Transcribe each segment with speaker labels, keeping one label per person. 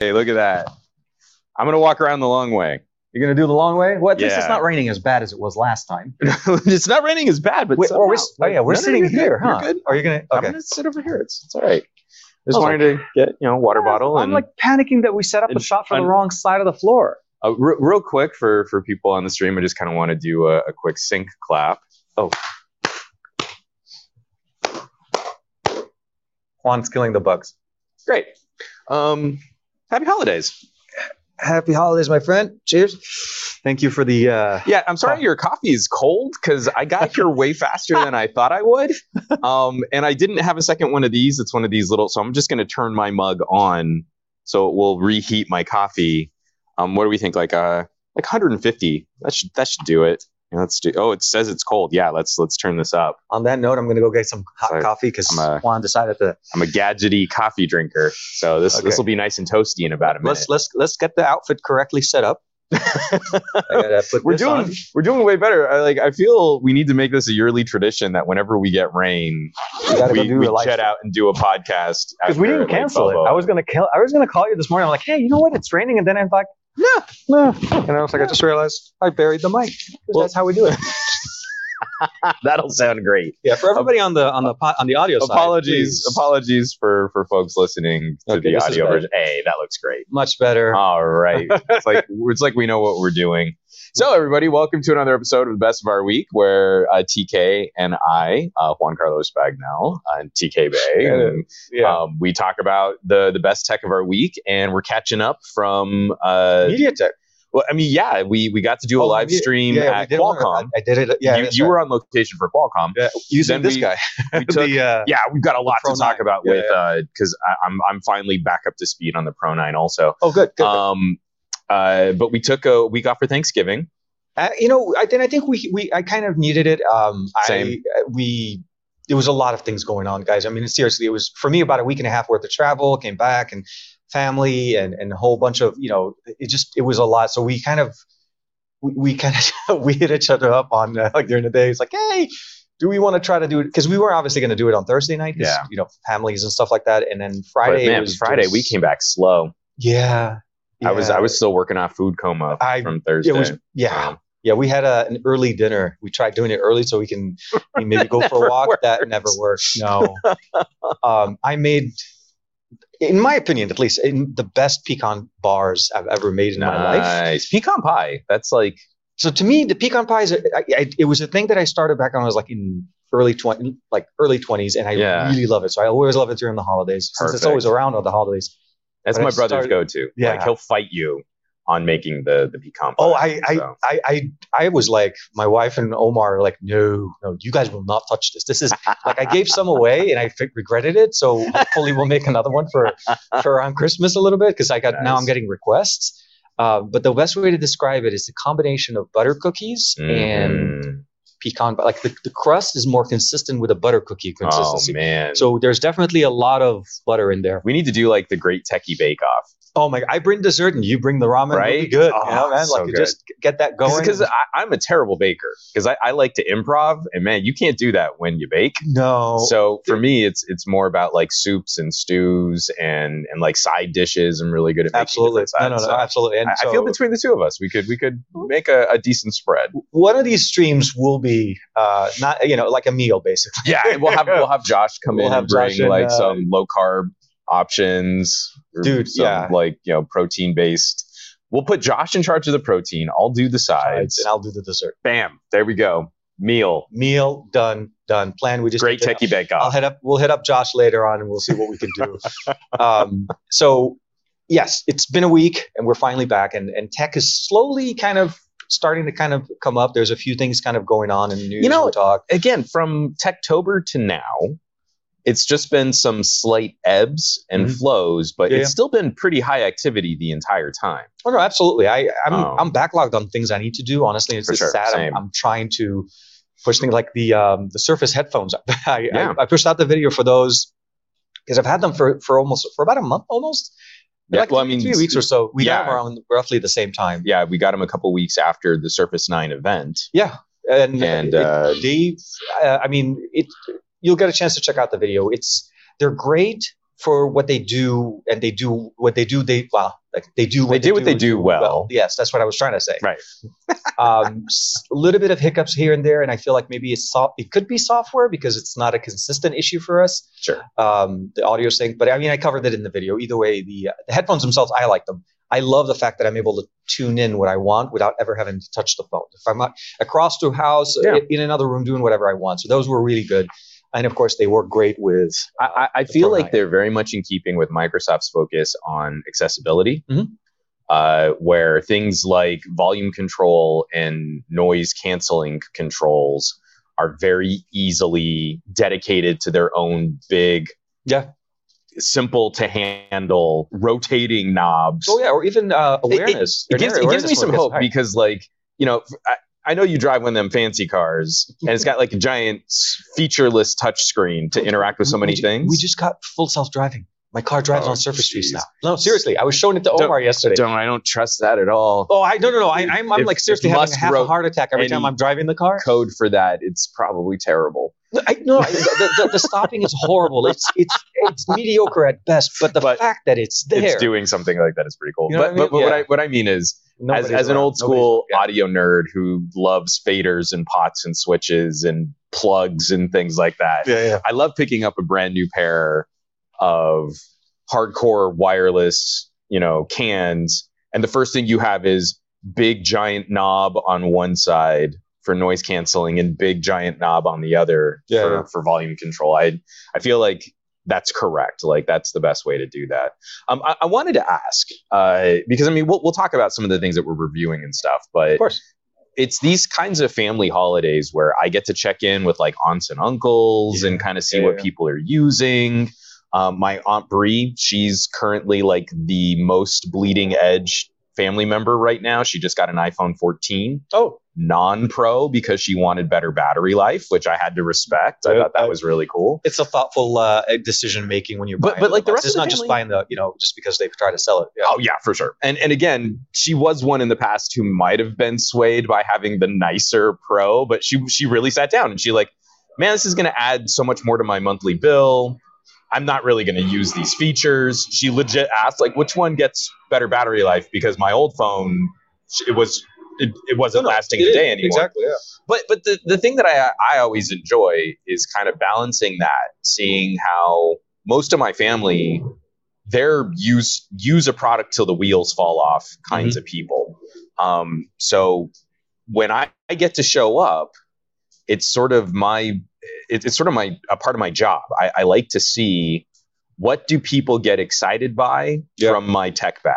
Speaker 1: Hey, look at that. I'm gonna walk around the long way.
Speaker 2: You're gonna do the long way. Well, at least
Speaker 1: Yeah.
Speaker 2: it's not raining as bad as it was last time.
Speaker 1: it's not raining as bad, but
Speaker 2: Wait,
Speaker 1: somehow,
Speaker 2: or we're, s- oh
Speaker 1: like-
Speaker 2: yeah, we're
Speaker 1: No, no,
Speaker 2: sitting
Speaker 1: you're good.
Speaker 2: here,
Speaker 1: You're
Speaker 2: huh?
Speaker 1: good.
Speaker 2: Are you gonna?
Speaker 1: I'm
Speaker 2: Okay.
Speaker 1: gonna sit over here. It's it's all right. Just
Speaker 2: Oh,
Speaker 1: wanted to get you know a water bottle
Speaker 2: I'm
Speaker 1: and
Speaker 2: like panicking that we set up the
Speaker 1: and-
Speaker 2: shot for the
Speaker 1: and-
Speaker 2: wrong side of the floor.
Speaker 1: uh, re- real quick for for people on the stream. I just kind of want to do a, a quick sync clap.
Speaker 2: Juan's killing the bugs.
Speaker 1: Great. Um, happy holidays.
Speaker 2: Happy holidays, my friend. Cheers. Thank you for the. Uh,
Speaker 1: Yeah, I'm sorry your coffee is cold because I got here way faster than I thought I would. Um, and I didn't have a second one of these. It's one of these little, so I'm just going to turn my mug on so it will reheat my coffee. Um, what do we think? Like, uh, like 150. That should that should do it. Yeah, let's do. Oh, it says it's cold. Yeah, let's let's turn this up.
Speaker 2: on that note, I'm gonna go get some hot
Speaker 1: So,
Speaker 2: coffee because
Speaker 1: I'm, uh,
Speaker 2: Juan decided to
Speaker 1: I'm a gadgety coffee drinker, so this
Speaker 2: Okay.
Speaker 1: this will be nice and toasty in about a minute.
Speaker 2: let's let's let's get the outfit correctly set up. I gotta put
Speaker 1: we're
Speaker 2: this
Speaker 1: doing
Speaker 2: on.
Speaker 1: we're doing way better. I, like I feel we need to make this a yearly tradition that whenever we get rain,
Speaker 2: We gotta go
Speaker 1: we,
Speaker 2: do
Speaker 1: we
Speaker 2: a live
Speaker 1: jet
Speaker 2: stream.
Speaker 1: out and do a podcast
Speaker 2: because
Speaker 1: after
Speaker 2: we didn't
Speaker 1: Lake
Speaker 2: cancel it.
Speaker 1: Bobo.
Speaker 2: I was gonna kill. I was gonna call you this morning. I'm like, hey, you know what? It's raining, and then I'm like, no, no. And I was like, I just realized I buried the mic. 'Cause
Speaker 1: Well-
Speaker 2: that's how we do it.
Speaker 1: That'll sound great.
Speaker 2: Yeah, for everybody on the on the po- on the audio side,
Speaker 1: Apologies,
Speaker 2: please.
Speaker 1: apologies for for folks listening to
Speaker 2: Okay,
Speaker 1: the
Speaker 2: this is
Speaker 1: audio
Speaker 2: better.
Speaker 1: version. Hey, that looks great.
Speaker 2: Much better.
Speaker 1: All right. It's like it's like we know what we're doing. So everybody, welcome to another episode of the Best of Our Week, where uh, TK and I, uh, Juan Carlos Bagnell and TK Bay,
Speaker 2: Yeah.
Speaker 1: and, um, we talk about the the best tech of our week, and we're catching up from. Uh,
Speaker 2: media tech.
Speaker 1: well, I mean, yeah, we we got to do a
Speaker 2: Oh,
Speaker 1: live
Speaker 2: media-
Speaker 1: stream
Speaker 2: yeah, we
Speaker 1: at
Speaker 2: did one-
Speaker 1: Qualcomm.
Speaker 2: I, I did it. Yeah,
Speaker 1: you
Speaker 2: that's
Speaker 1: you
Speaker 2: right.
Speaker 1: were on location for Qualcomm.
Speaker 2: Yeah, uh, using
Speaker 1: then
Speaker 2: this
Speaker 1: we-
Speaker 2: guy.
Speaker 1: We took
Speaker 2: the, uh,
Speaker 1: yeah, we've got a lot
Speaker 2: Pro
Speaker 1: to talk
Speaker 2: 9.
Speaker 1: about
Speaker 2: Yeah,
Speaker 1: with because I'm I'm finally back up to speed on the Pro Nine also.
Speaker 2: Oh, good. good.
Speaker 1: Um, uh, but we took a week off for Thanksgiving.
Speaker 2: Uh, you know, I then I think we we I kind of needed it. Um,
Speaker 1: Same.
Speaker 2: I we there was a lot of things going on, guys. I mean, seriously, it was for me about a week and a half worth of travel. Came back and family and and a whole bunch of you know, it just it was a lot. So we kind of we, we kind of we hit each other up on uh, like during the day. It's like, hey. Do we want to try to do it? Because we were obviously going to do it on Thursday night. 'cause,
Speaker 1: Yeah.
Speaker 2: You know, families and stuff like that. And then Friday.
Speaker 1: but man,
Speaker 2: was
Speaker 1: Friday
Speaker 2: just-
Speaker 1: we came back slow.
Speaker 2: Yeah.
Speaker 1: I was
Speaker 2: yeah.
Speaker 1: I was still working off food coma
Speaker 2: I-
Speaker 1: from Thursday.
Speaker 2: It was, yeah.
Speaker 1: Um,
Speaker 2: Yeah, we had a, an early dinner. We tried doing it early so we can we maybe go for
Speaker 1: never
Speaker 2: a walk. That
Speaker 1: works.
Speaker 2: never worked. No. um, I made, in my opinion, at least, in the best pecan bars I've ever made in my life.
Speaker 1: nice pecan pie. That's like
Speaker 2: So to me, the pecan pies, I, I, it was a thing that I started back when I was like in early 20, like early 20s, and I
Speaker 1: Yeah.
Speaker 2: really love it. So I always love it during the holidays since it's
Speaker 1: Perfect.
Speaker 2: always around on the holidays.
Speaker 1: that's
Speaker 2: When
Speaker 1: my
Speaker 2: I
Speaker 1: brother's
Speaker 2: started-
Speaker 1: go-to.
Speaker 2: Yeah.
Speaker 1: Like he'll fight you on making the the pecan pie.
Speaker 2: Oh, I, I,
Speaker 1: So,
Speaker 2: I, I, I was like, my wife and Omar are like, no, no, you guys will not touch this. This is like I gave some away and I fi- regretted it. So hopefully we'll make another one for for around Christmas a little bit because I got now I'm
Speaker 1: Nice.
Speaker 2: getting requests. Uh, but the best way to describe it is the combination of butter cookies and
Speaker 1: mm.
Speaker 2: pecan. But like the, the crust is more consistent with a butter cookie
Speaker 1: oh
Speaker 2: consistency.
Speaker 1: man. So
Speaker 2: so there's definitely a lot of butter in there.
Speaker 1: we need to do like the Great Techie Bake Off.
Speaker 2: Oh my! I bring dessert and you bring the ramen. It'll be
Speaker 1: Right?
Speaker 2: good.
Speaker 1: Oh,
Speaker 2: you know, man.
Speaker 1: so
Speaker 2: like you
Speaker 1: good.
Speaker 2: just get that going.
Speaker 1: because I'm a terrible baker because I, I like to improv and man you can't do that when you bake
Speaker 2: no.
Speaker 1: so for me it's it's more about like soups and stews and and like side dishes I'm really good at making
Speaker 2: Absolutely.
Speaker 1: different
Speaker 2: No, no,
Speaker 1: sides.
Speaker 2: no,
Speaker 1: So
Speaker 2: absolutely. And
Speaker 1: I,
Speaker 2: so Hmm.
Speaker 1: I feel between the two of us we could we could make a, a decent spread
Speaker 2: one of these streams will be uh, not, you know, like a meal basically.
Speaker 1: yeah and we'll have we'll have Josh come
Speaker 2: We'll
Speaker 1: in
Speaker 2: have
Speaker 1: and bring
Speaker 2: Josh and,
Speaker 1: like
Speaker 2: uh,
Speaker 1: some low carb options or
Speaker 2: Dude,
Speaker 1: some,
Speaker 2: yeah.
Speaker 1: like you know protein based we'll put Josh in charge of the protein I'll do the sides
Speaker 2: And I'll do the dessert.
Speaker 1: bam there we go meal
Speaker 2: Meal done, done. Plan. We just
Speaker 1: great techie bake off
Speaker 2: I'll head up. We'll hit up Josh later on, and we'll see what we can do. um, so, yes, it's been a week, and we're finally back, and and tech is slowly kind of starting to kind of come up. There's a few things kind of going on in the news.
Speaker 1: know-
Speaker 2: we'll talk.
Speaker 1: again, from Techtober to now, it's just been some slight ebbs and
Speaker 2: Mhm.
Speaker 1: flows, but
Speaker 2: Yeah,
Speaker 1: it's
Speaker 2: yeah.
Speaker 1: still been pretty high activity the entire time.
Speaker 2: Oh no, absolutely. I I'm
Speaker 1: Oh.
Speaker 2: I'm backlogged on things I need to do. Honestly, it's
Speaker 1: For
Speaker 2: just
Speaker 1: sure,
Speaker 2: sad.
Speaker 1: same.
Speaker 2: I'm, I'm trying to push things like the um, the Surface headphones. I,
Speaker 1: Yeah.
Speaker 2: I I pushed out the video for those because I've had them for for almost for about a month almost.
Speaker 1: Yeah,
Speaker 2: like
Speaker 1: well, I mean,
Speaker 2: three weeks or so. We got
Speaker 1: yeah.
Speaker 2: them around roughly the same time.
Speaker 1: yeah, we got them a couple weeks after the Surface 9 event.
Speaker 2: Yeah, and
Speaker 1: And,
Speaker 2: it-
Speaker 1: uh,
Speaker 2: they, uh, I mean, it. You'll get a chance to check out the video. It's they're great for what they do, and they do what they do. They well, like they do what
Speaker 1: They do what they do well.
Speaker 2: Yes, that's what I was trying to say.
Speaker 1: Right.
Speaker 2: um, s- a little bit of hiccups here and there, and I feel like maybe it's soft. It could be software because it's not a consistent issue for us.
Speaker 1: Sure.
Speaker 2: Um, the audio sync, but I mean, I covered that in the video. Either way, the uh, the headphones themselves, I like them. I love the fact that I'm able to tune in what I want without ever having to touch the phone. If I'm not across the house,
Speaker 1: Yeah.
Speaker 2: i- in another room, doing whatever I want. So those were really good, and of course, they work great with.
Speaker 1: I, I I
Speaker 2: The
Speaker 1: feel
Speaker 2: Pro
Speaker 1: like
Speaker 2: nine.
Speaker 1: they're very much in keeping with Microsoft's focus on accessibility,
Speaker 2: Mhm.
Speaker 1: uh, where things like volume control and noise canceling controls are very easily dedicated to their own big,
Speaker 2: Yeah.
Speaker 1: simple to handle rotating knobs.
Speaker 2: Oh yeah, or even uh,
Speaker 1: It- it-
Speaker 2: awareness.
Speaker 1: It gives,
Speaker 2: Their
Speaker 1: it gives me
Speaker 2: awareness
Speaker 1: some
Speaker 2: work is
Speaker 1: hope
Speaker 2: high.
Speaker 1: because, like, you know, I, I know you drive one of them fancy cars, and it's got like a giant s- featureless touchscreen to interact with so
Speaker 2: We
Speaker 1: many
Speaker 2: ju-
Speaker 1: things.
Speaker 2: We just got full self driving. My car drives
Speaker 1: Oh,
Speaker 2: on surface streets
Speaker 1: jeez.
Speaker 2: now. No, seriously, I was showing it to
Speaker 1: Don't-
Speaker 2: Omar yesterday.
Speaker 1: don't I don't trust that at all.
Speaker 2: Oh, I no, no, no. I, I'm, I'm
Speaker 1: If-
Speaker 2: like
Speaker 1: if
Speaker 2: seriously having
Speaker 1: Musk
Speaker 2: half a
Speaker 1: wrote
Speaker 2: heart attack every
Speaker 1: any-
Speaker 2: time I'm driving the car.
Speaker 1: Code for that, it's probably terrible.
Speaker 2: No, I, no, I- the, the, the stopping is horrible. It's it's it's mediocre at best. But the
Speaker 1: But
Speaker 2: fact that it's there,
Speaker 1: It's doing something like that is pretty cool.
Speaker 2: You know
Speaker 1: but
Speaker 2: what I
Speaker 1: but, but
Speaker 2: mean?
Speaker 1: what
Speaker 2: Yeah.
Speaker 1: I what I mean is as,
Speaker 2: nobody's
Speaker 1: as an
Speaker 2: around.
Speaker 1: old
Speaker 2: Nobody's-
Speaker 1: school
Speaker 2: yeah.
Speaker 1: audio nerd who loves faders and pots and switches and plugs and things like that.
Speaker 2: Yeah, yeah.
Speaker 1: I love picking up a brand new pair of hardcore wireless, you know, cans. And the first thing you have is big giant knob on one side for noise canceling and big giant knob on the other
Speaker 2: Yeah,
Speaker 1: for,
Speaker 2: yeah.
Speaker 1: for volume control. I I feel like that's correct. Like that's the best way to do that. Um, I, I wanted to ask uh, because I mean we'll we'll talk about some of the things that we're reviewing and stuff, but
Speaker 2: Of course.
Speaker 1: it's these kinds of family holidays where I get to check in with like aunts and uncles and kind of see
Speaker 2: yeah,
Speaker 1: what
Speaker 2: yeah.
Speaker 1: people are using. Um, my aunt Bree, she's currently like the most bleeding edge family member right now. She just got an iPhone 14
Speaker 2: Oh,
Speaker 1: non-pro because she wanted better battery life, which I had to respect. I
Speaker 2: Yeah,
Speaker 1: thought that
Speaker 2: I-
Speaker 1: was really cool.
Speaker 2: it's a thoughtful uh, decision making when you're.
Speaker 1: But-
Speaker 2: buying
Speaker 1: but, like, the
Speaker 2: device.
Speaker 1: rest
Speaker 2: it's
Speaker 1: of the
Speaker 2: not just
Speaker 1: family-
Speaker 2: buying the you know just because they try to sell it. Yeah.
Speaker 1: Oh yeah, for sure. And and again, she was one in the past who might have been swayed by having the nicer pro, but she she really sat down and she like, man, this is gonna add so much more to my monthly bill. I'm not really gonna use these features. She legit asked like, which one gets better battery life because my old phone, it was it, it wasn't lasting a day anymore
Speaker 2: Exactly. Yeah.
Speaker 1: but but the, the thing that I I always enjoy is kind of balancing that, seeing how most of my family they're use use a product till the wheels fall off kinds of people. Um, so when I, I get to show up, it's sort of my it, it's sort of my a part of my job. I, I like to see what do people get excited by
Speaker 2: Yeah.
Speaker 1: from my tech bag.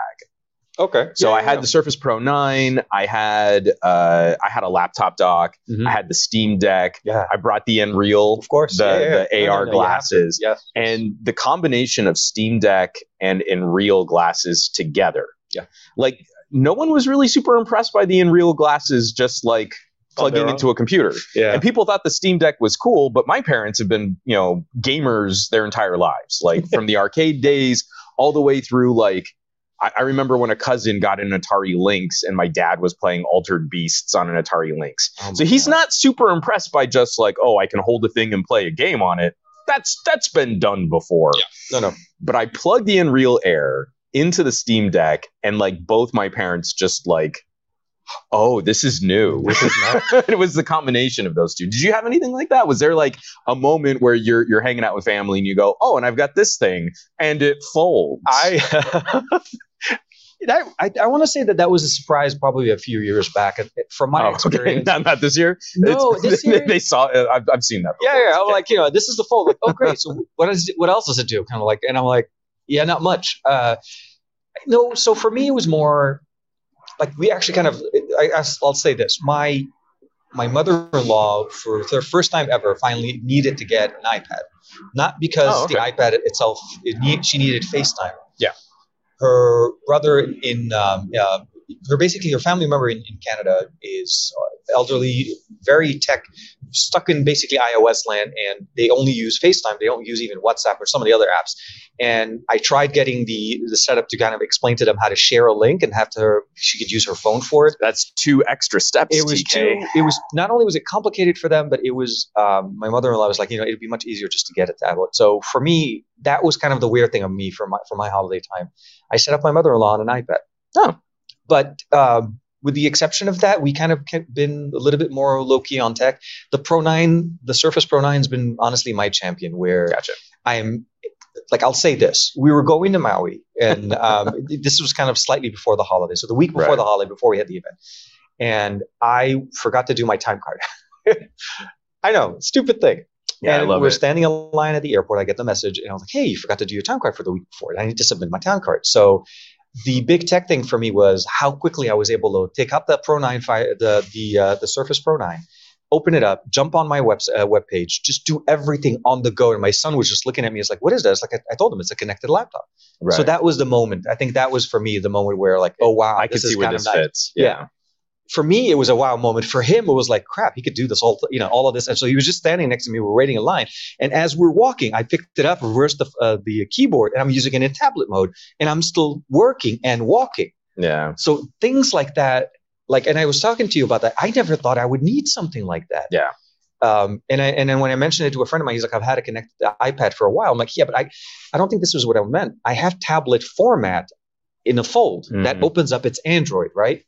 Speaker 2: Okay.
Speaker 1: So
Speaker 2: Yeah,
Speaker 1: I had
Speaker 2: yeah.
Speaker 1: the Surface Pro 9. I had uh, I had a laptop dock.
Speaker 2: Mhm.
Speaker 1: I had the Steam Deck.
Speaker 2: Yeah.
Speaker 1: I brought the Nreal,
Speaker 2: Of course.
Speaker 1: the,
Speaker 2: yeah, yeah,
Speaker 1: the
Speaker 2: yeah. No,
Speaker 1: AR
Speaker 2: no, no, you have to.
Speaker 1: glasses,
Speaker 2: Yes.
Speaker 1: and the combination of Steam Deck and Nreal glasses together.
Speaker 2: Yeah.
Speaker 1: like no one was really super impressed by the Nreal glasses, just like
Speaker 2: On their
Speaker 1: plugging
Speaker 2: own?
Speaker 1: into a computer.
Speaker 2: Yeah.
Speaker 1: And people thought the Steam Deck was cool, but my parents have been, you know, gamers their entire lives, like from the arcade days all the way through. Like, I, I remember when a cousin got an Atari Lynx, and my dad was playing Altered Beasts on an Atari Lynx. So he's not super impressed by just like, oh, I can hold a thing and play a game on it. That's that's been done before.
Speaker 2: No, no.
Speaker 1: But I plugged the Unreal Air into the Steam Deck, and like both my parents just like, oh, this is new.
Speaker 2: This is not.
Speaker 1: it was the combination of those two. Did you have anything like that? Was there like a moment where you're you're hanging out with family and you go, "Oh, and I've got this thing," and it folds?
Speaker 2: I that, I, I want to say that that was a surprise probably a few years back from my
Speaker 1: Oh, okay.
Speaker 2: experience.
Speaker 1: not, not this year.
Speaker 2: No,
Speaker 1: It's-
Speaker 2: this
Speaker 1: they-
Speaker 2: year.
Speaker 1: they saw. I've, I've seen that.
Speaker 2: yeah, yeah. I'm like, you know, this is the fold. Like, oh, great. So what is what else does it do? Kind of like, and I'm like, yeah, not much. Uh, no. So for me, it was more like we actually kind of. I, I- I'll say this. My my mother-in-law, for their first time ever, finally needed to get an iPad. Not because
Speaker 1: Oh, okay.
Speaker 2: the iPad itself. It need, she needed FaceTime.
Speaker 1: Yeah.
Speaker 2: Her brother in um, uh, her basically her family member in, in Canada is uh, elderly, very tech, stuck in basically iOS land, and they only use FaceTime. They don't use even WhatsApp or some of the other apps. And I tried getting the the setup to kind of explain to them how to share a link and have to her, she could use her phone for it.
Speaker 1: That's two extra steps.
Speaker 2: It was
Speaker 1: TK.
Speaker 2: too, it was not only was it complicated for them, but it was um, my mother in law was like, you know, it'd be much easier just to get a tablet. So for me, that was kind of the weird thing of me for my for my holiday time. I set up my mother in law on an iPad.
Speaker 1: Oh.
Speaker 2: but um, with the exception of that, we kind of ke- been a little bit more low key on tech. The Pro Nine, the Surface Pro Nine, has been honestly my champion. Where
Speaker 1: Gotcha.
Speaker 2: I am like I'll say this: we were going to Maui, and um, this was kind of slightly before the holiday, so the week before
Speaker 1: Right.
Speaker 2: the holiday, before we had the event, and I forgot to do my time card. I know, stupid thing.
Speaker 1: Yeah,
Speaker 2: and
Speaker 1: I love
Speaker 2: we're
Speaker 1: it.
Speaker 2: standing in line at the airport. I get the message, and I was like, "Hey, you forgot to do your time card for the week before. And I need to submit my time card." So, the big tech thing for me was how quickly I was able to take out the Pro Nine, fi- the the uh, the Surface Pro Nine, open it up, jump on my web uh, web page, just do everything on the go. And my son was just looking at me. He's like, "What is this?" Like I, I told him, it's a connected laptop.
Speaker 1: Right.
Speaker 2: So that was the moment. I think that was for me the moment where like, oh wow,
Speaker 1: I can
Speaker 2: is
Speaker 1: see where
Speaker 2: kind of
Speaker 1: this
Speaker 2: nice.
Speaker 1: fits.
Speaker 2: Yeah. For me, it was a wow moment. For him, it was like, crap, he could do this all, you know, all of this. And so he was just standing next to me. We We're waiting in line, and as we're walking, I picked it up, reversed the uh, the keyboard, and I'm using it in tablet mode, and I'm still working and walking.
Speaker 1: Yeah.
Speaker 2: So things like that, like, and I was talking to you about that. I never thought I would need something like that.
Speaker 1: Yeah.
Speaker 2: Um, and I, and then when I mentioned it to a friend of mine, he's like, I've had a connected iPad for a while. I'm like, yeah, but I, I don't think this was what I meant. I have tablet format in a fold that
Speaker 1: Mhm.
Speaker 2: opens up its Android, right?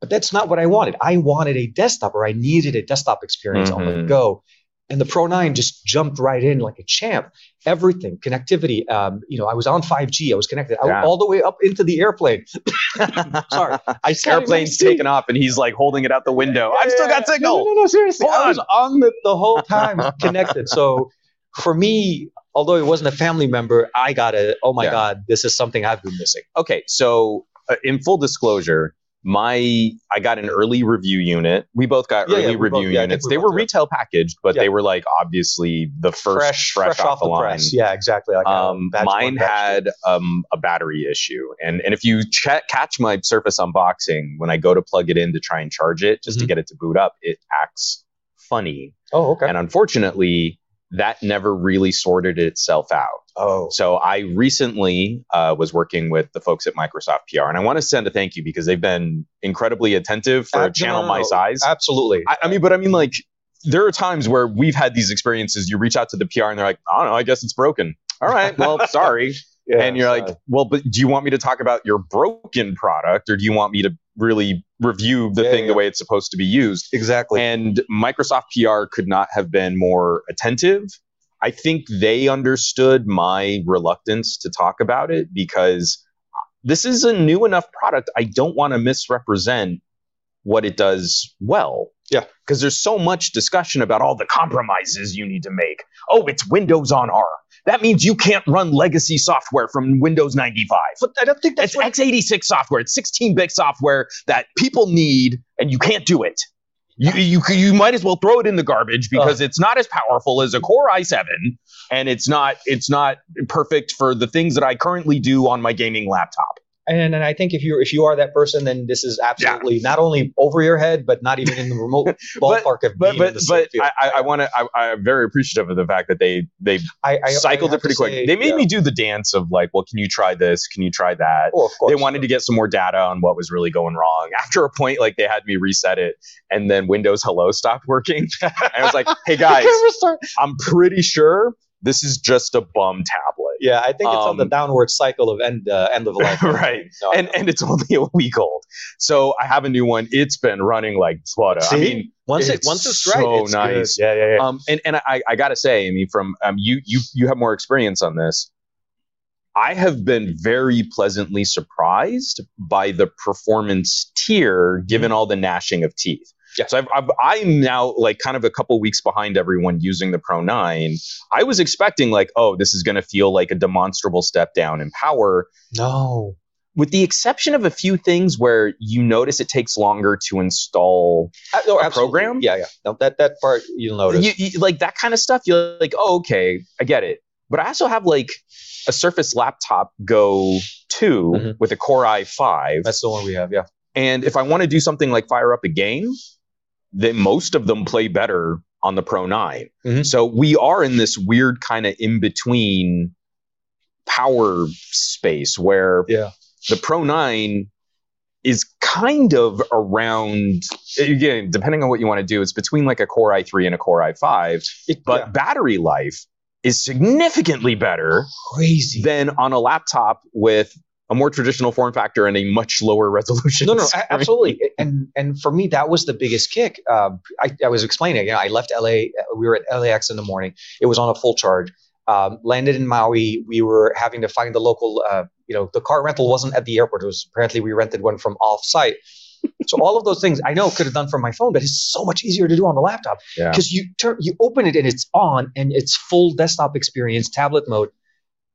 Speaker 2: But that's not what I wanted. I wanted a desktop or I needed a desktop experience on the
Speaker 1: Mhm.
Speaker 2: go. And the Pro 9 just jumped right in like a champ. Everything, connectivity. Um, you know, I was on 5G. I was connected I-
Speaker 1: Yeah.
Speaker 2: all the way up into the airplane.
Speaker 1: Yeah.
Speaker 2: Sorry. I sat in my
Speaker 1: Airplane's
Speaker 2: seat.
Speaker 1: taken off, and he's like holding it out the window. I've still got
Speaker 2: No,
Speaker 1: signal.
Speaker 2: no, no, seriously.
Speaker 1: Hold
Speaker 2: I was on the, the whole time connected. So for me, although it wasn't a family member, I got a, oh my
Speaker 1: Yeah.
Speaker 2: God, this is something I've been missing.
Speaker 1: Okay, so uh, in full disclosure, my I got an early review unit. We both got
Speaker 2: Yeah, yeah,
Speaker 1: early
Speaker 2: we
Speaker 1: review
Speaker 2: both- yeah, I think
Speaker 1: units.
Speaker 2: we
Speaker 1: they
Speaker 2: both
Speaker 1: were
Speaker 2: did.
Speaker 1: retail packaged, but
Speaker 2: Yeah.
Speaker 1: they were like obviously the first fresh, off, the, line.
Speaker 2: Yeah, exactly. Like uh, a
Speaker 1: um,
Speaker 2: batch one,
Speaker 1: mine
Speaker 2: batch two.
Speaker 1: had um, a battery issue, and and if you ch- catch my Surface unboxing when I go to plug it in to try and charge it just to
Speaker 2: Mhm.
Speaker 1: get it to boot up, it acts funny,
Speaker 2: Oh, okay.
Speaker 1: and unfortunately, that never really sorted itself out.
Speaker 2: oh,
Speaker 1: So I recently uh, was working with the folks at Microsoft PR, and I want to send a thank you because they've been incredibly attentive for a
Speaker 2: Absolutely.
Speaker 1: channel my size.
Speaker 2: absolutely.
Speaker 1: I, I mean, but I mean, like, there are times where we've had these experiences. You reach out to the PR, and they're like, "I don't know, I guess it's broken." All right, well, sorry.
Speaker 2: Yeah,
Speaker 1: and you're
Speaker 2: sorry.
Speaker 1: like, "Well, but do you want me to talk about your broken product, or do you want me to really review the
Speaker 2: Yeah,
Speaker 1: thing
Speaker 2: yeah.
Speaker 1: the way it's supposed to be used?"
Speaker 2: exactly.
Speaker 1: And Microsoft PR could not have been more attentive. I think they understood my reluctance to talk about it because this is a new enough product. I don't want to misrepresent what it does well.
Speaker 2: Yeah.
Speaker 1: Because there's so much discussion about all the compromises you need to make. Oh, it's Windows on ARM. That means you can't run legacy software from Windows 95
Speaker 2: but I don't think that's
Speaker 1: it's
Speaker 2: what
Speaker 1: x86 software. It's 16-bit software that people need, and you can't do it. You, you, you might as well throw it in the garbage because it's not as powerful as a Core i7, and it's not it's not perfect for the things that I currently do on my gaming laptop.
Speaker 2: and, and I think if you're if you are that person, then this is absolutely not only over your head, but not even in the remote
Speaker 1: But-
Speaker 2: ballpark of
Speaker 1: But
Speaker 2: being in
Speaker 1: but
Speaker 2: the same
Speaker 1: but
Speaker 2: field.
Speaker 1: I, I, I want to. I, I'm very appreciative of the fact that they they
Speaker 2: I, I
Speaker 1: cycled
Speaker 2: I have
Speaker 1: it pretty
Speaker 2: to
Speaker 1: quick.
Speaker 2: say-
Speaker 1: they made
Speaker 2: yeah.
Speaker 1: me do the dance of like, well, can you try this? Can you try that?
Speaker 2: Oh, of course.
Speaker 1: they wanted to get some more data on what was really going wrong. After a point, like they had me reset it, and then Windows Hello stopped working. And I was like, "Hey guys,
Speaker 2: The camera start-
Speaker 1: I'm pretty sure this is just a bum tablet,
Speaker 2: Yeah, I think it's on the
Speaker 1: Um,
Speaker 2: downward cycle of end uh, end of life.
Speaker 1: Right.
Speaker 2: No,
Speaker 1: and and it's only a week old. So I have a new one. It's been running like butter.
Speaker 2: See?
Speaker 1: I mean,
Speaker 2: once it
Speaker 1: it's
Speaker 2: once it's right,
Speaker 1: so
Speaker 2: it's good.
Speaker 1: nice.
Speaker 2: Yeah, yeah, yeah.
Speaker 1: um, and and I I gotta say, I mean, from um, you you you have more experience on this. I have been very pleasantly surprised by the performance tier, given all the gnashing of teeth.
Speaker 2: Yeah.
Speaker 1: So I've, I've, I'm now like kind of a couple weeks behind everyone using the Pro 9. I was expecting like, oh, this is going to feel like a demonstrable step down in power
Speaker 2: no.
Speaker 1: with the exception of a few things where you notice it takes longer to install
Speaker 2: Uh, no,
Speaker 1: A
Speaker 2: absolutely.
Speaker 1: program?
Speaker 2: Yeah, yeah. No, that that part you'll notice.
Speaker 1: you, you- like that kind of stuff you're like oh okay i get it but i also have like a surface laptop go 2
Speaker 2: Mhm.
Speaker 1: with a core i5
Speaker 2: That's the one we have. Yeah.
Speaker 1: and if i want to do something like fire up a game then most of them play better on the pro 9
Speaker 2: Mhm.
Speaker 1: so we are in this weird kind of in between power space where
Speaker 2: Yeah.
Speaker 1: the Pro 9 is kind of around, again, depending on what you want to do, it's between like a Core i3 and a Core i5,
Speaker 2: It,
Speaker 1: but battery life is significantly better
Speaker 2: crazy.
Speaker 1: than on a laptop with a more traditional form factor and a much lower resolution.
Speaker 2: No, no,
Speaker 1: screen.
Speaker 2: a- absolutely. And and for me, that was the biggest kick. Um, I, I was explaining. You know, I left LA. We were at LAX in the morning. It was on a full charge. Um, landed in Maui. We were having to find the local. Uh, you know, the car rental wasn't at the airport. It was apparently we rented one from off-site. So all of those things I know could have done from my phone, but it's so much easier to do on the laptop
Speaker 1: Yeah.
Speaker 2: because you turn, you open it and it's on and it's full desktop experience, tablet mode.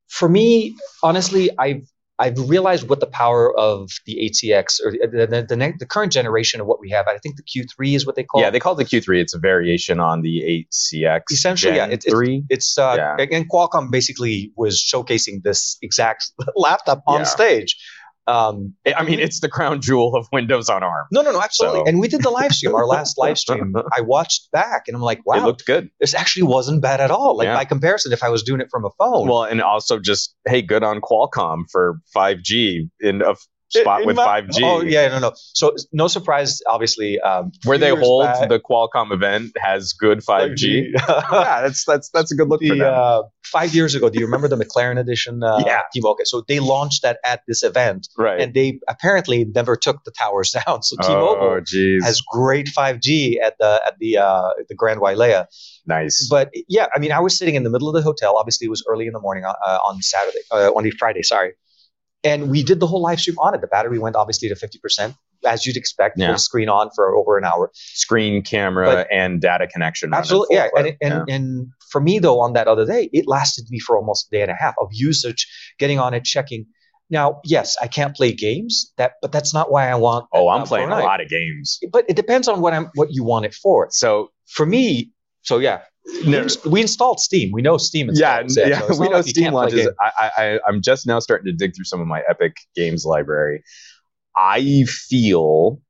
Speaker 2: For me, honestly, I've I've realized what the power of the ATX or the the, the, ne- the current generation of what we have. I think the Q3 is what they call.
Speaker 1: Yeah,
Speaker 2: it.
Speaker 1: they call it the Q3. It's a variation on the 8CX.
Speaker 2: Essentially, yeah,
Speaker 1: Gen
Speaker 2: it's- it's-
Speaker 1: 3.
Speaker 2: It's uh,
Speaker 1: Yeah.
Speaker 2: and Qualcomm basically was showcasing this exact laptop on
Speaker 1: Yeah.
Speaker 2: stage. Um,
Speaker 1: I mean, it's the crown jewel of Windows on ARM.
Speaker 2: no, no, no, absolutely.
Speaker 1: So-
Speaker 2: And we did the live stream, our last live stream. I watched back and I'm like,
Speaker 1: It
Speaker 2: wow,
Speaker 1: looked good.
Speaker 2: this actually wasn't bad at all. Like
Speaker 1: Yeah.
Speaker 2: by comparison, if I was doing it from a phone,
Speaker 1: Well, and also just hey, good on Qualcomm for 5G in a f- spot
Speaker 2: In
Speaker 1: with
Speaker 2: my-
Speaker 1: 5G.
Speaker 2: Oh yeah, no, no. So no surprise, obviously. Um,
Speaker 1: Where they
Speaker 2: years
Speaker 1: hold
Speaker 2: back-
Speaker 1: the Qualcomm event has good 5G. yeah, that's that's that's a good look for
Speaker 2: the,
Speaker 1: them.
Speaker 2: uh, five years ago, do you remember the McLaren edition? Uh,
Speaker 1: Yeah.
Speaker 2: Team okay, so they launched that at this event,
Speaker 1: right.
Speaker 2: and they apparently never took the towers down. So
Speaker 1: oh
Speaker 2: T-Mobile
Speaker 1: geez,
Speaker 2: has great 5G at the at the uh, the Grand Wailea.
Speaker 1: nice.
Speaker 2: But yeah, I mean, I was sitting in the middle of the hotel. Obviously, it was early in the morning uh, on Saturday, uh, on the Friday, sorry. And we did the whole live stream on it. The battery went obviously to 50%, as you'd expect,
Speaker 1: Yeah.
Speaker 2: full screen on for over an hour.
Speaker 1: Screen, camera,
Speaker 2: But-
Speaker 1: and data connection. on it.
Speaker 2: Absolutely, yeah. And,
Speaker 1: Full
Speaker 2: and,
Speaker 1: flow.
Speaker 2: and for me though, on that other day, it lasted me for almost a day and a half of usage, getting on it, checking. Now, yes, I can't play games, that, but that's not why I want.
Speaker 1: oh, I'm
Speaker 2: uh,
Speaker 1: playing a
Speaker 2: Fortnite.
Speaker 1: lot of games.
Speaker 2: But it depends on what I'm, what you want it for.
Speaker 1: So
Speaker 2: For me, so yeah, we,
Speaker 1: no,
Speaker 2: ins- we installed Steam. We know Steam.
Speaker 1: yeah,
Speaker 2: Installs,
Speaker 1: yeah.
Speaker 2: so it's
Speaker 1: we
Speaker 2: not
Speaker 1: know
Speaker 2: like you
Speaker 1: Steam
Speaker 2: can't play
Speaker 1: launches.
Speaker 2: games.
Speaker 1: I, I, I- I'm just now starting to dig through some of my Epic games library. I feel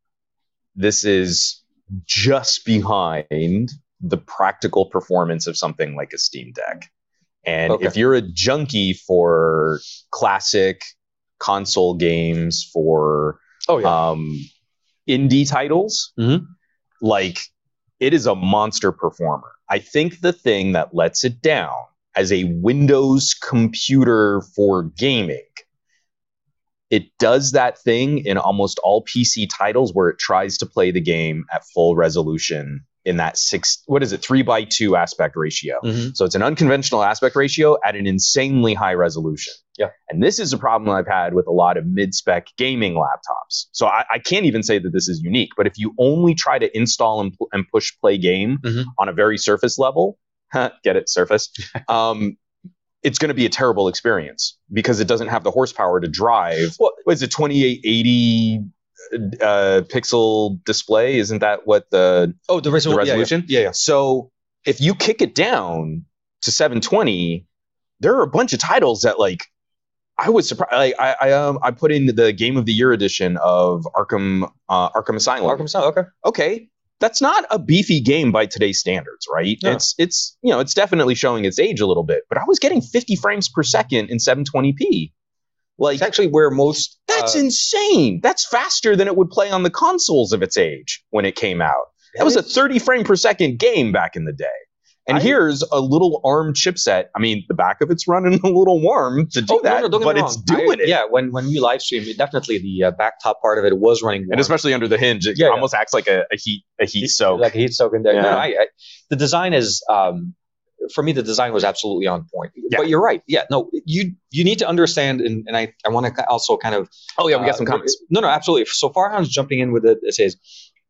Speaker 1: this is just behind the practical performance of something like a Steam Deck. And
Speaker 2: Okay.
Speaker 1: if you're a junkie for classic console games, for
Speaker 2: Oh yeah,
Speaker 1: um, indie titles,
Speaker 2: Mhm.
Speaker 1: like it is a monster performer. I think the thing that lets it down as a Windows computer for gaming, it does that thing in almost all PC titles where it tries to play the game at full resolution in that six, what is it, three by two aspect ratio.
Speaker 2: Mhm.
Speaker 1: So it's an unconventional aspect ratio at an insanely high resolution.
Speaker 2: Yeah.
Speaker 1: And this is a problem I've had with a lot of mid spec gaming laptops. So I, I can't even say that this is unique, but if you only try to install and, pl- and push play game
Speaker 2: Mhm.
Speaker 1: on a very surface level, get it, surface, um, it's going to be a terrible experience because it doesn't have the horsepower to drive.
Speaker 2: Well-
Speaker 1: what is it, 2880 uh, pixel display? Isn't that what the
Speaker 2: Oh, the, resol-
Speaker 1: the
Speaker 2: yeah, yeah.
Speaker 1: resolution?
Speaker 2: Yeah, yeah.
Speaker 1: so if you kick it down to 720, there are a bunch of titles that like I was surprised. Like, I I um I put in the Game of the Year edition of Arkham uh, Arkham Asylum.
Speaker 2: Arkham Sound. Okay.
Speaker 1: Okay, that's not a beefy game by today's standards, right?
Speaker 2: No.
Speaker 1: It's it's you know it's definitely showing its age a little bit, but I was getting 50 frames per second in 720p. Like
Speaker 2: It's actually where most.
Speaker 1: that's
Speaker 2: uh,
Speaker 1: insane. That's faster than it would play on the consoles of its age when it came out. That was a 30 frame per second game back in the day. And
Speaker 2: I-
Speaker 1: here's a little ARM chipset. I mean, the back of it's running a little warm to do
Speaker 2: Oh, no,
Speaker 1: that,
Speaker 2: no, don't get
Speaker 1: but
Speaker 2: me
Speaker 1: it's
Speaker 2: wrong.
Speaker 1: doing
Speaker 2: I-
Speaker 1: it.
Speaker 2: Yeah, when when we live streamed, it definitely the uh, back top part of it was running.
Speaker 1: And
Speaker 2: warm.
Speaker 1: especially under the hinge, it
Speaker 2: Yeah, yeah.
Speaker 1: almost acts like a, a heat a heat soak.
Speaker 2: like a heat soak in there. No,
Speaker 1: Yeah.
Speaker 2: I, I, the design is, um, for me, the design was absolutely on point.
Speaker 1: Yeah.
Speaker 2: But you're right. Yeah, no, you you need to understand, and, and I, I want to also kind of.
Speaker 1: oh yeah, we got
Speaker 2: uh,
Speaker 1: some comments.
Speaker 2: No, no, absolutely. So Farhan's jumping in with it. It says,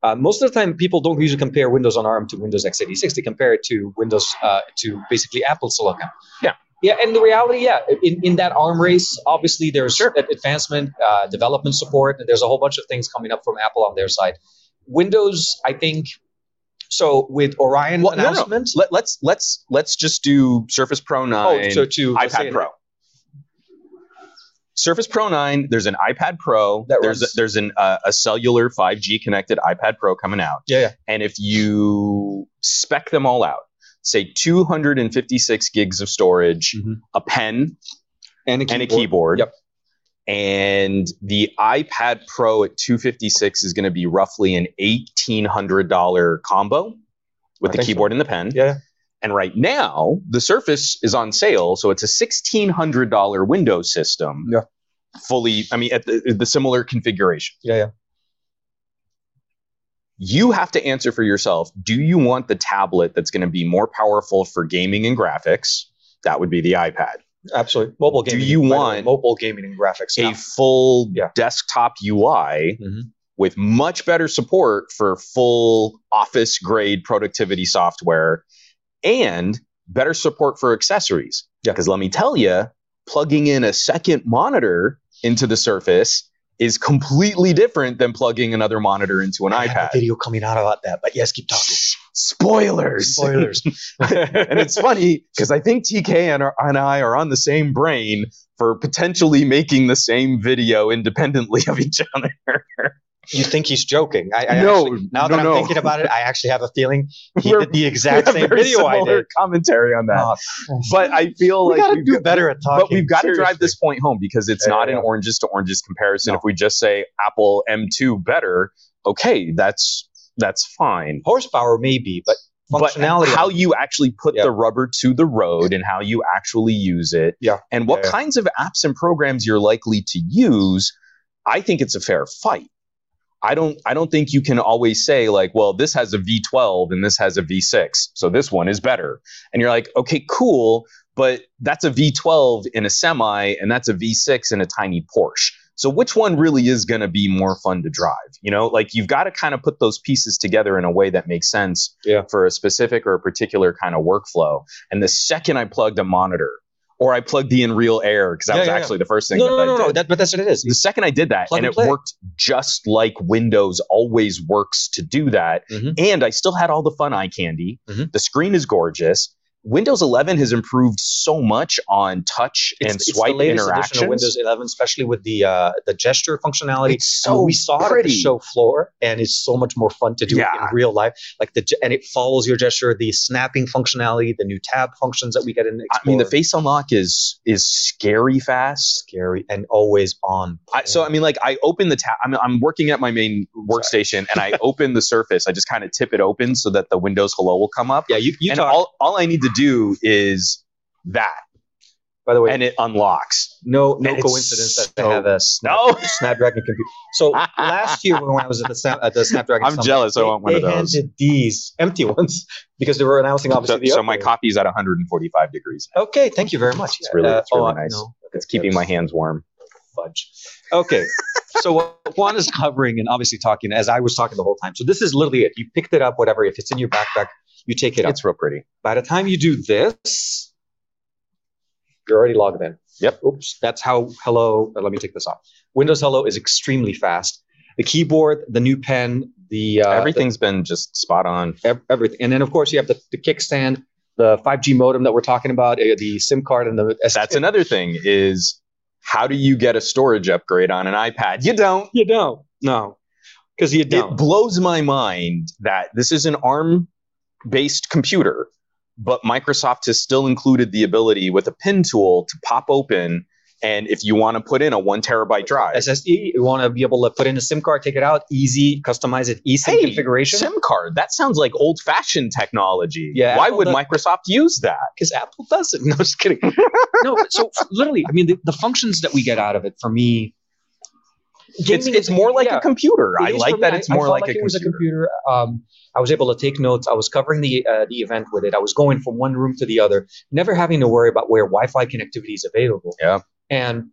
Speaker 2: uh, most of the time, people don't usually compare Windows on ARM to Windows x86. They compare it to Windows uh, to basically Apple Silicon.
Speaker 1: Yeah.
Speaker 2: Yeah, and the reality, yeah, in, in that ARM race, obviously there's ad- advancement, uh, development support, and there's a whole bunch of things coming up from Apple on their side. Windows, I think, so with Orion
Speaker 1: Well, no, no.
Speaker 2: announcement.
Speaker 1: Let, let's let's let's just do Surface Pro 9.
Speaker 2: Oh, so to let's say
Speaker 1: iPad
Speaker 2: an-
Speaker 1: Pro. Surface Pro 9, there's an iPad Pro.
Speaker 2: That
Speaker 1: there's a,
Speaker 2: runs-
Speaker 1: there's an uh, a cellular 5G connected iPad Pro coming out.
Speaker 2: Yeah, yeah.
Speaker 1: And if you spec them all out, say 256 gigs of storage,
Speaker 2: Mhm.
Speaker 1: a pen,
Speaker 2: and a
Speaker 1: and a keyboard.
Speaker 2: Yep.
Speaker 1: And the iPad Pro at 256 is going to be roughly an $1800 combo with
Speaker 2: I
Speaker 1: the
Speaker 2: think so.
Speaker 1: keyboard and the pen.
Speaker 2: Yeah.
Speaker 1: And right now, the Surface is on sale, so it's a $1600 Windows system.
Speaker 2: Yeah.
Speaker 1: Fully, I mean at the, the similar configuration.
Speaker 2: Yeah. Yeah.
Speaker 1: You have to answer for yourself, do you want the tablet that's going to be more powerful for gaming and graphics? That would be the iPad.
Speaker 2: Absolutely. Mobile
Speaker 1: Do
Speaker 2: gaming.
Speaker 1: you
Speaker 2: by the way,
Speaker 1: want
Speaker 2: mobile gaming and graphics?
Speaker 1: a
Speaker 2: now.
Speaker 1: full
Speaker 2: Yeah.
Speaker 1: desktop UI
Speaker 2: Mhm.
Speaker 1: with much better support for full office grade productivity software and better support for accessories.
Speaker 2: Yeah.
Speaker 1: Because let me tell you, plugging in a second monitor into the Surface is completely different than plugging another monitor into an
Speaker 2: I have a
Speaker 1: iPad.
Speaker 2: video coming out about that, but yes, keep talking.
Speaker 1: Spoilers.
Speaker 2: Spoilers.
Speaker 1: and it's funny because I think TK and, our, and I are on the same brain for potentially making the same video independently of each other.
Speaker 2: you think he's joking? I, I
Speaker 1: No,
Speaker 2: actually-
Speaker 1: no,
Speaker 2: now that I'm
Speaker 1: no.
Speaker 2: thinking about it, I actually have a feeling he
Speaker 1: We're-
Speaker 2: did the
Speaker 1: We have
Speaker 2: exact same
Speaker 1: very
Speaker 2: video I
Speaker 1: similar
Speaker 2: did.
Speaker 1: commentary on that.
Speaker 2: Oh,
Speaker 1: but I feel
Speaker 2: we
Speaker 1: like
Speaker 2: gotta
Speaker 1: we've
Speaker 2: do
Speaker 1: got-
Speaker 2: better at talking.
Speaker 1: But we've got to drive
Speaker 2: seriously.
Speaker 1: this point home because it's
Speaker 2: Yeah,
Speaker 1: not
Speaker 2: yeah,
Speaker 1: an
Speaker 2: yeah.
Speaker 1: oranges to oranges comparison.
Speaker 2: No.
Speaker 1: If we just say Apple M2 better, okay, that's that's fine.
Speaker 2: horsepower, maybe, but
Speaker 1: But
Speaker 2: functionality.
Speaker 1: how you actually put
Speaker 2: Yeah.
Speaker 1: the rubber to the road and how you actually use it,
Speaker 2: Yeah.
Speaker 1: and what
Speaker 2: Yeah, yeah.
Speaker 1: kinds of apps and programs you're likely to use, I think it's a fair fight. I don't I don't think you can always say like, well, this has a V12 and this has a V6, so this one is better. And you're like, okay, cool, but that's a V12 in a semi and that's a V6 in a tiny Porsche. So which one really is going to be more fun to drive? You know, like you've got to kind of put those pieces together in a way that makes sense
Speaker 2: Yeah.
Speaker 1: for a specific or a particular kind of workflow. And the second I plugged a monitor or I plugged the in real air because that
Speaker 2: Yeah,
Speaker 1: was
Speaker 2: yeah, yeah.
Speaker 1: actually the first thing
Speaker 2: no,
Speaker 1: that
Speaker 2: no,
Speaker 1: I
Speaker 2: no,
Speaker 1: did
Speaker 2: no, that, but that's what it is.
Speaker 1: the second I did that,
Speaker 2: Plug
Speaker 1: and it
Speaker 2: and play.
Speaker 1: worked just like Windows always works to do that.
Speaker 2: Mhm.
Speaker 1: And I still had all the fun eye candy.
Speaker 2: Mhm.
Speaker 1: The screen is gorgeous. Windows 11 has improved so much on touch
Speaker 2: It's-
Speaker 1: and
Speaker 2: it's the
Speaker 1: swipe
Speaker 2: latest edition of
Speaker 1: interactions.
Speaker 2: Windows 11, especially with the uh, the gesture functionality.
Speaker 1: It's
Speaker 2: I mean,
Speaker 1: so
Speaker 2: we saw it at
Speaker 1: pretty.
Speaker 2: the show floor, and it's so much more fun to do it
Speaker 1: Yeah.
Speaker 2: in real life. Like the ge- and it follows your gesture, the snapping functionality, the new tab functions that we get in.
Speaker 1: I mean, the
Speaker 2: Explorer.
Speaker 1: face unlock is is scary fast.
Speaker 2: scary and always on.
Speaker 1: I, so I mean, like I open the tab. I'm, I'm working at my main workstation, and I open the Surface. I just kind of tip it open so that the Windows hello will come up.
Speaker 2: yeah, you you
Speaker 1: and
Speaker 2: talk.
Speaker 1: all all I need to do is that,
Speaker 2: by the way,
Speaker 1: and it unlocks.
Speaker 2: no no
Speaker 1: and it's
Speaker 2: coincidence that
Speaker 1: so-
Speaker 2: they have a snap,
Speaker 1: No.
Speaker 2: Snapdragon computer. So last year when I was at the, Snap- at the Snapdragon,
Speaker 1: I'm
Speaker 2: Summit,
Speaker 1: jealous. I want one
Speaker 2: they
Speaker 1: of those.
Speaker 2: handed these empty ones because they were announcing obviously
Speaker 1: So,
Speaker 2: the
Speaker 1: so my
Speaker 2: opening.
Speaker 1: coffee's at 145 degrees.
Speaker 2: Okay, thank you very much. Uh, oh,
Speaker 1: It's really- it's really
Speaker 2: I-
Speaker 1: nice.
Speaker 2: okay,
Speaker 1: It's keeping my
Speaker 2: that's
Speaker 1: hands warm.
Speaker 2: fudge. Okay, so what Juan is covering and obviously talking as I was talking the whole time. So this is literally it. You picked it up, whatever. If it's in your backpack, you take it up.
Speaker 1: It's real pretty.
Speaker 2: By the time you do this, you're already logged in.
Speaker 1: Yep.
Speaker 2: Oops. That's how Hello. uh, Let me take this off. Windows Hello is extremely fast. The keyboard, the new pen, the uh,
Speaker 1: Everything's been just spot on.
Speaker 2: ev- everything. And then, of course, you have the, the kickstand, the 5G modem that we're talking about, uh, the SIM card, and the.
Speaker 1: That's another thing is how do you get a storage upgrade on an iPad? You don't.
Speaker 2: You don't. No. Because you
Speaker 1: It
Speaker 2: don't.
Speaker 1: blows my mind that this is an ARM based computer, but Microsoft has still included the ability with a pin tool to pop open. And if you want to put in a one terabyte drive,
Speaker 2: SSD, you want to be able to put in a SIM card, take it out, easy, customize it, eSIM
Speaker 1: Hey,
Speaker 2: configuration.
Speaker 1: SIM card, that sounds like old fashioned technology.
Speaker 2: Yeah,
Speaker 1: Why
Speaker 2: Apple
Speaker 1: would
Speaker 2: does-
Speaker 1: Microsoft use that?
Speaker 2: because Apple does it. No, just kidding. no, so literally, I mean, the, the functions that we get out of it for me,
Speaker 1: it's
Speaker 2: gaming
Speaker 1: it's
Speaker 2: is-
Speaker 1: more like
Speaker 2: yeah.
Speaker 1: a computer.
Speaker 2: It
Speaker 1: I
Speaker 2: is for
Speaker 1: like
Speaker 2: me.
Speaker 1: that
Speaker 2: I-
Speaker 1: it's
Speaker 2: I
Speaker 1: more
Speaker 2: felt
Speaker 1: like, a
Speaker 2: it was
Speaker 1: computer.
Speaker 2: a computer. Um, I was able to take notes. I was covering the uh, the event with it. I was going from one room to the other, never having to worry about where Wi-Fi connectivity is available.
Speaker 1: Yeah.
Speaker 2: and.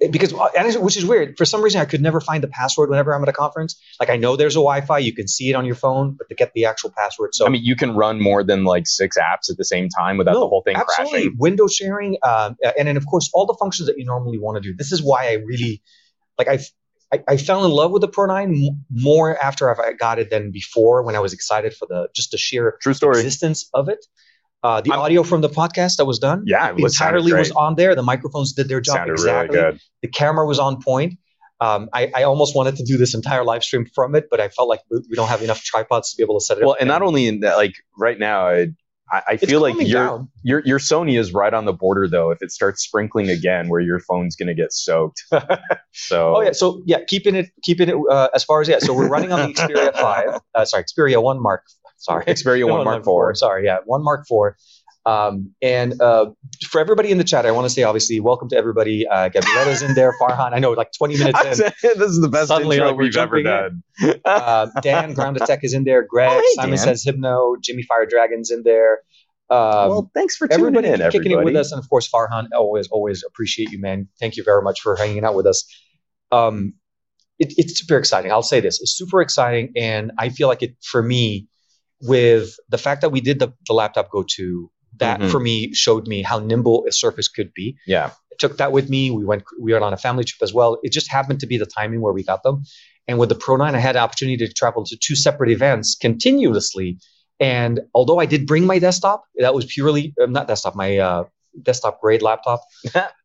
Speaker 2: it- Because uh, and it's- which is weird. For some reason, I could never find the password whenever I'm at a conference. Like I know there's a Wi-Fi, you can see it on your phone, but to get the actual password, so
Speaker 1: I mean, you can run more than like six apps at the same time without the
Speaker 2: No,
Speaker 1: whole thing
Speaker 2: absolutely
Speaker 1: crashing.
Speaker 2: window sharing um, uh, and then of course all the functions that you normally want to do this is why i really like i I, I fell in love with the Pro 9 m- more after I got it than before when I was excited for the just the sheer
Speaker 1: True story.
Speaker 2: existence of it. Uh, the
Speaker 1: I'm-
Speaker 2: audio from the podcast that was done
Speaker 1: Yeah, it was sounded
Speaker 2: entirely
Speaker 1: great.
Speaker 2: was on there. The microphones did their job
Speaker 1: sounded
Speaker 2: exactly.
Speaker 1: really good.
Speaker 2: The camera was on point. Um, I, I almost wanted to do this entire live stream from it, but I felt like we we don't have enough tripods to be able to set it
Speaker 1: Well,
Speaker 2: up.
Speaker 1: and not only in that, like right now, I, I, I
Speaker 2: It's
Speaker 1: feel like
Speaker 2: calming
Speaker 1: your,
Speaker 2: down.
Speaker 1: your your Sony is right on the border though. If it starts sprinkling again, where your phone's gonna get soaked. so
Speaker 2: Oh yeah, so yeah, keeping it keeping it uh, as far as yeah. So we're running on the Xperia Five, uh, sorry, Xperia One Mark. Sorry,
Speaker 1: Xperia One Mark
Speaker 2: Four.
Speaker 1: Four.
Speaker 2: Sorry, yeah, One Mark Four. Um, and uh, for everybody in the chat, I want to say obviously welcome to everybody. Uh, Gabriella's in there, Farhan. I know, like 20 minutes in.
Speaker 1: this is the best
Speaker 2: Suddenly,
Speaker 1: intro
Speaker 2: like, we're
Speaker 1: we've ever done.
Speaker 2: jumping Uh, Dan Ground Attack is in there. Greg
Speaker 1: Oh, hey,
Speaker 2: Simon
Speaker 1: Dan.
Speaker 2: says Hypno. Jimmy Fire Dragons in there. Um,
Speaker 1: well, thanks for tuning
Speaker 2: everybody
Speaker 1: in,
Speaker 2: for kicking
Speaker 1: everybody.
Speaker 2: it with us, and of course, Farhan, always, always appreciate you, man. Thank you very much for hanging out with us. Um, it, it's super exciting. I'll say this: it's super exciting, and I feel like it for me with the fact that we did the, the laptop go to that
Speaker 1: Mhm.
Speaker 2: for me showed me how nimble a surface could be.
Speaker 1: Yeah,
Speaker 2: I took that with me. We went we went on a family trip as well. It just happened to be the timing where we got them. And with the Pro 9, I had the opportunity to travel to two separate events continuously. And although I did bring my desktop, that was purely uh, not desktop, my uh, desktop grade laptop.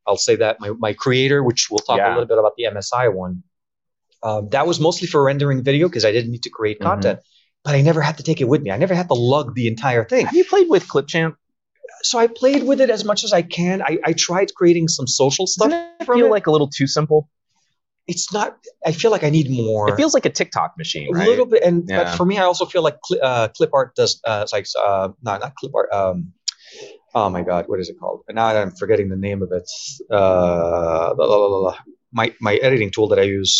Speaker 2: I'll say that my, my creator, which we'll talk
Speaker 1: Yeah.
Speaker 2: a little bit about the MSI one. Um, that was mostly for rendering video because I didn't need to create
Speaker 1: Mhm.
Speaker 2: content, but I never had to take it with me. I never had to lug the entire thing
Speaker 1: have you played with Clipchamp?
Speaker 2: so I played with it as much as I can. I, I tried creating some social stuff.
Speaker 1: Doesn't it feel like a little too simple?
Speaker 2: It's not. I feel like I need more.
Speaker 1: It feels like a TikTok machine,
Speaker 2: a
Speaker 1: right?
Speaker 2: little bit, and but
Speaker 1: Yeah.
Speaker 2: for me, I also feel like cli uh, clip art does. Uh, it's like uh, no, not clip art. Um, oh my god, what is it called? Now I'm forgetting the name of it. Uh, la, la, la, la, la. My my editing tool that I use.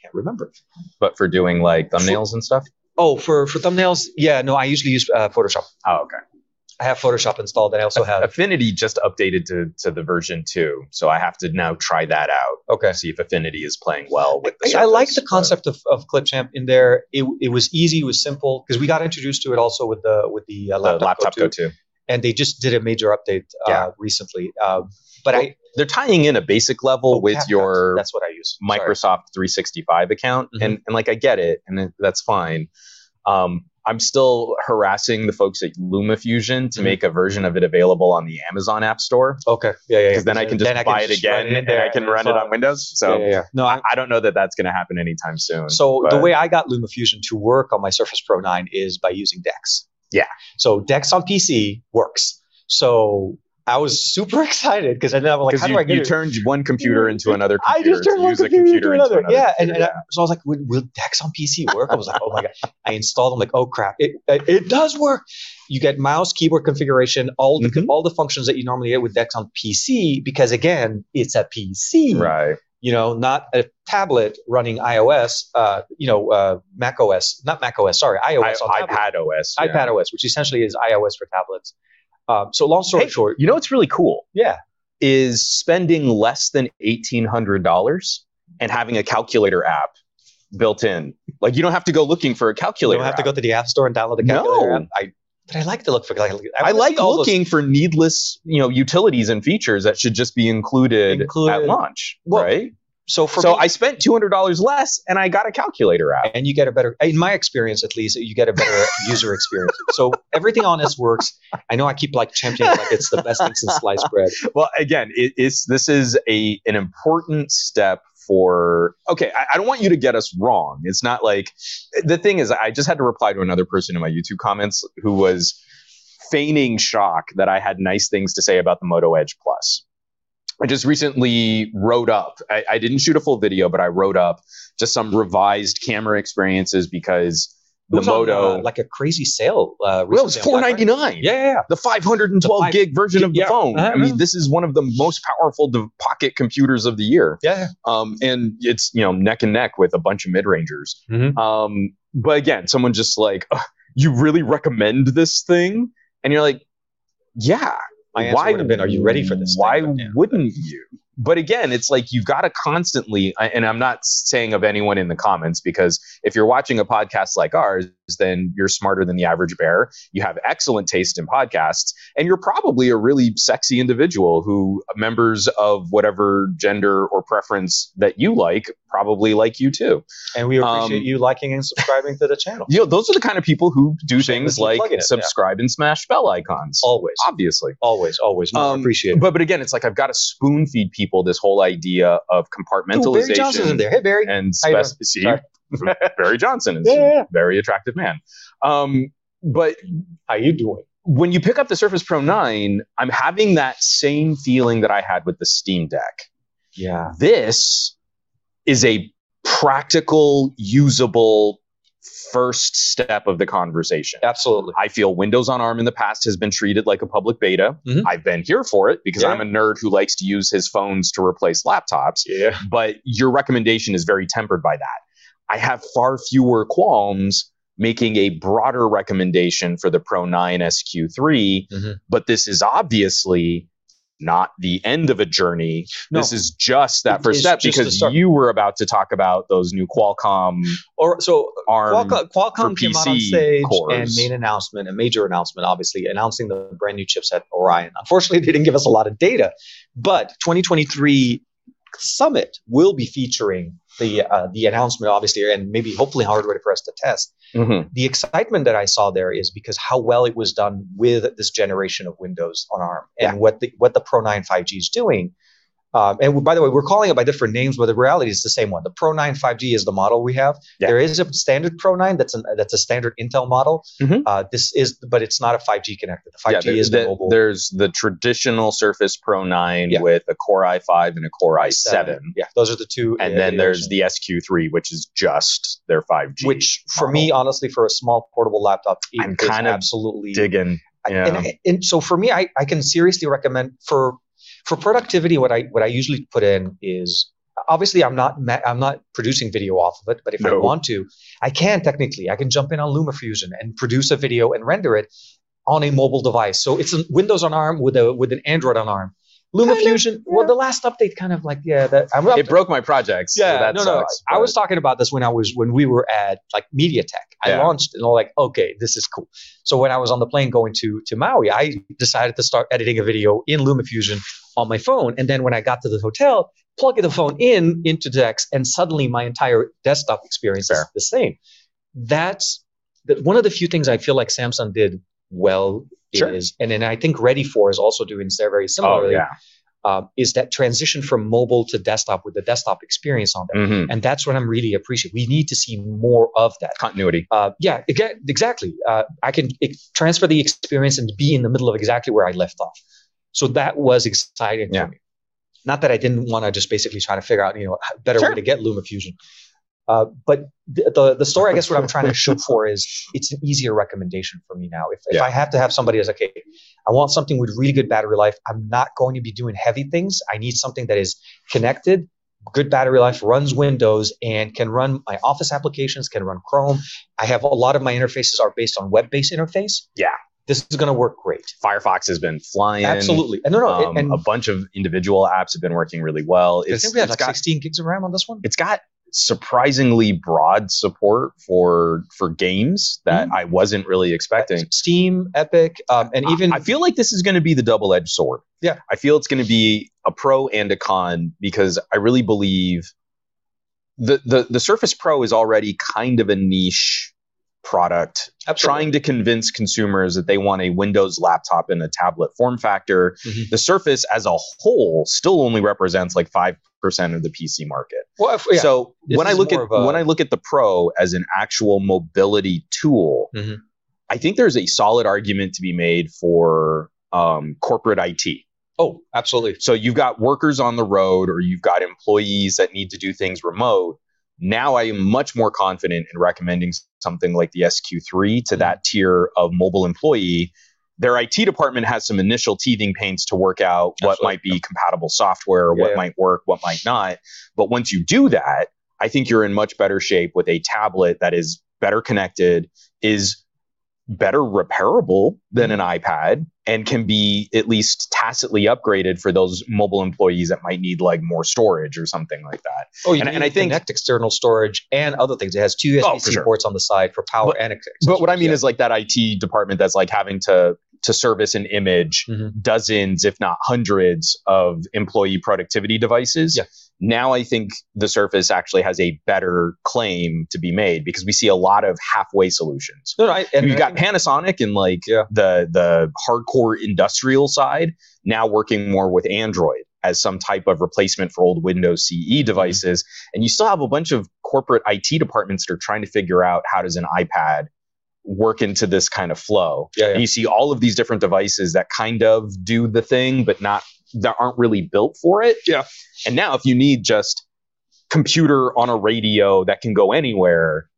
Speaker 2: Can't remember.
Speaker 1: but for doing like thumbnails and stuff.
Speaker 2: Oh, for for thumbnails, yeah, no, I usually use uh, Photoshop.
Speaker 1: Oh, okay.
Speaker 2: I have Photoshop installed, and I also have
Speaker 1: Affinity just updated to to the version two, so I have to now try that out.
Speaker 2: okay.
Speaker 1: See if Affinity is playing well with the.
Speaker 2: I, I like
Speaker 1: surface,
Speaker 2: the
Speaker 1: but-
Speaker 2: concept of, of Clipchamp in there. It, it was easy, it was simple because we got introduced to it also with the with the, uh,
Speaker 1: The
Speaker 2: laptop,
Speaker 1: laptop
Speaker 2: Go2,
Speaker 1: go to.
Speaker 2: and they just did a major update uh,
Speaker 1: Yeah.
Speaker 2: recently. Uh, but I
Speaker 1: They're tying in a basic level
Speaker 2: oh,
Speaker 1: with
Speaker 2: CapCut,
Speaker 1: your
Speaker 2: that's what I use. Sorry.
Speaker 1: Microsoft 365 account,
Speaker 2: Mhm.
Speaker 1: and and like I get it, and it- that's fine. Um, I'm still harassing the folks at LumaFusion to
Speaker 2: Mhm.
Speaker 1: make a version of it available on the Amazon App Store
Speaker 2: Okay, yeah, yeah. yeah.
Speaker 1: because then I can just buy it
Speaker 2: just
Speaker 1: again
Speaker 2: run in
Speaker 1: and
Speaker 2: there
Speaker 1: I can
Speaker 2: and
Speaker 1: run it
Speaker 2: it's all-
Speaker 1: on Windows. So
Speaker 2: yeah, yeah, yeah. No, I,
Speaker 1: I don't know that that's going to happen anytime soon.
Speaker 2: so the
Speaker 1: but-
Speaker 2: way I got LumaFusion to work on my Surface Pro 9 is by using Dex.
Speaker 1: Yeah.
Speaker 2: So Dex on PC works. So I was super excited because I then I'm like,
Speaker 1: Because
Speaker 2: how
Speaker 1: you,
Speaker 2: do I get
Speaker 1: you
Speaker 2: it? Mm-hmm.
Speaker 1: turned one computer into another
Speaker 2: I
Speaker 1: computer.
Speaker 2: just turned
Speaker 1: to
Speaker 2: one
Speaker 1: use a
Speaker 2: computer, into another. yeah, and, and
Speaker 1: computer.
Speaker 2: I- so I was like, will, will Dex on PC work? I was like, oh my god. I installed. I'm like, oh crap, it it, it does work. You get mouse, keyboard configuration, all the
Speaker 1: Mhm.
Speaker 2: all the functions that you normally get with Dex on PC because again, it's a PC,
Speaker 1: right.
Speaker 2: you know, not a tablet running iOS, uh, you know, uh, Mac OS, not Mac OS, sorry,
Speaker 1: I,
Speaker 2: iOS on tablet,
Speaker 1: iPad OS. yeah.
Speaker 2: iPad OS, which essentially is iOS for tablets. Um, so long story
Speaker 1: Hey,
Speaker 2: short,
Speaker 1: You know what's really cool
Speaker 2: yeah,
Speaker 1: is spending less than eighteen hundred dollars and having a calculator app built in. Like you don't have to go looking for a
Speaker 2: you
Speaker 1: calculator.
Speaker 2: don't have to
Speaker 1: app.
Speaker 2: go to the App Store and download the calculator.
Speaker 1: No.
Speaker 2: app. I, but I like to look for calculator.
Speaker 1: I
Speaker 2: wanna
Speaker 1: like
Speaker 2: see all those
Speaker 1: looking for needless, you know, utilities and features that should just be included,
Speaker 2: Included.
Speaker 1: at launch,
Speaker 2: Well,
Speaker 1: right?
Speaker 2: So for
Speaker 1: So
Speaker 2: me,
Speaker 1: I spent two hundred dollars less, and I got a calculator app.
Speaker 2: and you get a better, in my experience at least, you get a better user experience. So everything on this works. I know I keep like championing like it's the best thing since sliced bread.
Speaker 1: well again it, it's this is a an important step for okay I, I don't want you to get us wrong it's not like the thing is i just had to reply to another person in my youtube comments who was feigning shock that i had nice things to say about the moto edge plus i just recently wrote up i, I didn't shoot a full video but i wrote up just some revised camera experiences because
Speaker 2: It
Speaker 1: the
Speaker 2: was on,
Speaker 1: moto
Speaker 2: uh, like a crazy sale. Uh,
Speaker 1: well, it was
Speaker 2: recently on
Speaker 1: four
Speaker 2: Black
Speaker 1: ninety
Speaker 2: Friday.
Speaker 1: nine
Speaker 2: Yeah, yeah, yeah.
Speaker 1: the 512
Speaker 2: The five-
Speaker 1: gig version of the
Speaker 2: yeah.
Speaker 1: phone.
Speaker 2: Uh-huh.
Speaker 1: I mean, this is one of the most powerful de- pocket computers of the year,
Speaker 2: Yeah, yeah.
Speaker 1: um, and it's you know neck and neck with a bunch of mid rangers.
Speaker 2: Mhm.
Speaker 1: Um, but again, someone just like, "Ugh, you really recommend this thing, and you're like, yeah.
Speaker 2: My answer would have been, "Are you ready for this thing?"
Speaker 1: Why
Speaker 2: But, yeah.
Speaker 1: wouldn't you? But again, it's like you've got to constantly, I- and I'm not saying of anyone in the comments because if you're watching a podcast like ours, then you're smarter than the average bear. You have excellent taste in podcasts, and you're probably a really sexy individual who members of whatever gender or preference that you like probably like you too.
Speaker 2: And we appreciate
Speaker 1: Um,
Speaker 2: you liking and subscribing to the channel.
Speaker 1: You know, those are the kind of people who do
Speaker 2: Shamelessly
Speaker 1: things like
Speaker 2: plugging it, yeah.
Speaker 1: subscribe and smash bell icons.
Speaker 2: Always,
Speaker 1: Obviously.
Speaker 2: always, always. No, I
Speaker 1: Um,
Speaker 2: appreciate it.
Speaker 1: But but again, it's like I've got to spoon feed people this whole idea of
Speaker 2: Ooh, Barry Johnson's in
Speaker 1: compartmentalization
Speaker 2: there. Hey, Barry.
Speaker 1: and
Speaker 2: How you doing?
Speaker 1: spec- see,
Speaker 2: Sorry.
Speaker 1: Barry Johnson is
Speaker 2: Yeah, yeah, yeah.
Speaker 1: a very attractive man. Um, but
Speaker 2: How you doing?
Speaker 1: when you pick up the Surface Pro 9, I'm having that same feeling that I had with the Steam Deck.
Speaker 2: Yeah.
Speaker 1: This is a practical, usable first step of the conversation.
Speaker 2: Absolutely.
Speaker 1: I feel Windows on ARM in the past has been treated like a public beta.
Speaker 2: Mhm.
Speaker 1: I've been here for it because
Speaker 2: Yeah.
Speaker 1: I'm a nerd who likes to use his phones to replace laptops,
Speaker 2: Yeah.
Speaker 1: but your recommendation is very tempered by that. I have far fewer qualms making a broader recommendation for the Pro 9 SQ3,
Speaker 2: Mhm.
Speaker 1: but this is obviously not the end of a journey.
Speaker 2: No.
Speaker 1: This is just that
Speaker 2: It
Speaker 1: first
Speaker 2: is
Speaker 1: step
Speaker 2: just the
Speaker 1: because
Speaker 2: start.
Speaker 1: you were about to talk about those new Qualcomm
Speaker 2: Or so
Speaker 1: ARM
Speaker 2: Qualcomm, Qualcomm came out on
Speaker 1: PC
Speaker 2: stage
Speaker 1: cores.
Speaker 2: and made an announcement, a major announcement, obviously, announcing the brand new chipset Orion. Unfortunately, they didn't give us a lot of data, but 2023 Summit will be featuring the uh, the announcement, obviously, and maybe hopefully hardware for us to test.
Speaker 1: Mhm.
Speaker 2: The excitement that I saw there is because how well it was done with this generation of Windows on ARM and what the what the Pro 9 5G is doing. Um, and by the way, we're calling it by different names, but the reality is the same one. The Pro 9 5G is the model we have.
Speaker 1: Yeah.
Speaker 2: There is a standard Pro 9 that's an, that's a standard Intel model.
Speaker 1: Mhm.
Speaker 2: Uh, this is, but it's not a 5G connector. The 5G
Speaker 1: there-
Speaker 2: is the,
Speaker 1: the-
Speaker 2: mobile.
Speaker 1: There's the traditional Surface Pro 9
Speaker 2: Yeah.
Speaker 1: with a Core i5 and a Core i7.
Speaker 2: Yeah, those are the two.
Speaker 1: And
Speaker 2: uh,
Speaker 1: then there's
Speaker 2: iterations.
Speaker 1: the SQ3, which is just their 5G.
Speaker 2: which for me, honestly, for a small portable laptop, it
Speaker 1: I'm
Speaker 2: is
Speaker 1: kind of
Speaker 2: absolutely
Speaker 1: digging. Yeah.
Speaker 2: and, and so for me, I, I can seriously recommend for for productivity. What I what I usually put in is obviously I'm not ma- I'm not producing video off of it, but if I
Speaker 1: No.
Speaker 2: want to, I can technically I can jump in on LumaFusion and produce a video and render it on a mobile device. So it's a Windows on ARM with a with an Android on ARM. LumaFusion. Well, the last update kind of like yeah, that I'm up
Speaker 1: it broke my projects. so
Speaker 2: yeah,
Speaker 1: that
Speaker 2: no,
Speaker 1: sucks,
Speaker 2: no. I
Speaker 1: but-
Speaker 2: was talking about this when I was when we were at like MediaTek. I
Speaker 1: Yeah.
Speaker 2: launched and I'm like, okay, this is cool. So when I was on the plane going to to Maui, I decided to start editing a video in LumaFusion on my phone. And then when I got to the hotel, plugged the phone in into Dex, and suddenly my entire desktop experience is
Speaker 1: Fair.
Speaker 2: the same. That's that one of the few things I feel like Samsung did well
Speaker 1: Sure.
Speaker 2: is, and then I think Ready for is also doing very
Speaker 1: Oh,
Speaker 2: similarly.
Speaker 1: yeah.
Speaker 2: um, is that transition from mobile to desktop with the desktop experience on there.
Speaker 1: Mhm.
Speaker 2: And that's what I'm really appreciating. We need to see more of that.
Speaker 1: Continuity.
Speaker 2: Uh, yeah, exa- exactly. Uh, I can ex- transfer the experience and be in the middle of exactly where I left off. So that was exciting
Speaker 1: Yeah.
Speaker 2: for me. Not that I didn't want to just basically try to figure out, you know, a better
Speaker 1: Sure.
Speaker 2: way to get LumaFusion. Uh, but the, the the story, I guess, what I'm trying to shoot for is it's an easier recommendation for me now. If, if
Speaker 1: Yeah.
Speaker 2: I have to have somebody as okay, I want something with really good battery life. I'm not going to be doing heavy things. I need something that is connected, good battery life, runs Windows, and can run my Office applications, can run Chrome. I have a lot of my interfaces are based on web-based interface.
Speaker 1: Yeah.
Speaker 2: this is going to work great.
Speaker 1: Firefox has been flying.
Speaker 2: Absolutely, and no, no, it-
Speaker 1: Um,
Speaker 2: and
Speaker 1: a bunch of individual apps have been working really well.
Speaker 2: I
Speaker 1: It's,
Speaker 2: think we had
Speaker 1: it's
Speaker 2: like
Speaker 1: got
Speaker 2: 16 gigs of RAM on this one.
Speaker 1: it's got surprisingly broad support for for games that
Speaker 2: Mm-hmm.
Speaker 1: I wasn't really expecting.
Speaker 2: Steam, Epic, um, and
Speaker 1: I-
Speaker 2: even
Speaker 1: I, feel like this is going to be the double-edged sword.
Speaker 2: Yeah.
Speaker 1: I feel it's going to be a pro and a con because I really believe the the the Surface Pro is already kind of a niche product
Speaker 2: Absolutely.
Speaker 1: trying to convince consumers that they want a Windows laptop and a tablet form factor.
Speaker 2: Mhm.
Speaker 1: The Surface as a whole still only represents like 5% of the PC market.
Speaker 2: Well, if- yeah.
Speaker 1: So
Speaker 2: This
Speaker 1: when I
Speaker 2: is
Speaker 1: look at
Speaker 2: more of a-
Speaker 1: when I look at the Pro as an actual mobility tool,
Speaker 2: Mhm.
Speaker 1: I think there's a solid argument to be made for um, corporate IT.
Speaker 2: oh, absolutely.
Speaker 1: So you've got workers on the road, or you've got employees that need to do things remote. Now I am much more confident in recommending something like the SQ3
Speaker 2: Mm-hmm.
Speaker 1: to that tier of mobile employee. Their IT department has some initial teething pains to work out what
Speaker 2: Absolutely.
Speaker 1: might be compatible software,
Speaker 2: Yeah,
Speaker 1: what
Speaker 2: yeah.
Speaker 1: might work, what might not. But once you do that, I think you're in much better shape with a tablet that is better connected, is better repairable than an
Speaker 2: Mm-hmm.
Speaker 1: iPad, and can be at least tacitly upgraded for those mobile employees that might need like more storage or something like that.
Speaker 2: Oh, you
Speaker 1: And-
Speaker 2: and,
Speaker 1: and I
Speaker 2: I
Speaker 1: think-
Speaker 2: think connect external storage and other things. It has two USB
Speaker 1: Oh, for
Speaker 2: C
Speaker 1: sure.
Speaker 2: ports on the side for power
Speaker 1: But-
Speaker 2: and. Ex-
Speaker 1: But what I mean
Speaker 2: yeah.
Speaker 1: is like that IT department that's like having to to service an image
Speaker 2: Mhm.
Speaker 1: dozens, if not hundreds, of employee productivity devices.
Speaker 2: Yeah.
Speaker 1: Now I think the Surface actually has a better claim to be made because we see a lot of halfway solutions.
Speaker 2: no, no, I, and
Speaker 1: you've
Speaker 2: I
Speaker 1: got
Speaker 2: think-
Speaker 1: Panasonic and like
Speaker 2: Yeah.
Speaker 1: the the hardcore industrial side now working more with Android as some type of replacement for old Windows
Speaker 2: Mm-hmm.
Speaker 1: CE devices, and you still have a bunch of corporate IT departments that are trying to figure out how does an iPad work into this kind of flow.
Speaker 2: Yeah, yeah.
Speaker 1: And you see all of these different devices that kind of do the thing, but not that aren't really built for it.
Speaker 2: Yeah.
Speaker 1: And now if you need just computer on a radio that can go anywhere,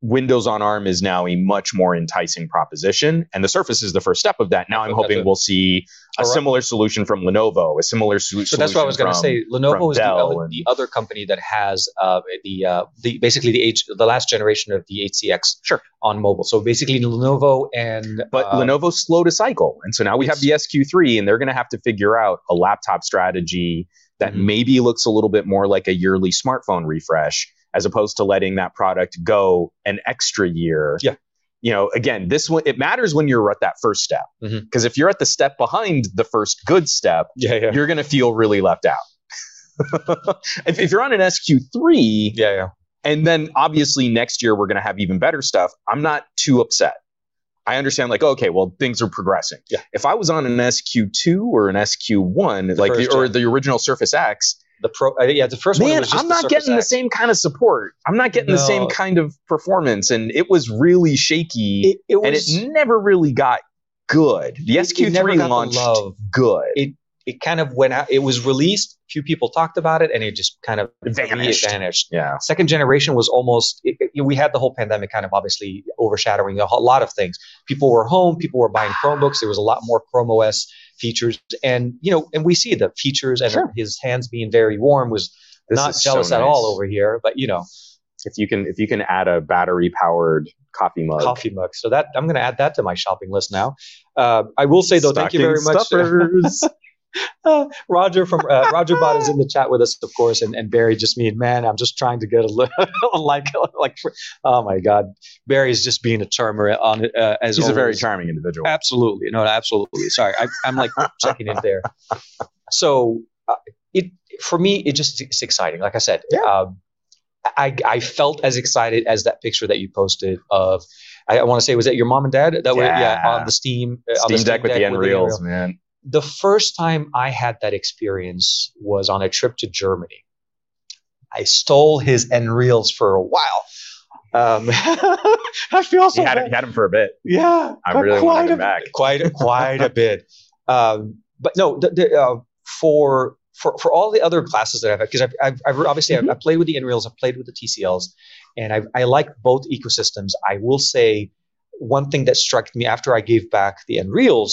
Speaker 1: Windows on ARM is now a much more enticing proposition. And the Surface is the first step of that. Now I'm
Speaker 2: That's
Speaker 1: hoping
Speaker 2: it.
Speaker 1: we'll see a
Speaker 2: Alright.
Speaker 1: similar solution from Lenovo, a similar su-
Speaker 2: So that's what I was
Speaker 1: solution
Speaker 2: going to
Speaker 1: from-
Speaker 2: say. Lenovo is the,
Speaker 1: Dell
Speaker 2: other-
Speaker 1: and-
Speaker 2: the other company that has uh, the uh, the basically the H, the last generation of the HCX
Speaker 1: Sure.
Speaker 2: on mobile. So basically Lenovo and
Speaker 1: But
Speaker 2: uh,
Speaker 1: Lenovo's slow to cycle. And so now we have the SQ3, and they're going to have to figure out a laptop strategy that
Speaker 2: Mhm.
Speaker 1: maybe looks a little bit more like a yearly smartphone refresh, as opposed to letting that product go an extra year.
Speaker 2: Yeah.
Speaker 1: You know, again, this one, it matters when you're at that first step. Because
Speaker 2: Mhm.
Speaker 1: if you're at the step behind the first good step,
Speaker 2: yeah, yeah,
Speaker 1: you're going to feel really left out. if, if you're on an SQ3,
Speaker 2: yeah, yeah.
Speaker 1: and then obviously next year we're going to have even better stuff. I'm not too upset. I understand, like, okay, well, things are progressing.
Speaker 2: Yeah.
Speaker 1: If I was on an SQ2 or an SQ1, like the,
Speaker 2: first
Speaker 1: or
Speaker 2: gen.
Speaker 1: the original Surface X,
Speaker 2: The pro, uh, yeah, the first one.
Speaker 1: man,
Speaker 2: was just
Speaker 1: I'm not
Speaker 2: Surface
Speaker 1: getting the
Speaker 2: X.
Speaker 1: same kind of support. I'm not getting the same
Speaker 2: No.
Speaker 1: kind of performance. And it was really shaky
Speaker 2: It, E. it was,
Speaker 1: and it never really got good. The
Speaker 2: it never got
Speaker 1: SQ3
Speaker 2: the
Speaker 1: launched
Speaker 2: love.
Speaker 1: good.
Speaker 2: It It kind of went out. It was released. Few people talked about it, and it just kind of
Speaker 1: Vanished.
Speaker 2: vanished.
Speaker 1: yeah.
Speaker 2: second generation was almost it, it- we had the whole pandemic kind of obviously overshadowing a ho- lot of things people were home people were buying chromebooks there was a lot more chrome os features and you know and we see the features and
Speaker 1: Sure.
Speaker 2: his hands being very warm was
Speaker 1: This
Speaker 2: not
Speaker 1: is so
Speaker 2: jealous at
Speaker 1: nice.
Speaker 2: all over here but you know
Speaker 1: If you can, if you can add a battery powered coffee mug,
Speaker 2: coffee mug so that i'm going to add that to my shopping list now uh, i will say though thank you very
Speaker 1: stocking
Speaker 2: much
Speaker 1: stuffers.
Speaker 2: Uh, Roger from uh, Roger Bot is in the chat with us, of course, and, and Barry. Just me and man, I'm just trying to get a little like like. Oh my God, Barry's just being a charmer on uh, as
Speaker 1: He's a very
Speaker 2: always.
Speaker 1: charming individual.
Speaker 2: Absolutely, no, absolutely. Sorry, I, I'm like checking in there. So uh, it for me, it just it's exciting. Like I said,
Speaker 1: Yeah.
Speaker 2: um, I I felt as excited as that picture that you posted of. I, I want to say, was that your mom and dad? That were yeah
Speaker 1: Yeah.
Speaker 2: on the Steam uh, on
Speaker 1: Steam, Deck with the
Speaker 2: Unreal
Speaker 1: Unreals, man.
Speaker 2: the first time I had that experience was on a trip to Germany. I stole his Enreels for a while. Um, I feel
Speaker 1: He
Speaker 2: so
Speaker 1: had,
Speaker 2: bad.
Speaker 1: he had him for a bit.
Speaker 2: Yeah,
Speaker 1: I
Speaker 2: but
Speaker 1: really wanted
Speaker 2: quite
Speaker 1: him
Speaker 2: a,
Speaker 1: back.
Speaker 2: quite quite a bit. Um, but no, the, the, uh, for for for all the other classes that I've had, because I've, I've, I've obviously
Speaker 1: Mm-hmm.
Speaker 2: I've, I've played with the Inreals, I've played with the TCLs, and I I like both ecosystems. I will say one thing that struck me after I gave back the Nreals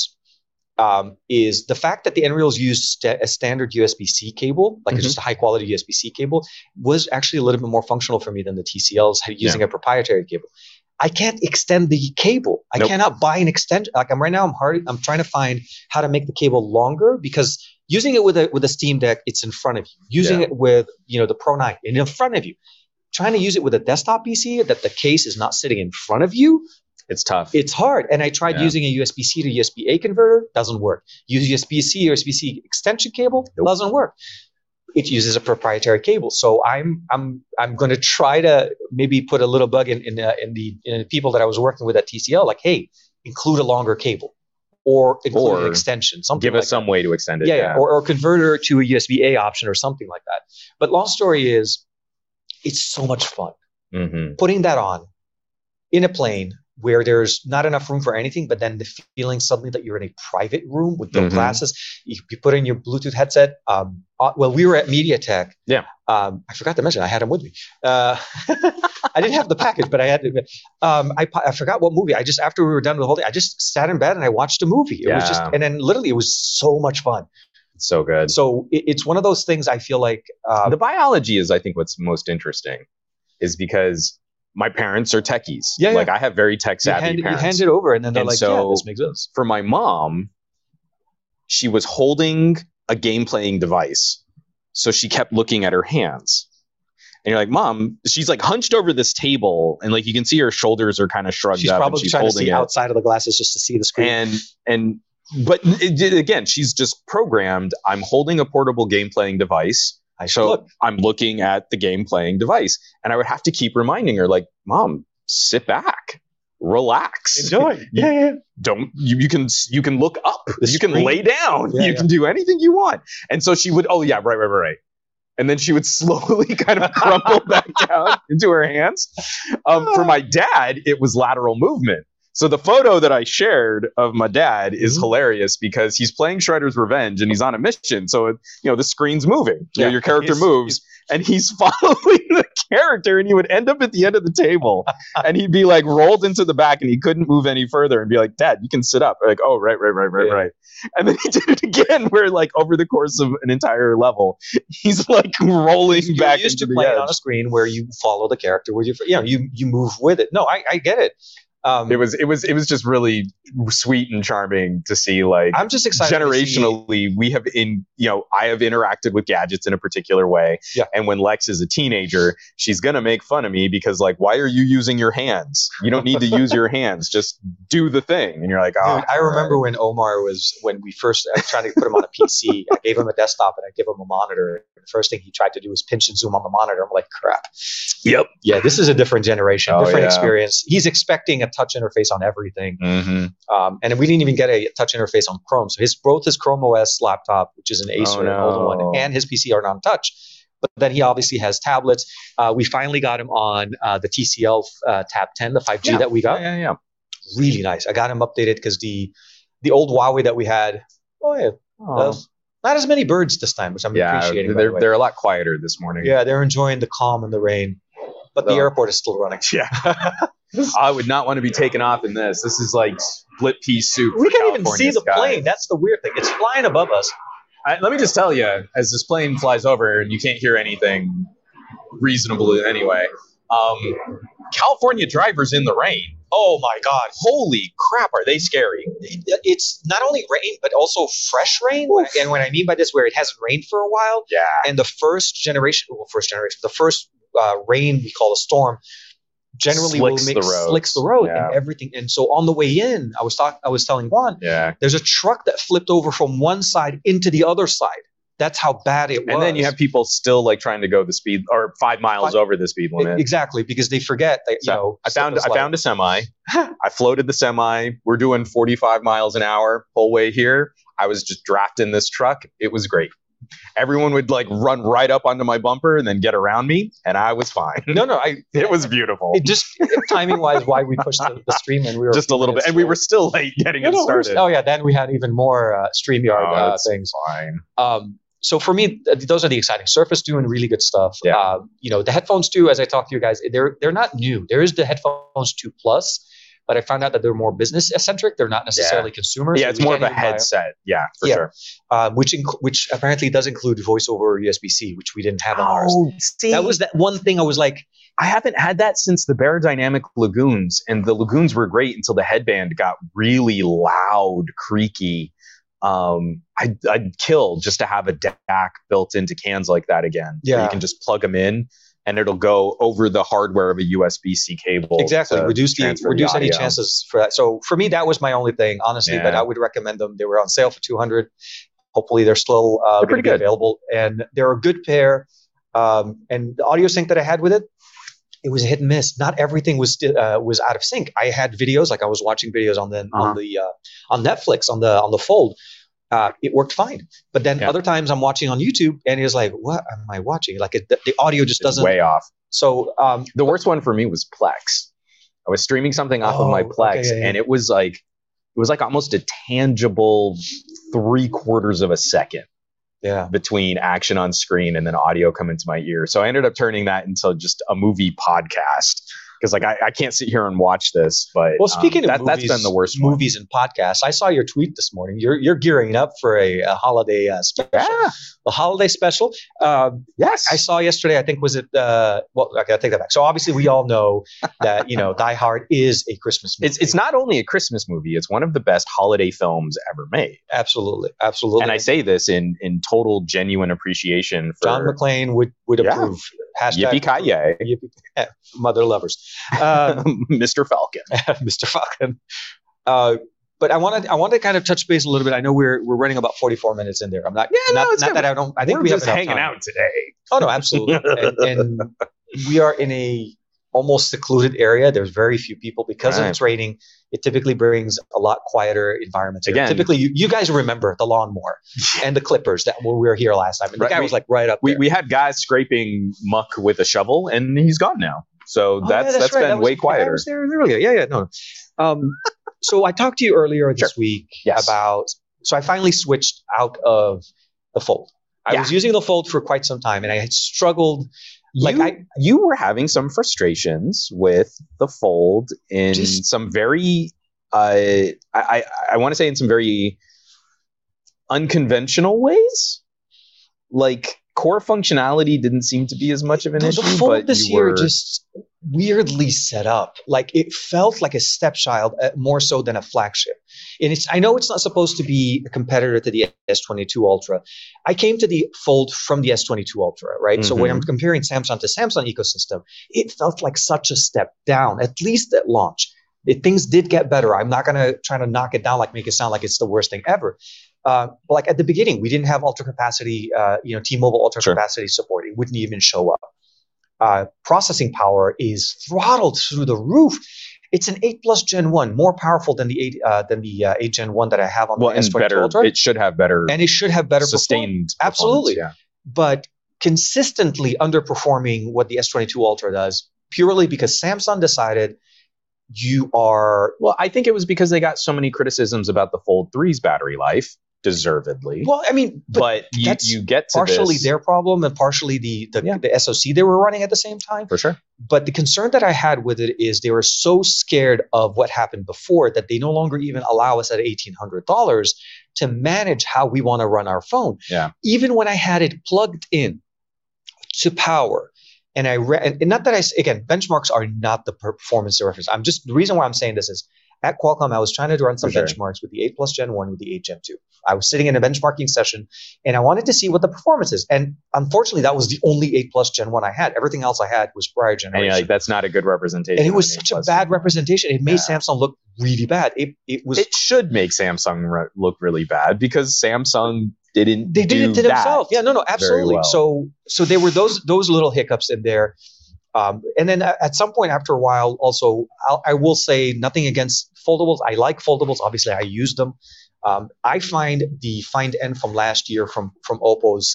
Speaker 2: um, is the fact that the Nreals used sta- a standard USB-C cable, like it's
Speaker 1: Mhm.
Speaker 2: just a high-quality USB-C cable, was actually a little bit more functional for me than the TCLs had- using a proprietary cable. I can't extend the cable. I
Speaker 1: Nope.
Speaker 2: cannot buy an extension. Like I'm right now, I'm hard. I'm trying to find how to make the cable longer because using it with a with a Steam Deck, it's in front of you. Using
Speaker 1: Yeah.
Speaker 2: it with you know the Pro 9, it's in front of you. Trying to use it with a desktop PC that the case is not sitting in front of you,
Speaker 1: It's tough.
Speaker 2: it's hard. And I tried
Speaker 1: Yeah.
Speaker 2: using a USB C to USB A converter, doesn't work. Use USB C, USB C extension cable,
Speaker 1: Nope.
Speaker 2: doesn't work. It uses a proprietary cable, so I'm I'm I'm going to try to maybe put a little bug in in, uh, in the in the people that I was working with at TCL, like hey, include a longer cable, or include
Speaker 1: Or
Speaker 2: an extension, something.
Speaker 1: Give
Speaker 2: like
Speaker 1: us some way to extend it.
Speaker 2: yeah, yeah. Or, or converter to a USB A option or something like that. But long story is, it's so much fun
Speaker 1: Mhm.
Speaker 2: putting that on in a plane where there's not enough room for anything, but then the feeling suddenly that you're in a private room with no
Speaker 1: Mhm.
Speaker 2: glasses, you, you put in your Bluetooth headset. Um, uh, well, we were at MediaTek.
Speaker 1: Yeah.
Speaker 2: Um, I forgot to mention I had him with me. Uh, I didn't have the package, but I had. Um, I pa- I forgot what movie. I just after we were done with the whole thing, I just sat in bed and I watched a movie. It was just
Speaker 1: Yeah.
Speaker 2: and then literally it was so much fun.
Speaker 1: It's so good.
Speaker 2: So it, it's one of those things I feel like. Uh,
Speaker 1: the biology is, I think, what's most interesting, is because my parents are techies.
Speaker 2: Yeah, yeah.
Speaker 1: Like I have very tech
Speaker 2: you,
Speaker 1: savvy
Speaker 2: hand, you
Speaker 1: parents.
Speaker 2: hand it over and then they're
Speaker 1: And
Speaker 2: like,
Speaker 1: so-
Speaker 2: yeah, this makes sense.
Speaker 1: for my mom, she was holding a game playing device. So she kept looking at her hands. And you're like, Mom, she's like hunched over this table, and like you can see her shoulders are kind of shrugged
Speaker 2: she's
Speaker 1: up.
Speaker 2: probably
Speaker 1: and she's
Speaker 2: trying to
Speaker 1: holding
Speaker 2: see
Speaker 1: it.
Speaker 2: outside of the glasses just to see the screen.
Speaker 1: and and but it, it- again she's just programmed i'm holding a portable game playing device
Speaker 2: I
Speaker 1: so i'm looking at the game playing device and i would have to keep reminding her like mom sit back relax
Speaker 2: enjoy.
Speaker 1: Yeah, don't you, you can you can look up
Speaker 2: The
Speaker 1: you can
Speaker 2: screen.
Speaker 1: lay down
Speaker 2: Yeah,
Speaker 1: you
Speaker 2: yeah.
Speaker 1: can do anything you want and so she would oh yeah right right right right and then she would slowly kind of crumple back down into her hands um, for my dad it was lateral movement So the photo that I shared of my dad is
Speaker 2: Mm-hmm.
Speaker 1: hilarious because he's playing Shredder's Revenge and he's on a mission. So it, you know the screen's moving. You know,
Speaker 2: Yeah.
Speaker 1: your character
Speaker 2: He's-
Speaker 1: moves, and he's following the character, and he would end up at the end of the table, and he'd be like rolled into the back, and he couldn't move any further, and be like, "Dad, you can sit up." Like, "Oh, right, right, right, right,
Speaker 2: Yeah.
Speaker 1: right." And then he did it again, where like over the course of an entire level, he's like rolling
Speaker 2: You're
Speaker 1: back
Speaker 2: used to
Speaker 1: into the
Speaker 2: playing
Speaker 1: edge.
Speaker 2: on a screen where you follow the character with your, you know, you you move with it. No, I, I get it. Um,
Speaker 1: it was it was it was just really sweet and charming to see like
Speaker 2: I'm just excited. to see-
Speaker 1: generationally we have in you know i have interacted with gadgets in a particular way
Speaker 2: Yeah.
Speaker 1: and when lex is a teenager she's gonna make fun of me because like why are you using your hands you don't need to use your hands just do the thing and you're like oh
Speaker 2: Dude, I remember when Omar was when we first I was trying to put him on a PC. I gave him a desktop and I gave him a monitor. The first thing he tried to do was pinch and zoom on the monitor. I'm like, crap.
Speaker 1: yep
Speaker 2: Yeah, this is a different generation,
Speaker 1: Oh,
Speaker 2: different
Speaker 1: yeah.
Speaker 2: experience. He's expecting a touch interface on everything,
Speaker 1: mm-hmm.
Speaker 2: um, and we didn't even get a touch interface on Chrome. So his both his Chrome OS laptop, which is an Acer,
Speaker 1: Oh,
Speaker 2: an older
Speaker 1: no.
Speaker 2: one, and his PC are non-touch. But then he obviously has tablets. Uh, we finally got him on uh, the TCL uh, Tab 10, the 5G
Speaker 1: Yeah.
Speaker 2: that we got
Speaker 1: yeah yeah
Speaker 2: really nice. I got him updated because the the old Huawei that we had, oh yeah, uh, not as many birds this time, which I'm
Speaker 1: yeah
Speaker 2: appreciating. by the
Speaker 1: they're,
Speaker 2: way.
Speaker 1: they're a lot quieter this morning
Speaker 2: yeah, they're enjoying the calm and the rain, but the
Speaker 1: No.
Speaker 2: airport is still running.
Speaker 1: yeah i would not want to be taken off in this this is like split pea soup
Speaker 2: We
Speaker 1: for
Speaker 2: can't even see
Speaker 1: California
Speaker 2: the
Speaker 1: skies.
Speaker 2: plane. That's the weird thing. It's flying above us.
Speaker 1: I, let me just tell you, as this plane flies over and you can't hear anything reasonable anyway, um, California drivers in the rain.
Speaker 2: Oh my god!
Speaker 1: Holy crap, are they scary?
Speaker 2: It- It's not only rain, but also fresh rain. And what I mean by this, where it hasn't rained for a while,
Speaker 1: Yeah.
Speaker 2: and the first generation, well, first generation, the first uh, rain we call a storm, generally
Speaker 1: Slicks
Speaker 2: will make
Speaker 1: the roads.
Speaker 2: slicks the road
Speaker 1: Yeah.
Speaker 2: and everything. And so on the way in, I was talking, I was telling Juan,
Speaker 1: Yeah.
Speaker 2: there's a truck that flipped over from one side into the other side. That's how bad it was.
Speaker 1: And then you have people still like trying to go the speed or five miles over the speed
Speaker 2: E-
Speaker 1: limit.
Speaker 2: exactly because they forget that
Speaker 1: So,
Speaker 2: you know.
Speaker 1: I found
Speaker 2: slip
Speaker 1: I
Speaker 2: and
Speaker 1: found a semi. I floated the semi. We're doing 45 miles an hour whole way here. I was just drafting this truck. It was great. Everyone would like run right up onto my bumper and then get around me, and I was fine.
Speaker 2: slide. No, no, I.
Speaker 1: It was beautiful.
Speaker 2: It just timing wise, why we pushed the, the stream and we were
Speaker 1: just a little bit, and we were still late getting
Speaker 2: No,
Speaker 1: it
Speaker 2: no, we were-
Speaker 1: started.
Speaker 2: Oh yeah, then we had even more uh, StreamYard
Speaker 1: Oh,
Speaker 2: uh,
Speaker 1: that's
Speaker 2: things.
Speaker 1: fine.
Speaker 2: Um, so for me, th- those are the exciting. Surface doing really good stuff.
Speaker 1: Yeah.
Speaker 2: Uh, you know, the headphones too. As I talk to you guys, they're they're not new. There is the headphones two plus, but I found out that they're more business centric. They're not necessarily consumers.
Speaker 1: Yeah, it's more of a headset. Yeah, for
Speaker 2: Yeah,
Speaker 1: sure.
Speaker 2: uh, which inc- which apparently does include voice over USB C, which we didn't have on
Speaker 1: Oh,
Speaker 2: ours.
Speaker 1: see,
Speaker 2: That was that one thing I was like,
Speaker 1: I haven't had that since the Barodynamic Lagoons, and the Lagoons were great until the headband got really loud, creaky. Um, I'd, I'd kill just to have a DAC built into cans like that again. where
Speaker 2: Yeah.
Speaker 1: you can just plug them in, and it'll go over the hardware of a USB C cable.
Speaker 2: exactly
Speaker 1: to
Speaker 2: reduce the
Speaker 1: transfer the
Speaker 2: reduce any
Speaker 1: audio.
Speaker 2: chances for that. So for me, that was my only thing, honestly. But
Speaker 1: Yeah.
Speaker 2: I would recommend them. They were on sale for two hundred. Hopefully, they're still uh,
Speaker 1: They're
Speaker 2: going
Speaker 1: pretty
Speaker 2: to be
Speaker 1: good.
Speaker 2: available, and they're a good pair. Um, and the audio sync that I had with it, it was a hit and miss. Not everything was uh, was out of sync. I had videos, like I was watching videos on the
Speaker 1: Uh-huh.
Speaker 2: on the uh, on Netflix on the on the Fold. Uh, it worked fine, but then
Speaker 1: Yeah.
Speaker 2: other times I'm watching on YouTube, and it's like, what am I watching? Like it, the, the audio just
Speaker 1: It's
Speaker 2: doesn't.
Speaker 1: way off.
Speaker 2: So um,
Speaker 1: The worst one for me was Plex. I was streaming something off of my
Speaker 2: Oh, okay,
Speaker 1: Plex,
Speaker 2: yeah, yeah.
Speaker 1: and it was like it was like almost a tangible three quarters of a second
Speaker 2: yeah,
Speaker 1: between action on screen and then audio come into my ear. So I ended up turning that into just a movie podcast because like I, I can't sit here and watch this. But
Speaker 2: Well, speaking
Speaker 1: um,
Speaker 2: of
Speaker 1: that,
Speaker 2: movies,
Speaker 1: that's been the worst one.
Speaker 2: movies and podcasts. I saw your tweet this morning. You're you're gearing up for a, a holiday uh, special.
Speaker 1: Yeah.
Speaker 2: The holiday special. Um,
Speaker 1: Yes.
Speaker 2: I saw yesterday. I think was it. Uh, well, okay, I take that back. So obviously, we all know that you know Die Hard is a Christmas movie.
Speaker 1: it's it's not only a Christmas movie; it's one of the best holiday films ever made.
Speaker 2: absolutely, absolutely.
Speaker 1: and I say this in in total genuine appreciation for
Speaker 2: John McClane would would
Speaker 1: Yeah.
Speaker 2: approve. Hashtag
Speaker 1: Yippee Ki Yay,
Speaker 2: Yippee- eh, mother lovers. Um,
Speaker 1: Mr. Falcon.
Speaker 2: Mr. Falcon. Uh, but I want to I want to kind of touch base a little bit. I know we're we're running about 44 minutes in there. I'm not
Speaker 1: Yeah, no,
Speaker 2: not,
Speaker 1: it's
Speaker 2: not
Speaker 1: good.
Speaker 2: that I don't I think
Speaker 1: We're
Speaker 2: we have
Speaker 1: just
Speaker 2: enough
Speaker 1: hanging
Speaker 2: time.
Speaker 1: out today.
Speaker 2: Oh no, absolutely. and, and we are in a almost secluded area. There's very few people because
Speaker 1: Right.
Speaker 2: of it's raining. It typically brings a lot quieter environments. here.
Speaker 1: Again-
Speaker 2: typically you, you guys remember the lawnmower and the clippers that when we were here last time. And
Speaker 1: Right,
Speaker 2: the guy
Speaker 1: we-
Speaker 2: was like right up
Speaker 1: We
Speaker 2: there.
Speaker 1: we had guys scraping muck with a shovel, and he's gone now. So
Speaker 2: Oh, yeah,
Speaker 1: that's, that's
Speaker 2: right.
Speaker 1: been
Speaker 2: That was-
Speaker 1: way
Speaker 2: I
Speaker 1: quieter.
Speaker 2: was there earlier. Yeah, yeah, no. Um, so I talked to you earlier this week
Speaker 1: Yes.
Speaker 2: about. So I finally switched out of the fold. I
Speaker 1: Yeah.
Speaker 2: was using the fold for quite some time, and I had struggled. Like
Speaker 1: you,
Speaker 2: I-
Speaker 1: you were having some frustrations with the fold in
Speaker 2: Just-
Speaker 1: some very uh, I I, I want to say in some very unconventional ways. Like core functionality didn't seem to be as much of an
Speaker 2: the
Speaker 1: issue,
Speaker 2: fold
Speaker 1: but
Speaker 2: this
Speaker 1: you
Speaker 2: year
Speaker 1: were
Speaker 2: just weirdly set up. Like it felt like a stepchild uh, more so than a flagship. And it's I know it's not supposed to be a competitor to the S22 Ultra. I came to the Fold from the S22 Ultra, right? So when
Speaker 1: Mhm.
Speaker 2: I'm comparing Samsung to Samsung ecosystem, it felt like such a step down. At least at launch, it, things did get better. I'm not gonna try to knock it down like make it sound like it's the worst thing ever. Uh, but like at the beginning, we didn't have ultra capacity, uh, you know, T-Mobile ultra
Speaker 1: Sure.
Speaker 2: capacity support. It wouldn't even show up uh, processing power is throttled through the roof. It's an eight plus Gen one, more powerful than the eight uh, than the uh, eight Gen one that I have on
Speaker 1: well
Speaker 2: the S
Speaker 1: and
Speaker 2: twenty two
Speaker 1: better.
Speaker 2: Ultra,
Speaker 1: It should have better,
Speaker 2: and it should have better performance,
Speaker 1: sustained. performance,
Speaker 2: Absolutely.
Speaker 1: yeah.
Speaker 2: but consistently underperforming what the S twenty two Ultra does purely because Samsung decided you are.
Speaker 1: Well, I think it was because they got so many criticisms about the Fold 3's battery life, deservedly.
Speaker 2: Well, I mean, but.
Speaker 1: but you,
Speaker 2: that's
Speaker 1: you get to
Speaker 2: Partially
Speaker 1: this,
Speaker 2: their problem and partially the the,
Speaker 1: Yeah.
Speaker 2: the SoC they were running at the same time.
Speaker 1: for sure.
Speaker 2: But the concern that I had with it is they were so scared of what happened before that they no longer even allow us at $1,800 to manage how we want to run our phone.
Speaker 1: Yeah.
Speaker 2: Even when I had it plugged in to power, and I re- and and not that I s- again benchmarks are not the per- performance reference. I'm just the reason why I'm saying this is at Qualcomm I was trying to run some
Speaker 1: For sure.
Speaker 2: benchmarks with the 8 plus Gen 1 with the 8 Gen 2. I was sitting in a benchmarking session and I wanted to see what the performance is. And unfortunately, that was the only 8 plus Gen 1 I had. Everything else I had was prior
Speaker 1: And
Speaker 2: generation.
Speaker 1: you're like, that's not a good representation.
Speaker 2: and it
Speaker 1: of
Speaker 2: was
Speaker 1: an
Speaker 2: such a
Speaker 1: A+.
Speaker 2: bad representation. It made
Speaker 1: Yeah.
Speaker 2: Samsung look really bad. It, it was
Speaker 1: It should make Samsung re- look really bad because Samsung didn't.
Speaker 2: they did
Speaker 1: do
Speaker 2: it to
Speaker 1: that.
Speaker 2: themselves. Yeah, no, no, absolutely.
Speaker 1: well.
Speaker 2: So so there were those those little hiccups in there. Um, and then a- at some point after a while, also I'll, I will say nothing against foldables. I like foldables. Obviously, I use them. Um, I find the Find N from last year from from Oppo's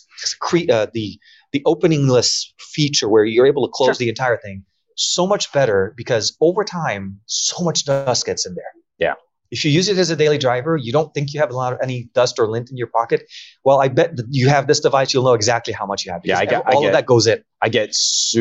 Speaker 2: cre- uh, the the openingless feature where you're able to close
Speaker 1: Sure.
Speaker 2: the entire thing so much better because over time so much dust gets in there.
Speaker 1: Yeah.
Speaker 2: If you use it as a daily driver, you don't think you have a lot of any dust or lint in your pocket. Well, I bet that you have this device, you'll know exactly how much you have.
Speaker 1: Yeah, I
Speaker 2: because
Speaker 1: get- I
Speaker 2: all
Speaker 1: get-
Speaker 2: of that goes in.
Speaker 1: I get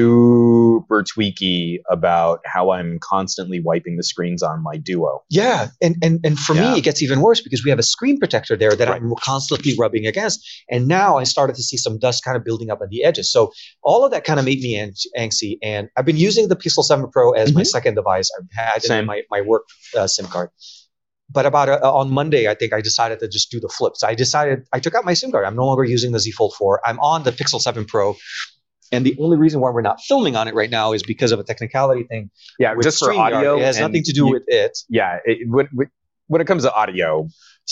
Speaker 1: super tweaky about how I'm constantly wiping the screens on my Duo.
Speaker 2: Yeah, and and and for
Speaker 1: Yeah.
Speaker 2: me, it gets even worse because we have a screen protector there that I'm constantly rubbing against, and now I started to see some dust kind of building up at the edges. So all of that kind of made me an- angsty, and I've been using the Pixel Seven Pro as my second device. I've had it
Speaker 1: Mm-hmm. Same.
Speaker 2: in my my work uh, SIM card. But about uh on Monday, I think I decided to just do the flip. So I decided I took out my SIM card. I'm no longer using the Z Fold 4. I'm on the Pixel 7 Pro, and the only reason why we're not filming on it right now is because of a technicality thing.
Speaker 1: Yeah,
Speaker 2: with
Speaker 1: just for
Speaker 2: StreamYard.
Speaker 1: audio.
Speaker 2: It has
Speaker 1: and
Speaker 2: nothing to do
Speaker 1: you-
Speaker 2: with it.
Speaker 1: Yeah, it, when, when it comes to audio,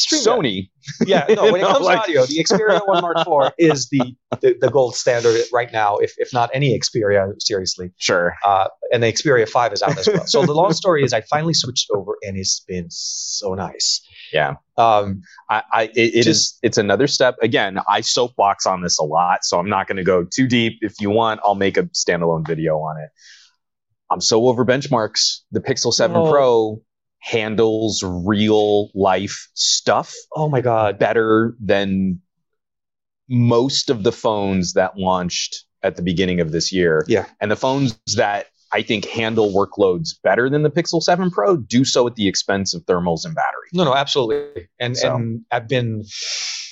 Speaker 2: StreamYard.
Speaker 1: Sony.
Speaker 2: Yeah, no, when
Speaker 1: You
Speaker 2: it
Speaker 1: know,
Speaker 2: comes
Speaker 1: like-
Speaker 2: to audio, the Xperia 1 Mark IV is the, the, the gold standard right now, if, if not any Xperia, seriously.
Speaker 1: Sure.
Speaker 2: Uh, and the Xperia 5 is out as well. So the long story is I finally switched over and it's been so nice.
Speaker 1: Yeah.
Speaker 2: Um,
Speaker 1: I, I it, it is-
Speaker 2: Just-
Speaker 1: it's another step. Again, I soapbox on this a lot, so I'm not going to go too deep. If you want, I'll make a standalone video on it. I'm so over benchmarks. The Pixel 7
Speaker 2: No.
Speaker 1: Pro handles real life stuff
Speaker 2: oh my God.
Speaker 1: better than most of the phones that launched at the beginning of this year.
Speaker 2: Yeah.
Speaker 1: And the phones that I think handle workloads better than the Pixel 7 Pro do so at the expense of thermals and battery.
Speaker 2: No, no, absolutely. And
Speaker 1: So.
Speaker 2: and I've been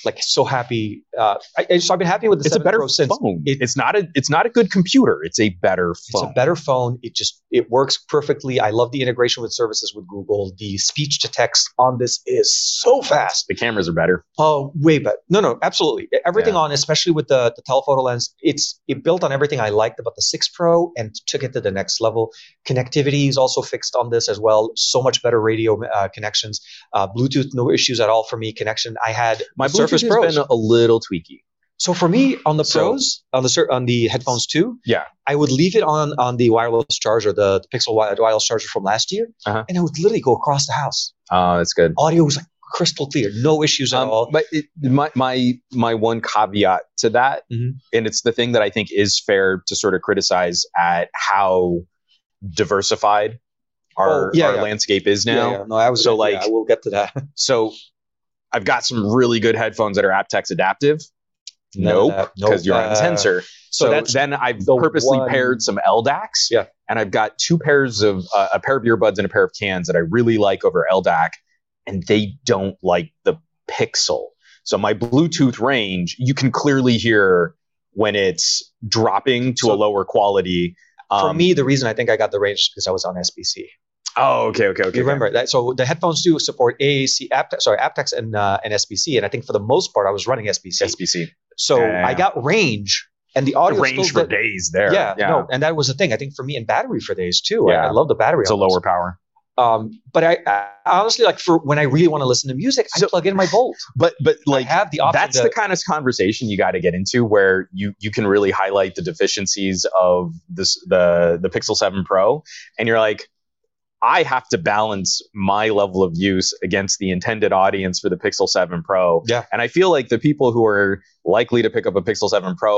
Speaker 2: like so happy. Uh, I, I- so I've been happy with the
Speaker 1: it's a
Speaker 2: 7
Speaker 1: better
Speaker 2: Pro since.
Speaker 1: phone.
Speaker 2: it-
Speaker 1: it's not a it's not a good computer. It's a better
Speaker 2: It's
Speaker 1: phone.
Speaker 2: a better phone. It just it works perfectly. I love the integration with services with Google. The speech to text on this is so fast.
Speaker 1: the cameras are better.
Speaker 2: Oh, way better. No, no, absolutely. E, Everything
Speaker 1: Yeah.
Speaker 2: on, especially with the, the telephoto lens, it's it built on everything I liked about the 6 Pro and took it to the next level. Connectivity is also fixed on this as well. So much better radio uh, connections. Uh, Bluetooth, no issues at all for me. Connection, I had
Speaker 1: My
Speaker 2: the Surface
Speaker 1: Bluetooth
Speaker 2: Pros.
Speaker 1: has been a little tweaky.
Speaker 2: so for me, on the
Speaker 1: So-
Speaker 2: Pros, on the sur- on the headphones too,
Speaker 1: Yeah.
Speaker 2: I would leave it on on the wireless charger, the, the Pixel wi- wireless charger from last year,
Speaker 1: Uh-huh.
Speaker 2: and I would literally go across the house.
Speaker 1: Oh, that's good.
Speaker 2: Audio was like crystal clear, no issues at
Speaker 1: Um,
Speaker 2: all.
Speaker 1: but it, my my my one caveat to that,
Speaker 2: Mhm.
Speaker 1: and it's the thing that I think is fair to sort of criticize at how diversified our,
Speaker 2: Oh, yeah,
Speaker 1: our
Speaker 2: yeah.
Speaker 1: landscape is now.
Speaker 2: yeah, no, I was
Speaker 1: So,
Speaker 2: yeah,
Speaker 1: like-
Speaker 2: I will get to that.
Speaker 1: So I've got some really good headphones that are aptX adaptive.
Speaker 2: None of
Speaker 1: Nope,
Speaker 2: that. Nope.
Speaker 1: because you're on
Speaker 2: Uh,
Speaker 1: sensor. So,
Speaker 2: that's
Speaker 1: then I've
Speaker 2: the
Speaker 1: purposely
Speaker 2: one-
Speaker 1: paired some LDACs.
Speaker 2: Yeah.
Speaker 1: And I've got two pairs of uh, a pair of earbuds and a pair of cans that I really like over LDAC, and they don't like the Pixel. So my Bluetooth range, you can clearly hear when it's dropping to
Speaker 2: So-
Speaker 1: a lower quality. Um,
Speaker 2: For me, the reason I think I got the range is because I was on SBC.
Speaker 1: oh, okay, okay, okay.
Speaker 2: You remember that? So the headphones do support AAC, Apte- sorry, aptX and uh, and SBC, and I think for the most part I was running SBC.
Speaker 1: SBC.
Speaker 2: So
Speaker 1: Yeah.
Speaker 2: I got range, and the audio
Speaker 1: range
Speaker 2: still
Speaker 1: for
Speaker 2: did-
Speaker 1: days there.
Speaker 2: Yeah, no, and that was the thing. I think for me, and battery for days too. I- I,
Speaker 1: Yeah.
Speaker 2: love the battery.
Speaker 1: it's a
Speaker 2: on those.
Speaker 1: lower power.
Speaker 2: Um, but I, I honestly like for when I really want to listen to music, I
Speaker 1: So-
Speaker 2: plug in my Bolt.
Speaker 1: But but
Speaker 2: Like
Speaker 1: like
Speaker 2: have the option.
Speaker 1: that's
Speaker 2: to-
Speaker 1: the kind of conversation you got to get into where you you can really highlight the deficiencies of this the the Pixel 7 Pro and you're like I have to balance my level of use against the intended audience for the Pixel 7 Pro.
Speaker 2: Yeah.
Speaker 1: And I feel like the people who are likely to pick up a Pixel 7 Pro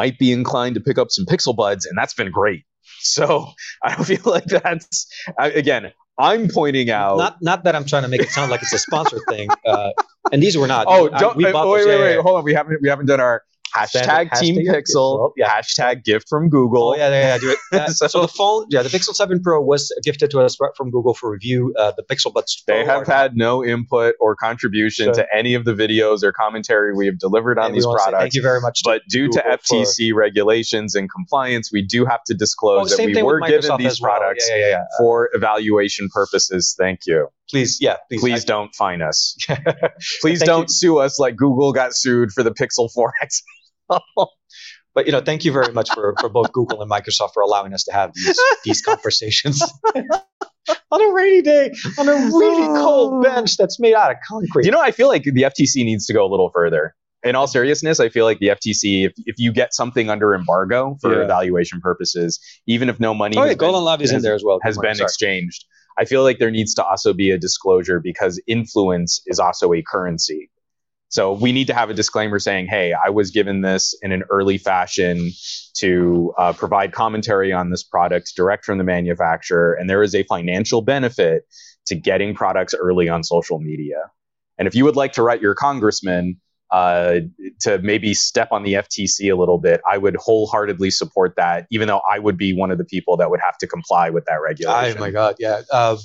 Speaker 1: might be inclined to pick up some Pixel Buds, and that's been great. So I feel like that's, I, again, I'm pointing out.
Speaker 2: not not that I'm trying to make it sound like it's a sponsor thing. Uh, and these were not.
Speaker 1: Oh,
Speaker 2: I-
Speaker 1: don't,
Speaker 2: we
Speaker 1: wait,
Speaker 2: bought
Speaker 1: wait,
Speaker 2: those,
Speaker 1: wait,
Speaker 2: yeah,
Speaker 1: wait,
Speaker 2: yeah.
Speaker 1: hold on. We haven't we haven't done our
Speaker 2: Send it,
Speaker 1: hashtag Team
Speaker 2: hashtag
Speaker 1: Pixel,
Speaker 2: Pixel, yeah.
Speaker 1: hashtag gift from Google.
Speaker 2: Oh yeah, yeah, yeah. Do it. Uh,
Speaker 1: So-
Speaker 2: so, the phone, yeah, the Pixel 7 Pro was gifted to us right from Google for review. Uh, the Pixel Buds.
Speaker 1: They
Speaker 2: Pro are
Speaker 1: have had no input or contribution
Speaker 2: Sure.
Speaker 1: to any of the videos or commentary we have delivered
Speaker 2: not-
Speaker 1: on
Speaker 2: and we
Speaker 1: these
Speaker 2: wanna say
Speaker 1: products.
Speaker 2: Thank you very much.
Speaker 1: But due to
Speaker 2: Google for-
Speaker 1: FTC regulations and compliance, we do have to
Speaker 2: Oh,
Speaker 1: disclose that
Speaker 2: same
Speaker 1: we
Speaker 2: thing with
Speaker 1: were given
Speaker 2: Microsoft
Speaker 1: these
Speaker 2: as well.
Speaker 1: products
Speaker 2: Yeah, yeah, yeah. yeah.
Speaker 1: for evaluation purposes. Thank you.
Speaker 2: Please, yeah, please.
Speaker 1: Please don't fine us. Please
Speaker 2: Thank
Speaker 1: don't
Speaker 2: you.
Speaker 1: sue us like Google got sued for the Pixel 4X.
Speaker 2: But you know, thank you very much for, for both Google and Microsoft for allowing us to have these these conversations on a rainy day, on a really cold bench that's made out of concrete.
Speaker 1: Oh. You know, I feel like the FTC needs to go a little further. In all seriousness, I feel like the FTC, if, if you get something under embargo for
Speaker 2: Yeah.
Speaker 1: evaluation purposes, even if no money
Speaker 2: oh, yeah,
Speaker 1: has
Speaker 2: Golden
Speaker 1: been,
Speaker 2: Love is in
Speaker 1: has-
Speaker 2: there as well.
Speaker 1: has
Speaker 2: Good morning,
Speaker 1: been
Speaker 2: sorry.
Speaker 1: exchanged, I feel like there needs to also be a disclosure because influence is also a currency. So we need to have a disclaimer saying, hey, I was given this in an early fashion to uh, provide commentary on this product direct from the manufacturer, and there is a financial benefit to getting products early on social media. And if you would like to write your congressman uh, to maybe step on the FTC a little bit, I would wholeheartedly support that, even though I would be one of the people that would have to comply with that
Speaker 2: Oh
Speaker 1: regulation.
Speaker 2: my god, yeah. Uh,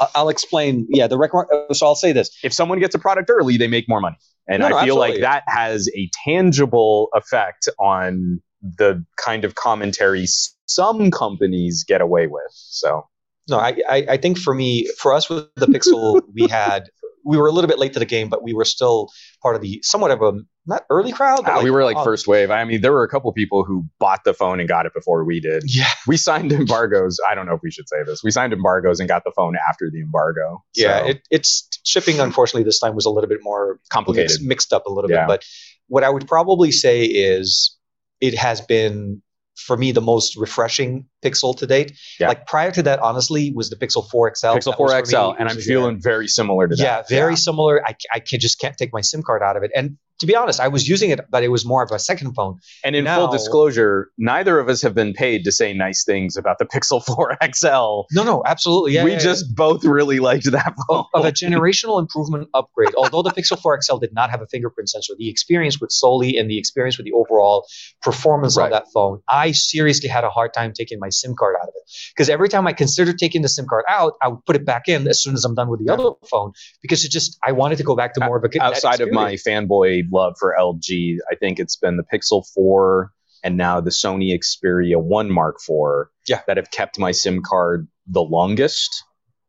Speaker 2: I- I'll explain. Yeah, the record. So I'll say this.
Speaker 1: if someone gets a product early, they make more money. And
Speaker 2: No,
Speaker 1: I
Speaker 2: no,
Speaker 1: feel like
Speaker 2: absolutely.
Speaker 1: that has a tangible effect on the kind of commentary s- some companies get away with. So,
Speaker 2: No, I, I, I think for me, for us with the Pixel, we had we were a little bit late to the game, but we were still part of the somewhat of a not early crowd. But
Speaker 1: Ah, we were like
Speaker 2: oh,
Speaker 1: first wave. I mean, there were a couple people who bought the phone and got it before we did.
Speaker 2: Yeah,
Speaker 1: we signed embargoes. I don't know if we should say this. We signed embargoes and got the phone after the embargo.
Speaker 2: yeah.
Speaker 1: So,
Speaker 2: It, it's shipping. Unfortunately, this time was a little bit more
Speaker 1: complicated.
Speaker 2: mixed, mixed up a little
Speaker 1: Yeah.
Speaker 2: bit. But what I would probably say is it has been for me the most refreshing Pixel to date.
Speaker 1: Yeah.
Speaker 2: Like prior to that, honestly, was the Pixel 4 XL.
Speaker 1: Pixel
Speaker 2: That was
Speaker 1: 4
Speaker 2: for
Speaker 1: XL,
Speaker 2: me-
Speaker 1: and I'm
Speaker 2: yeah.
Speaker 1: feeling very similar to that.
Speaker 2: Yeah, very similar. I, I can, just can't take my SIM card out of it. And to be honest, I was using it, but it was more of a second phone.
Speaker 1: And in
Speaker 2: Now-
Speaker 1: full disclosure, neither of us have been paid to say nice things about the Pixel 4 XL.
Speaker 2: No, no, absolutely. Yeah,
Speaker 1: we
Speaker 2: yeah, yeah. Oh,
Speaker 1: just both really liked that phone.
Speaker 2: of a generational improvement upgrade. Although the Pixel 4 XL did not have a fingerprint sensor, the experience with Soli and the experience with the overall performance
Speaker 1: Right.
Speaker 2: of that phone, I seriously had a hard time taking my SIM card out of it. Because every time I considered taking the SIM card out, I would put it back in as soon as I'm done with the other phone because it just I wanted to go back to more of a that
Speaker 1: Outside of my
Speaker 2: experience.
Speaker 1: fanboy love for LG, I think it's been the Pixel 4 and now the Sony Xperia 1 Mark IV
Speaker 2: Yeah.
Speaker 1: that have kept my SIM card the longest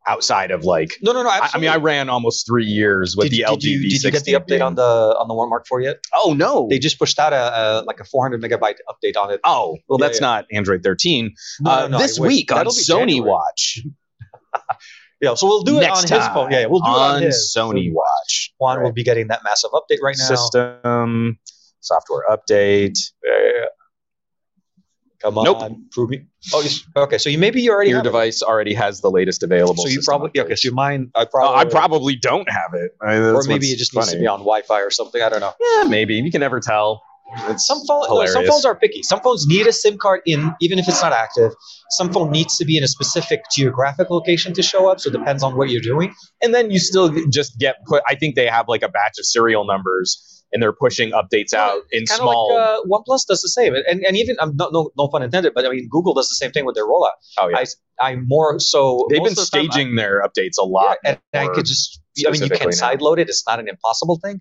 Speaker 1: outside of like
Speaker 2: no, no, no.
Speaker 1: I, I mean, I ran almost three years with
Speaker 2: did,
Speaker 1: the LG
Speaker 2: did you,
Speaker 1: V60.
Speaker 2: did you get the update on the on the One Mark 4 yet?
Speaker 1: Oh no.
Speaker 2: They just pushed out a, a like a 400 megabyte update on it.
Speaker 1: oh well,
Speaker 2: Yeah,
Speaker 1: that's
Speaker 2: yeah.
Speaker 1: not Android 13.
Speaker 2: No,
Speaker 1: uh,
Speaker 2: no, no, I
Speaker 1: this
Speaker 2: wish-
Speaker 1: week on
Speaker 2: that'll be
Speaker 1: Sony
Speaker 2: January.
Speaker 1: Watch.
Speaker 2: Yeah, so we'll do
Speaker 1: Next
Speaker 2: it on his
Speaker 1: time
Speaker 2: phone. Yeah, yeah, we'll do it on his.
Speaker 1: Sony
Speaker 2: So
Speaker 1: Watch.
Speaker 2: Juan will
Speaker 1: Right.
Speaker 2: be getting that massive update right now.
Speaker 1: System software update.
Speaker 2: Come on,
Speaker 1: Nope.
Speaker 2: prove me. Oh, you, s- okay. So you maybe you already
Speaker 1: Your
Speaker 2: have it.
Speaker 1: device already has the latest available.
Speaker 2: So you
Speaker 1: system
Speaker 2: probably yeah,
Speaker 1: updates.
Speaker 2: okay. So mine, I
Speaker 1: Oh,
Speaker 2: probably,
Speaker 1: I probably don't have it. I,
Speaker 2: or
Speaker 1: that's
Speaker 2: maybe
Speaker 1: what's
Speaker 2: it just needs to
Speaker 1: funny.
Speaker 2: be on Wi-Fi or something. I don't know.
Speaker 1: Yeah, maybe you can never tell. It's
Speaker 2: Some phone, no, some
Speaker 1: hilarious.
Speaker 2: phones are picky. Some phones need a SIM card in, even if it's not active. Some phone needs to be in a specific geographic location to show up. So it depends on what you're doing.
Speaker 1: and then you still just get put. I think they have like a batch of serial numbers, and they're pushing updates out in
Speaker 2: Kind of
Speaker 1: small.
Speaker 2: like uh, OnePlus does the same, and and, and even um, no, no no pun intended, but I mean Google does the same thing with their rollout.
Speaker 1: oh yeah,
Speaker 2: I'm more so
Speaker 1: they've
Speaker 2: most
Speaker 1: been
Speaker 2: of the time,
Speaker 1: staging their updates a lot.
Speaker 2: Yeah, and I
Speaker 1: more
Speaker 2: could just, I mean, you can
Speaker 1: specifically
Speaker 2: sideload it. It's not an impossible thing.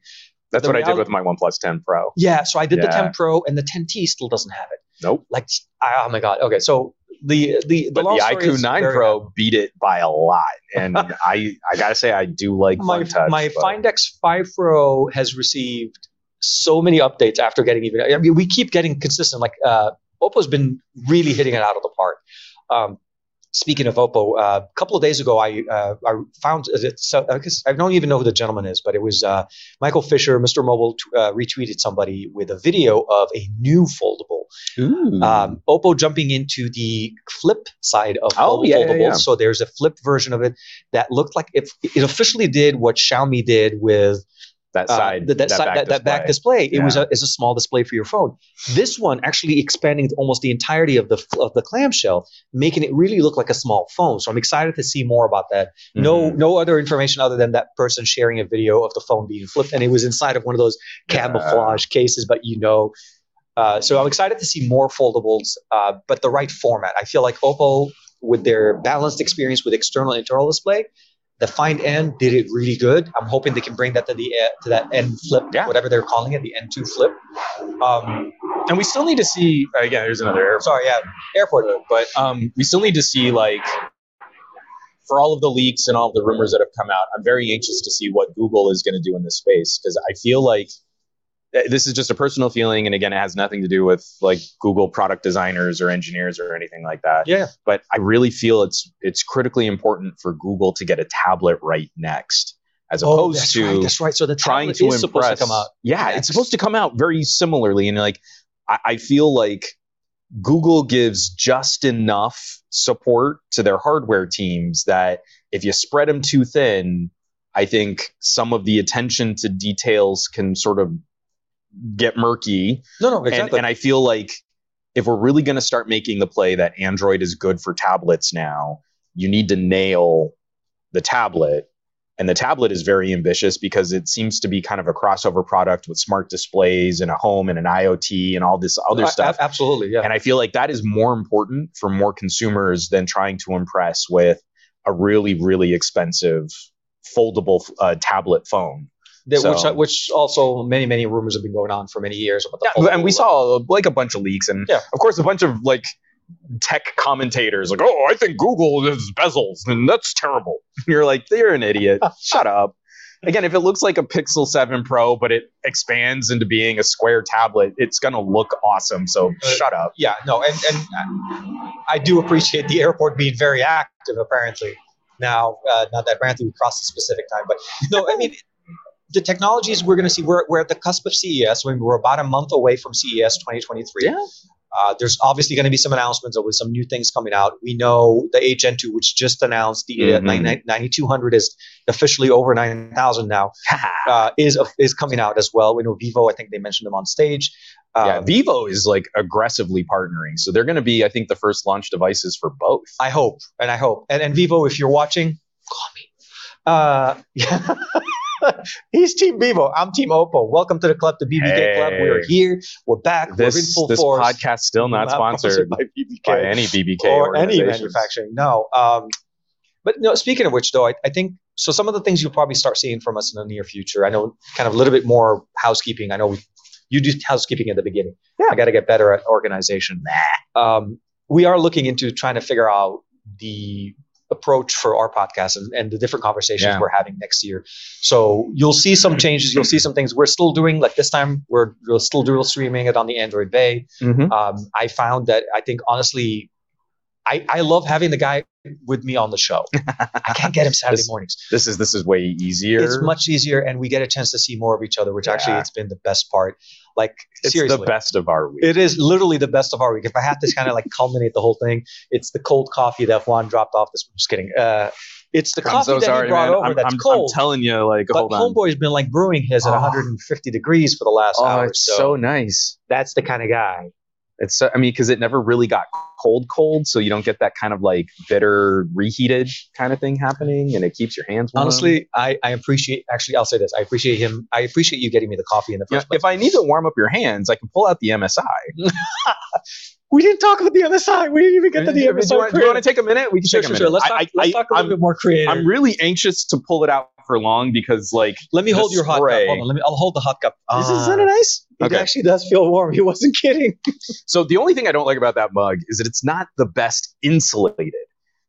Speaker 1: That's
Speaker 2: the
Speaker 1: what I did
Speaker 2: reality-
Speaker 1: with my OnePlus 10 Pro.
Speaker 2: Yeah, so I did the
Speaker 1: Yeah.
Speaker 2: 10 Pro, and the 10T still doesn't have it.
Speaker 1: Nope.
Speaker 2: Like, I, oh my god. Okay, so the the the,
Speaker 1: But
Speaker 2: long
Speaker 1: the
Speaker 2: story
Speaker 1: IQ
Speaker 2: is
Speaker 1: 9
Speaker 2: very-
Speaker 1: Pro beat it by a lot, and I I gotta say I do like
Speaker 2: My
Speaker 1: FunTouch,
Speaker 2: my
Speaker 1: but-
Speaker 2: Find X5 Pro has received so many updates after getting even. I mean, we keep getting consistent. Like, uh, Oppo's been really hitting it out of the park. Um, speaking of Oppo, uh, a couple of days ago, I uh, I found uh, it's- so I guess I don't even know who the gentleman is, but it was uh, Michael Fisher, Mr. Mobile, t- uh, retweeted somebody with a video of a new foldable. Um, Oppo jumping into the flip side of
Speaker 1: Oh,
Speaker 2: fold-
Speaker 1: yeah, yeah,
Speaker 2: foldables.
Speaker 1: yeah.
Speaker 2: So there's a flip version of it that looked like it, it officially did what Xiaomi did with
Speaker 1: that
Speaker 2: uh,
Speaker 1: side,
Speaker 2: the- that, side, that, that back display. It was a, is a small display for your phone. This one actually expanding to almost the entirety of the f- of the clamshell, making it really look like a small phone. So I'm excited to see more about that. No
Speaker 1: Mhm.
Speaker 2: no other information other than that person sharing a video of the phone being flipped, and it was inside of one of those camouflage cases. But you know. Uh, so I'm excited to see more foldables, uh, but the right format. I feel like Oppo, with their balanced experience with external and internal display, the Find N did it really good. I'm hoping they can bring that to the uh, to that N flip,
Speaker 1: Yeah.
Speaker 2: whatever they're calling it, the N2 flip. Um,
Speaker 1: Mm-hmm. and we still need to see. Again, there's another air
Speaker 2: sorry, yeah, airport mode, but
Speaker 1: um, we still need to see like for all of the leaks and all of the rumors that have come out i'm very anxious to see what google is going to do in this space because i feel like th- this is just a personal feeling and again it has nothing to do with like google product designers or engineers or anything like that
Speaker 2: yeah,
Speaker 1: but i really feel it's it's critically important for google to get a tablet right next as opposed
Speaker 2: Oh, that's
Speaker 1: to
Speaker 2: right, that's right. So the
Speaker 1: trying
Speaker 2: tablet
Speaker 1: to
Speaker 2: is supposed
Speaker 1: impress.
Speaker 2: to come out.
Speaker 1: yeah,
Speaker 2: next.
Speaker 1: it's supposed to come out very similarly, and like I, I feel like Google gives just enough support to their hardware teams that if you spread them too thin, I think some of the attention to details can sort of get murky
Speaker 2: No, no,
Speaker 1: and-
Speaker 2: exactly.
Speaker 1: And, I feel like if we're really going to start making the play that Android is good for tablets now, you need to nail the tablet. And the tablet is very ambitious because it seems to be kind of a crossover product with smart displays and a home and an IoT and all this other
Speaker 2: A- a-
Speaker 1: stuff.
Speaker 2: absolutely, Uh, yeah.
Speaker 1: And I feel like that is more important for more consumers than trying to impress with a really, really expensive foldable uh, tablet phone.
Speaker 2: That-
Speaker 1: so-
Speaker 2: Which uh, which also many many rumors have been going on for many years about the
Speaker 1: yeah,
Speaker 2: foldable.
Speaker 1: and we saw like a bunch of leaks, and
Speaker 2: Yeah.
Speaker 1: of course a bunch of like tech commentators like, "Oh, I think Google is bezels, and that's terrible." You're like, "You're an idiot. Shut up." Again, if it looks like a Pixel 7 Pro, but it expands into being a square tablet, it's gonna look awesome. So
Speaker 2: Uh,
Speaker 1: shut up.
Speaker 2: yeah, no, and and I- I do appreciate the airport being very active. Apparently, now uh, not that apparently we crossed the specific time, but no, I mean the technologies we're going to see. We're we're at the cusp of CES. I mean, we're about a month away from CES 2023.
Speaker 1: Yeah.
Speaker 2: Uh, there's obviously going to be some announcements with some new things coming out. We know the HN2, which just announced the uh
Speaker 1: Mhm.
Speaker 2: 99 9200 is officially over 9,000 now, uh, is is coming out as well. We know Vivo. I think they mentioned them on stage.
Speaker 1: yeah,
Speaker 2: Um,
Speaker 1: Vivo is like aggressively partnering, so they're gonna be, I think, the first launch devices for both.
Speaker 2: I hope, and I hope. And, and Vivo, if you're watching, call me. Uh, yeah. Uh, He's Team Vivo. I'm Team Oppo. Welcome to the club, the BBK Club. We are
Speaker 1: Hey.
Speaker 2: here. We're back.
Speaker 1: This
Speaker 2: we're in full
Speaker 1: this
Speaker 2: force.
Speaker 1: podcast still not, sponsored
Speaker 2: by BBK
Speaker 1: by any BBK
Speaker 2: or any
Speaker 1: organizations.
Speaker 2: manufacturing. No. Um, but no. Speaking of which, though, I, I think so. Some of the things you'll probably start seeing from us in the near future. I know, kind of a little bit more housekeeping. I know we, you do housekeeping at the beginning.
Speaker 1: Yeah.
Speaker 2: I got to get better at organization. Um, we are looking into trying to figure out the approach for our podcast and, and the different conversations
Speaker 1: Yeah.
Speaker 2: we're having next year. So you'll see some changes. You'll see some things we're still doing. Like this time, we're, we're still dual streaming it on the Android Bay
Speaker 1: Mhm.
Speaker 2: um, I found that I think honestly, I, I love having the guy with me on the show. I can't get him Saturday
Speaker 1: This-
Speaker 2: mornings.
Speaker 1: This is this is way easier.
Speaker 2: It's much easier, and we get a chance to see more of each other, which actually
Speaker 1: Yeah.
Speaker 2: it's been the best part. Like
Speaker 1: It's
Speaker 2: seriously,
Speaker 1: the best of our week.
Speaker 2: it is literally the best of our week. If I had to kind of like culminate the whole thing, it's the cold coffee that Juan dropped off. This I'm just kidding. Uh, it's the
Speaker 1: I'm
Speaker 2: coffee
Speaker 1: so
Speaker 2: that
Speaker 1: sorry,
Speaker 2: he brought
Speaker 1: man.
Speaker 2: over
Speaker 1: I'm,
Speaker 2: that's
Speaker 1: I'm- I'm
Speaker 2: cold.
Speaker 1: telling you, like,
Speaker 2: but
Speaker 1: hold on.
Speaker 2: homeboy's been like brewing his at
Speaker 1: Oh.
Speaker 2: 150 degrees for the last
Speaker 1: Oh,
Speaker 2: hour.
Speaker 1: it's
Speaker 2: so,
Speaker 1: so nice.
Speaker 2: that's the kind of guy.
Speaker 1: It's so, I mean, because it never really got cold, cold, so you don't get that kind of like bitter reheated kind of thing happening, and it keeps your hands warm.
Speaker 2: Honestly, I, I appreciate. Actually, I'll say this. I appreciate him. I appreciate you getting me the coffee in the
Speaker 1: You
Speaker 2: first
Speaker 1: know, if I need to warm up your hands, I can pull out the MSI.
Speaker 2: We didn't talk about the other side. We didn't even
Speaker 1: I mean, do, you want, do you want to take a minute? We can
Speaker 2: Sure,
Speaker 1: take
Speaker 2: sure,
Speaker 1: a
Speaker 2: sure.
Speaker 1: minute.
Speaker 2: Let's
Speaker 1: I-
Speaker 2: talk,
Speaker 1: I,
Speaker 2: let's talk a little
Speaker 1: am
Speaker 2: bit more creative.
Speaker 1: I'm really anxious to pull it out for long because, like,
Speaker 2: Let me
Speaker 1: the
Speaker 2: hold your hot cup.
Speaker 1: spray.
Speaker 2: Hold on. Let me. I'll hold the hot cup.
Speaker 1: this is
Speaker 2: Ah,
Speaker 1: isn't it nice?
Speaker 2: it
Speaker 1: Okay.
Speaker 2: actually does feel warm. He wasn't kidding.
Speaker 1: So the only thing I don't like about that mug is that it's not the best insulated.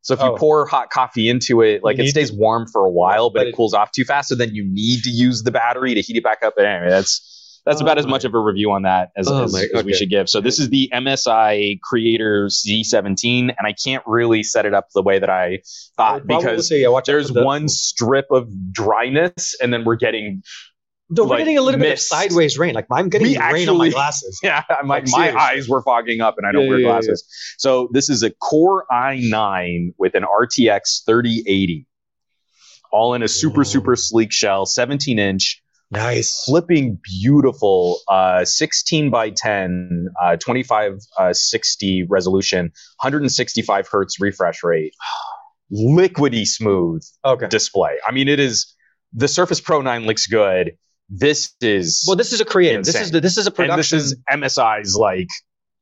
Speaker 1: So if you
Speaker 2: Oh.
Speaker 1: pour hot coffee into it, like
Speaker 2: need-
Speaker 1: it stays warm for a while, but,
Speaker 2: But
Speaker 1: it,
Speaker 2: it-
Speaker 1: cools off too fast. So then you need to use the battery to heat it back up. And anyway, that's that's
Speaker 2: Oh
Speaker 1: about as
Speaker 2: my.
Speaker 1: much of a review on that as,
Speaker 2: Oh
Speaker 1: as,
Speaker 2: my-
Speaker 1: as we
Speaker 2: okay.
Speaker 1: should give. So this is the MSI Creator Z17, and I can't really set it up the way that I
Speaker 2: I
Speaker 1: thought
Speaker 2: would probably
Speaker 1: because
Speaker 2: say, yeah, watch out
Speaker 1: there's
Speaker 2: for the-
Speaker 1: one strip of dryness, and then we're getting
Speaker 2: No, we're
Speaker 1: like,
Speaker 2: getting a little
Speaker 1: mist.
Speaker 2: bit of sideways rain. Like I'm getting
Speaker 1: We
Speaker 2: rain on my
Speaker 1: actually-
Speaker 2: glasses.
Speaker 1: Yeah, my,
Speaker 2: Like,
Speaker 1: my
Speaker 2: seriously.
Speaker 1: eyes were fogging up and I don't
Speaker 2: Yeah,
Speaker 1: wear
Speaker 2: yeah, yeah,
Speaker 1: glasses. So this is a Core i9 with an RTX 3080, all in a super,
Speaker 2: Ooh.
Speaker 1: super sleek shell, 17 inch,
Speaker 2: Nice.
Speaker 1: flipping beautiful, uh, 16 by 10, uh, 25 uh, 60 resolution, 165 hertz refresh rate, liquidy smooth
Speaker 2: Okay.
Speaker 1: display. I mean, it is the Surface Pro 9 looks good. This is
Speaker 2: Well, this is a creative. This
Speaker 1: Insane.
Speaker 2: is the, this is a production.
Speaker 1: and this is MSI's like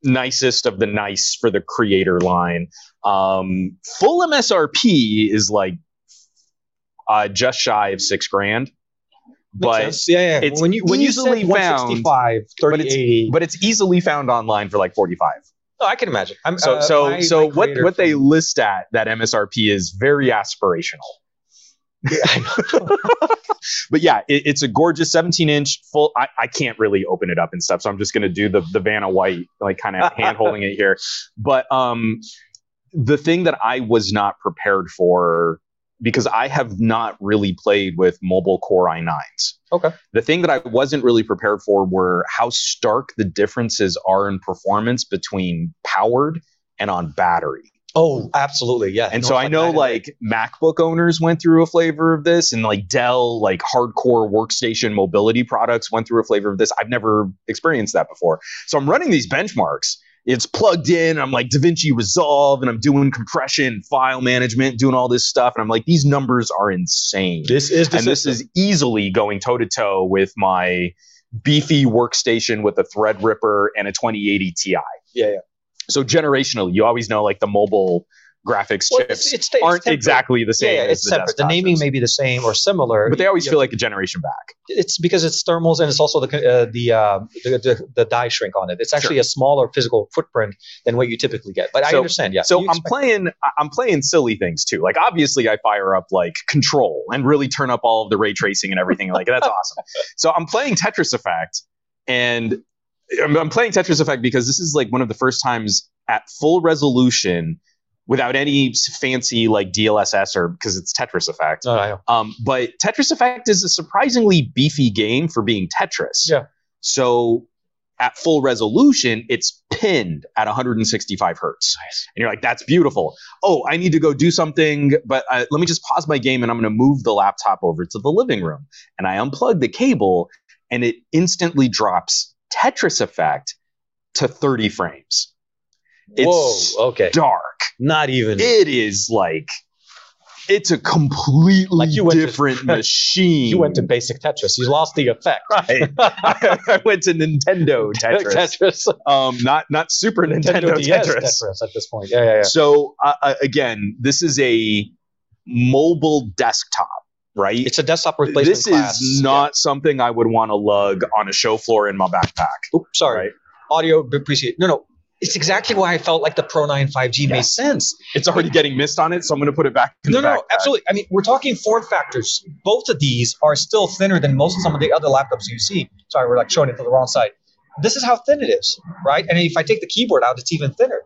Speaker 1: nicest of the nice for the creator line. Um, full MSRP is like uh, just shy of six grand,
Speaker 2: Makes
Speaker 1: but
Speaker 2: sense. yeah, yeah.
Speaker 1: it's
Speaker 2: when you when you said
Speaker 1: easily found,
Speaker 2: 165,
Speaker 1: but it's-
Speaker 2: 3080,
Speaker 1: but it's easily found online for like forty five.
Speaker 2: no, I can imagine. I'm,
Speaker 1: So
Speaker 2: uh,
Speaker 1: so
Speaker 2: my-
Speaker 1: so
Speaker 2: my
Speaker 1: what
Speaker 2: creator
Speaker 1: what they
Speaker 2: from-
Speaker 1: list at that MSRP is very aspirational. but yeah, it, it's a gorgeous 17 inch full. I, I can't really open it up and stuff, so I'm just gonna do the the Vanna White like kind of hand holding it here. But um, the thing that I was not prepared for because I have not really played with mobile Core i9s.
Speaker 2: Okay.
Speaker 1: The thing that I wasn't really prepared for were how stark the differences are in performance between powered and on battery.
Speaker 2: Oh, absolutely. Yeah.
Speaker 1: And
Speaker 2: No,
Speaker 1: so
Speaker 2: it's
Speaker 1: I know
Speaker 2: night and day.
Speaker 1: like MacBook owners went through a flavor of this, and like Dell, like hardcore workstation mobility products went through a flavor of this. I've never experienced that before. So I'm running these benchmarks. It's plugged in. I'm like DaVinci Resolve, and I'm doing compression, file management, doing all this stuff. And I'm like, these numbers are insane.
Speaker 2: this is the
Speaker 1: and this
Speaker 2: system.
Speaker 1: is easily going toe to toe with my beefy workstation with a Threadripper and a 2080 Ti.
Speaker 2: yeah, yeah.
Speaker 1: So generational, you always know like the mobile graphics
Speaker 2: Well,
Speaker 1: chips
Speaker 2: it's, it's, it's
Speaker 1: aren't
Speaker 2: tempered.
Speaker 1: exactly the same.
Speaker 2: Yeah, yeah,
Speaker 1: as
Speaker 2: it's
Speaker 1: the
Speaker 2: separate. The
Speaker 1: desktop
Speaker 2: naming
Speaker 1: chips.
Speaker 2: may be the same or similar,
Speaker 1: but they always
Speaker 2: Yeah.
Speaker 1: feel like a generation back.
Speaker 2: it's because it's thermals and it's also the co- uh, the, uh, the, the the die shrink on it. It's actually a smaller physical footprint than what you typically get. But I
Speaker 1: So-
Speaker 2: understand. Yeah.
Speaker 1: So
Speaker 2: You
Speaker 1: I'm
Speaker 2: expect-
Speaker 1: playing. I- I'm playing silly things too. Like obviously, I fire up like Control and really turn up all of the ray tracing and everything. Like that's awesome. So I'm playing Tetris Effect, and I'm, I'm playing Tetris Effect because this is like one of the first times at full resolution without any s- fancy like DLSS or because it's Tetris Effect.
Speaker 2: No, no, I know.
Speaker 1: Um, but Tetris Effect is a surprisingly beefy game for being Tetris.
Speaker 2: Yeah.
Speaker 1: So at full resolution, it's pinned at 165 hertz.
Speaker 2: Nice.
Speaker 1: And you're like, that's beautiful. Oh, I need to go do something, but uh, let me just pause my game and I'm going to move the laptop over to the living room. And I unplug the cable and it instantly drops Tetris Effect to 30 frames. It's
Speaker 2: Whoa. Okay.
Speaker 1: dark.
Speaker 2: Not even.
Speaker 1: It is like it's a completely
Speaker 2: Like you went to-
Speaker 1: different machine.
Speaker 2: you went to basic Tetris. You lost the effect.
Speaker 1: right. I, went to Nintendo Tetris.
Speaker 2: Tetris.
Speaker 1: um, not not Super Nintendo,
Speaker 2: DS
Speaker 1: Tetris.
Speaker 2: Tetris at this point. Yeah, yeah, yeah.
Speaker 1: So uh, uh, again, this is a mobile desktop, right?
Speaker 2: It's a desktop replacement
Speaker 1: this
Speaker 2: class.
Speaker 1: is not something I would want to lug on a show floor in my backpack.
Speaker 2: Yeah. Oops, sorry.
Speaker 1: Right.
Speaker 2: Audio appreciate. No, no. It's exactly why I felt like the Pro 9 5G made
Speaker 1: Yes.
Speaker 2: sense.
Speaker 1: It's already getting missed on it, so I'm going to put it back. In
Speaker 2: No,
Speaker 1: the
Speaker 2: no,
Speaker 1: backpack.
Speaker 2: no, absolutely. I mean, we're talking form factors. Both of these are still thinner than most some of the other laptops you see. Sorry, we're like showing it to the wrong side. This is how thin it is, right? And if I take the keyboard out, it's even thinner.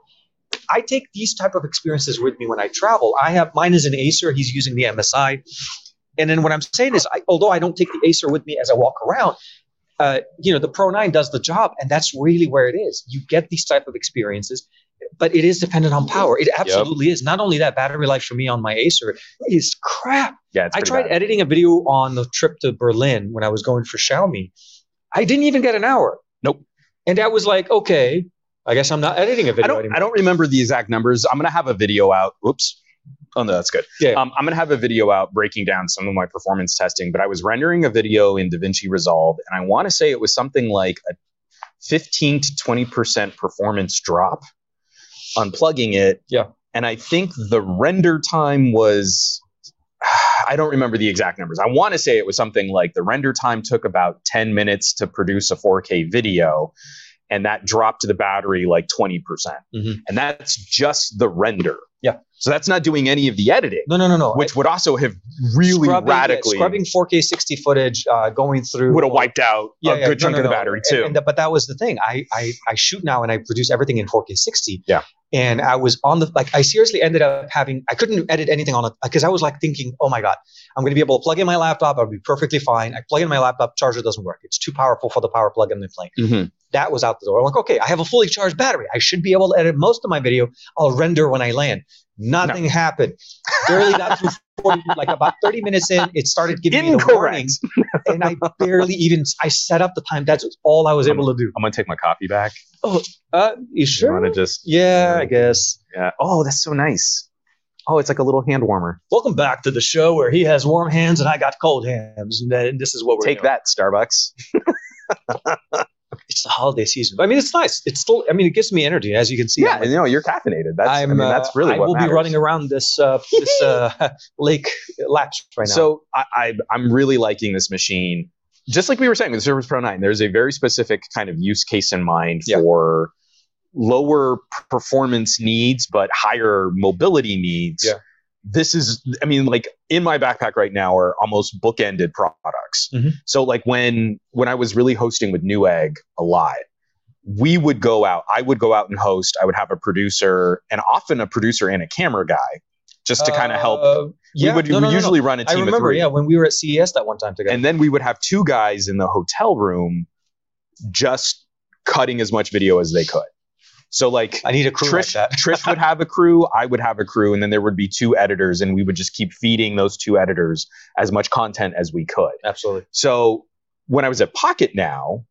Speaker 2: I take these type of experiences with me when I travel. I have mine is an Acer. He's using the MSI. And then what I'm saying is, I, although I don't take the Acer with me as I walk around, uh, you know, the Pro 9 does the job, and that's really where it is. You get these type of experiences, but it is dependent on power. It absolutely is. Not only that, battery life for me on my Acer is crap.
Speaker 1: Yeah, it's
Speaker 2: I
Speaker 1: pretty
Speaker 2: tried
Speaker 1: bad.
Speaker 2: editing a video on the trip to Berlin when I was going for Xiaomi. I didn't even get an hour.
Speaker 1: Nope.
Speaker 2: And that was like, okay, I guess I'm not editing a video
Speaker 1: I don't,
Speaker 2: anymore.
Speaker 1: I don't remember the exact numbers. I'm going to have a video out. Whoops. Oh, no, that's good.
Speaker 2: Yeah.
Speaker 1: Um, I'm going to have a video out breaking down some of my performance testing, but I was rendering a video in DaVinci Resolve, and I want to say it was something like a 15 to 20% performance drop unplugging it.
Speaker 2: Yeah.
Speaker 1: And I think the render time was, I don't remember the exact numbers. I want to say it was something like the render time took about 10 minutes to produce a 4K video, and that dropped the battery like 20%. percent
Speaker 2: Mhm.
Speaker 1: And that's just the render.
Speaker 2: Yeah.
Speaker 1: So that's not doing any of the editing,
Speaker 2: no, no, no, no.
Speaker 1: which would also have really
Speaker 2: Scrubbing-
Speaker 1: radically
Speaker 2: scrubbing 4K 60 footage, uh, going through
Speaker 1: would have wiped out
Speaker 2: Yeah,
Speaker 1: a
Speaker 2: yeah,
Speaker 1: good
Speaker 2: no,
Speaker 1: chunk
Speaker 2: no,
Speaker 1: of the
Speaker 2: no.
Speaker 1: battery
Speaker 2: And-
Speaker 1: too.
Speaker 2: and that- but that was the thing. I, I I shoot now and I produce everything in 4K 60.
Speaker 1: Yeah.
Speaker 2: And I was on the like I seriously ended up having I couldn't edit anything on it because I was like thinking, oh my god, I'm gonna be able to plug in my laptop. I'll be perfectly fine. I plug in my laptop, charger doesn't work. It's too powerful for the power plug I'm playing.
Speaker 1: Mhm.
Speaker 2: That was out the door. I'm like, okay, I have a fully charged battery. I should be able to edit most of my video. I'll render when I land. Nothing happened. Barely got through 40, like about 30 minutes in, it started giving me the warning
Speaker 1: Incorrect.
Speaker 2: and I barely even I set up the time. That's all I was able to do.
Speaker 1: I'm gonna take my coffee back.
Speaker 2: Uh, you
Speaker 1: You wanna just
Speaker 2: Yeah, I guess.
Speaker 1: Yeah. Oh, that's so nice. Oh, it's like a little hand warmer.
Speaker 2: Welcome back to the show where he has warm hands and I got cold hands, and then this is what we're
Speaker 1: Take
Speaker 2: doing.
Speaker 1: that, Starbucks.
Speaker 2: It's the holiday season. I mean, it's nice. It's still. I mean, it gives me energy, as you can see.
Speaker 1: Yeah,
Speaker 2: I'm,
Speaker 1: you know, you're caffeinated. That's i mean,
Speaker 2: uh,
Speaker 1: that's really
Speaker 2: I
Speaker 1: what
Speaker 2: will
Speaker 1: matters.
Speaker 2: be running around this uh, this uh, lake laps right now.
Speaker 1: So I, I I'm really liking this machine. Just like we were saying with the Surface Pro 9, there's a very specific kind of use case in mind
Speaker 2: Yeah.
Speaker 1: for lower p- performance needs but higher mobility needs.
Speaker 2: Yeah.
Speaker 1: This is I mean like in my backpack right now are almost bookended products.
Speaker 2: Mhm.
Speaker 1: So like when when I was really hosting with Newegg a lot, we would go out. I would go out and host. I would have a producer and often a producer and a camera guy just to kind of help
Speaker 2: Uh, yeah,
Speaker 1: we would
Speaker 2: no, no, no, no.
Speaker 1: usually run a
Speaker 2: I
Speaker 1: team of
Speaker 2: remember.
Speaker 1: three.
Speaker 2: Yeah, when we were at CES that one time together.
Speaker 1: And then we would have two guys in the hotel room just cutting as much video as they could. So like
Speaker 2: I need a crew
Speaker 1: Trish,
Speaker 2: like that.
Speaker 1: Trish would have a crew, I would have a crew, and then there would be two editors, and we would just keep feeding those two editors as much content as we could.
Speaker 2: Absolutely.
Speaker 1: So when I was at Pocket now,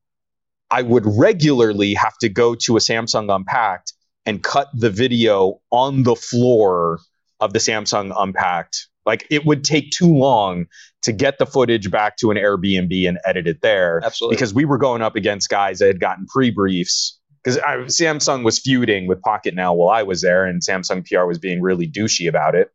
Speaker 1: I would regularly have to go to a Samsung Unpacked and cut the video on the floor of the Samsung Unpacked. Like it would take too long to get the footage back to an Airbnb and edit it there
Speaker 2: Absolutely.
Speaker 1: because we were going up against guys that had gotten pre briefs. Because Samsung was feuding with Pocket Now while I was there, and Samsung PR was being really douchey about it.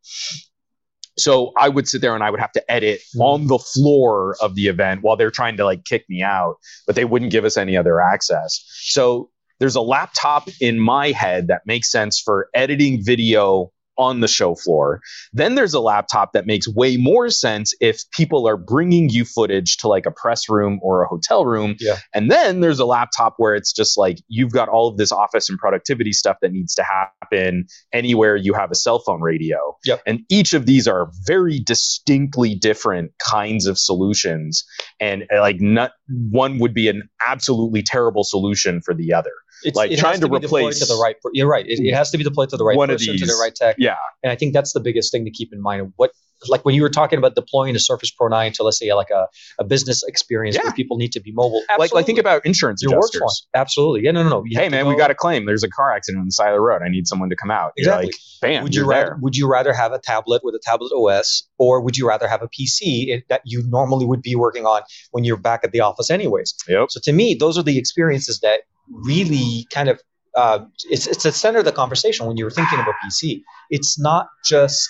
Speaker 1: So I would sit there and I would have to edit on the floor of the event while they're trying to like kick me out, but they wouldn't give us any other access. So there's a laptop in my head that makes sense for editing video on the show floor. Then there's a laptop that makes way more sense if people are bringing you footage to like a press room or a hotel room.
Speaker 2: Yeah.
Speaker 1: And then there's a laptop where it's just like you've got all of this office and productivity stuff that needs to happen anywhere you have a cell phone radio.
Speaker 2: Yep.
Speaker 1: And each of these are very distinctly different kinds of solutions and uh, like not one would be an absolutely terrible solution for the other.
Speaker 2: It's,
Speaker 1: like,
Speaker 2: it
Speaker 1: trying
Speaker 2: has
Speaker 1: to
Speaker 2: to, be deployed to
Speaker 1: replace-
Speaker 2: the right. per- You're right. It, it has to be deployed to the right
Speaker 1: One of
Speaker 2: person, to
Speaker 1: these.
Speaker 2: the right tech.
Speaker 1: Yeah.
Speaker 2: And I think that's the biggest thing to keep in mind. What, like when you were talking about deploying a Surface Pro 9 to, let's say, like a, a business experience
Speaker 1: Yeah.
Speaker 2: where people need to be mobile.
Speaker 1: Like like think
Speaker 2: Absolutely.
Speaker 1: about insurance
Speaker 2: your
Speaker 1: adjusters.
Speaker 2: workflow. Absolutely. Yeah. No. No. No. You
Speaker 1: hey
Speaker 2: have to
Speaker 1: man, we
Speaker 2: go-
Speaker 1: got a claim. There's a car accident on the side of the road. I need someone to come out. You're
Speaker 2: Exactly.
Speaker 1: like, bam,
Speaker 2: Would
Speaker 1: you're
Speaker 2: you rather?
Speaker 1: there.
Speaker 2: Would you rather have a tablet with a tablet OS, or would you rather have a PC it- that you normally would be working on when you're back at the office, anyways?
Speaker 1: Yep.
Speaker 2: So to me, those are the experiences that really kind of uh, it's it's the center of the conversation when you're thinking of a PC. It's not just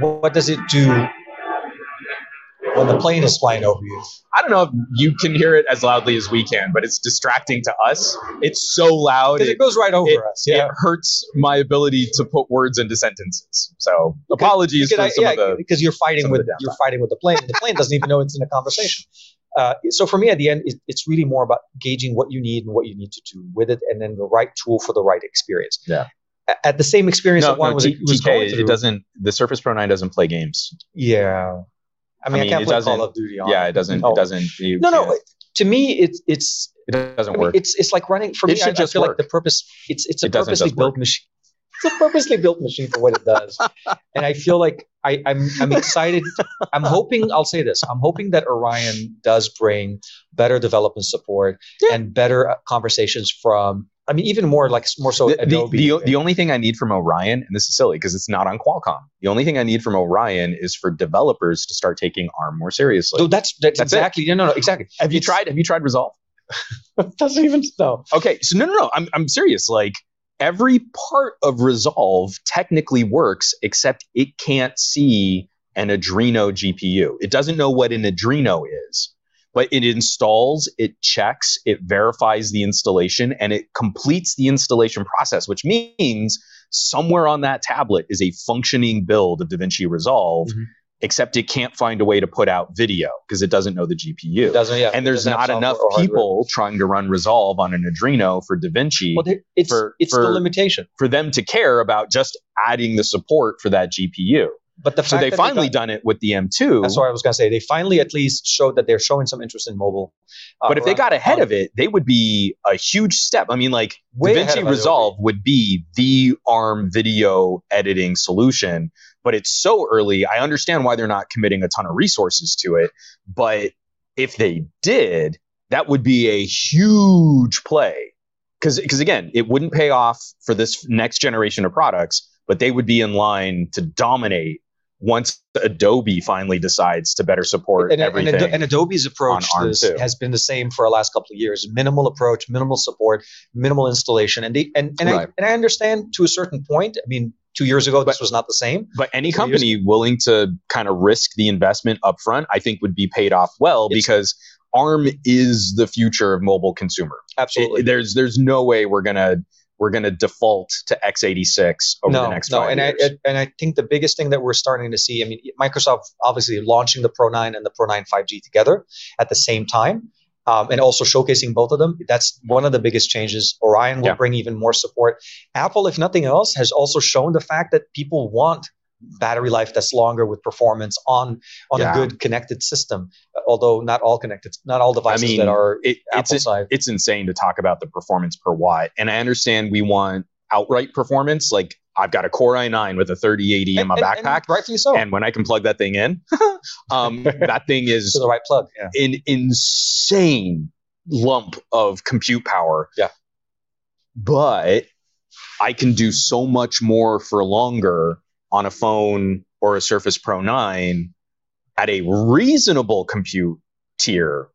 Speaker 2: what does it do when the plane is flying over you.
Speaker 1: I don't know if you can hear it as loudly as we can, but it's distracting to us. It's so loud.
Speaker 2: Because it
Speaker 1: It,
Speaker 2: goes right over
Speaker 1: it-
Speaker 2: us. Yeah.
Speaker 1: it hurts my ability to put words into sentences. So apologies
Speaker 2: Because
Speaker 1: for
Speaker 2: I-
Speaker 1: some
Speaker 2: yeah,
Speaker 1: of the.
Speaker 2: because you're fighting
Speaker 1: some of
Speaker 2: with
Speaker 1: the downtime.
Speaker 2: you're fighting with the plane. The plane doesn't even know it's in a conversation. Uh, so for me, at the end, it, it's really more about gauging what you need and what you need to do with it, and then the right tool for the right experience.
Speaker 1: Yeah.
Speaker 2: A- At the same experience that one was,
Speaker 1: T-
Speaker 2: was
Speaker 1: TK,
Speaker 2: going through.
Speaker 1: it doesn't. The Surface Pro 9 doesn't play games.
Speaker 2: Yeah. I mean, I,
Speaker 1: mean,
Speaker 2: can't
Speaker 1: it
Speaker 2: play
Speaker 1: doesn't-
Speaker 2: Call of Duty on.
Speaker 1: Yeah, it doesn't.
Speaker 2: Oh.
Speaker 1: It doesn't. you
Speaker 2: No, no.
Speaker 1: can't.
Speaker 2: it- to me, it's it's
Speaker 1: It
Speaker 2: I
Speaker 1: doesn't
Speaker 2: mean,
Speaker 1: work.
Speaker 2: it's it's like running for
Speaker 1: It
Speaker 2: me.
Speaker 1: should
Speaker 2: I,
Speaker 1: just
Speaker 2: I feel
Speaker 1: work.
Speaker 2: like the purpose. It's it's a
Speaker 1: It doesn't
Speaker 2: purposely
Speaker 1: just
Speaker 2: built machine. It's a purposely built machine for what it does, and I feel like I, I'm I'm excited. I'm hoping I'll say this. I'm hoping that Orion does bring better development support
Speaker 1: Yeah.
Speaker 2: and better uh, conversations from. I mean, even more like more so
Speaker 1: the, the-
Speaker 2: Adobe.
Speaker 1: the, the only thing I need from Orion, and this is silly because it's not on Qualcomm. The only thing I need from Orion is for developers to start taking ARM more seriously.
Speaker 2: so that's that's,
Speaker 1: That's it.
Speaker 2: exactly no no no exactly.
Speaker 1: have you
Speaker 2: it's-
Speaker 1: tried? Have you tried Resolve?
Speaker 2: doesn't even know.
Speaker 1: Okay, so no, no, no. I'm I'm serious. Like every part of Resolve technically works, except it can't see an Adreno GPU. It doesn't know what an Adreno is, but it installs, it checks, it verifies the installation, and it completes the installation process, which means somewhere on that tablet is a functioning build of DaVinci Resolve.
Speaker 2: Mhm.
Speaker 1: Except it can't find a way to put out video because it doesn't know the GPU
Speaker 2: It doesn't yeah.
Speaker 1: and there's
Speaker 2: doesn't
Speaker 1: not
Speaker 2: have software
Speaker 1: enough
Speaker 2: or hardware.
Speaker 1: people trying to run Resolve on an Adreno for DaVinci
Speaker 2: Well, there- it's
Speaker 1: for-
Speaker 2: it's
Speaker 1: for-
Speaker 2: the limitation.
Speaker 1: for them to care about just adding the support for that GPU.
Speaker 2: But the
Speaker 1: So
Speaker 2: fact
Speaker 1: they
Speaker 2: that
Speaker 1: finally
Speaker 2: got-
Speaker 1: done it with the M2.
Speaker 2: That's what I was gonna say. They finally at least showed that they're showing some interest in mobile. Uh,
Speaker 1: but if they
Speaker 2: around-
Speaker 1: got ahead of it, they would be a huge step. I mean, like
Speaker 2: Way ahead
Speaker 1: DaVinci
Speaker 2: of Adobe.
Speaker 1: Resolve would be the ARM video editing solution, but it's so early. I understand why they're not committing a ton of resources to it, but if they did, that would be a huge play. Because again, it wouldn't pay off for this next generation of products, but they would be in line to dominate once Adobe finally decides to better support
Speaker 2: and, and,
Speaker 1: everything.
Speaker 2: and, Ado- and Adobe's approach
Speaker 1: on
Speaker 2: to
Speaker 1: ARM
Speaker 2: this
Speaker 1: too.
Speaker 2: has been the same for the last couple of years: minimal approach, minimal support, minimal installation, and they, and and,
Speaker 1: Right.
Speaker 2: I, and I understand to a certain point. I mean, two years ago this was not the same.
Speaker 1: But any
Speaker 2: So you're-
Speaker 1: company willing to kind of risk the investment up front, I think would be paid off well
Speaker 2: It's-
Speaker 1: because ARM is the future of mobile consumer. It-
Speaker 2: Absolutely,
Speaker 1: there's there's no way we're gonna we're gonna default to x86 over
Speaker 2: no,
Speaker 1: the next
Speaker 2: no,
Speaker 1: five
Speaker 2: and
Speaker 1: years.
Speaker 2: I, and I think the biggest thing that we're starting to see. I mean, Microsoft obviously launching the Pro 9 and the Pro 9 5G together at the same time, um, and also showcasing both of them. That's one of the biggest changes. Orion will
Speaker 1: Yeah.
Speaker 2: bring even more support. Apple, if nothing else, has also shown the fact that people want battery life that's longer with performance on on
Speaker 1: Yeah.
Speaker 2: a good connected system. Although not all connected, not all devices
Speaker 1: mean,
Speaker 2: that are
Speaker 1: It- it's
Speaker 2: Apple side.
Speaker 1: it's insane to talk about the performance per watt. And I understand we want outright performance. Like I've got a Core i9 with a 3080 in my
Speaker 2: And- and-
Speaker 1: backpack,
Speaker 2: and rightfully so.
Speaker 1: and when I can plug that thing in, um, that thing is
Speaker 2: to the right plug. Yeah.
Speaker 1: an insane lump of compute power.
Speaker 2: Yeah.
Speaker 1: But I can do so much more for longer on a phone or a Surface Pro 9 at a reasonable compute tier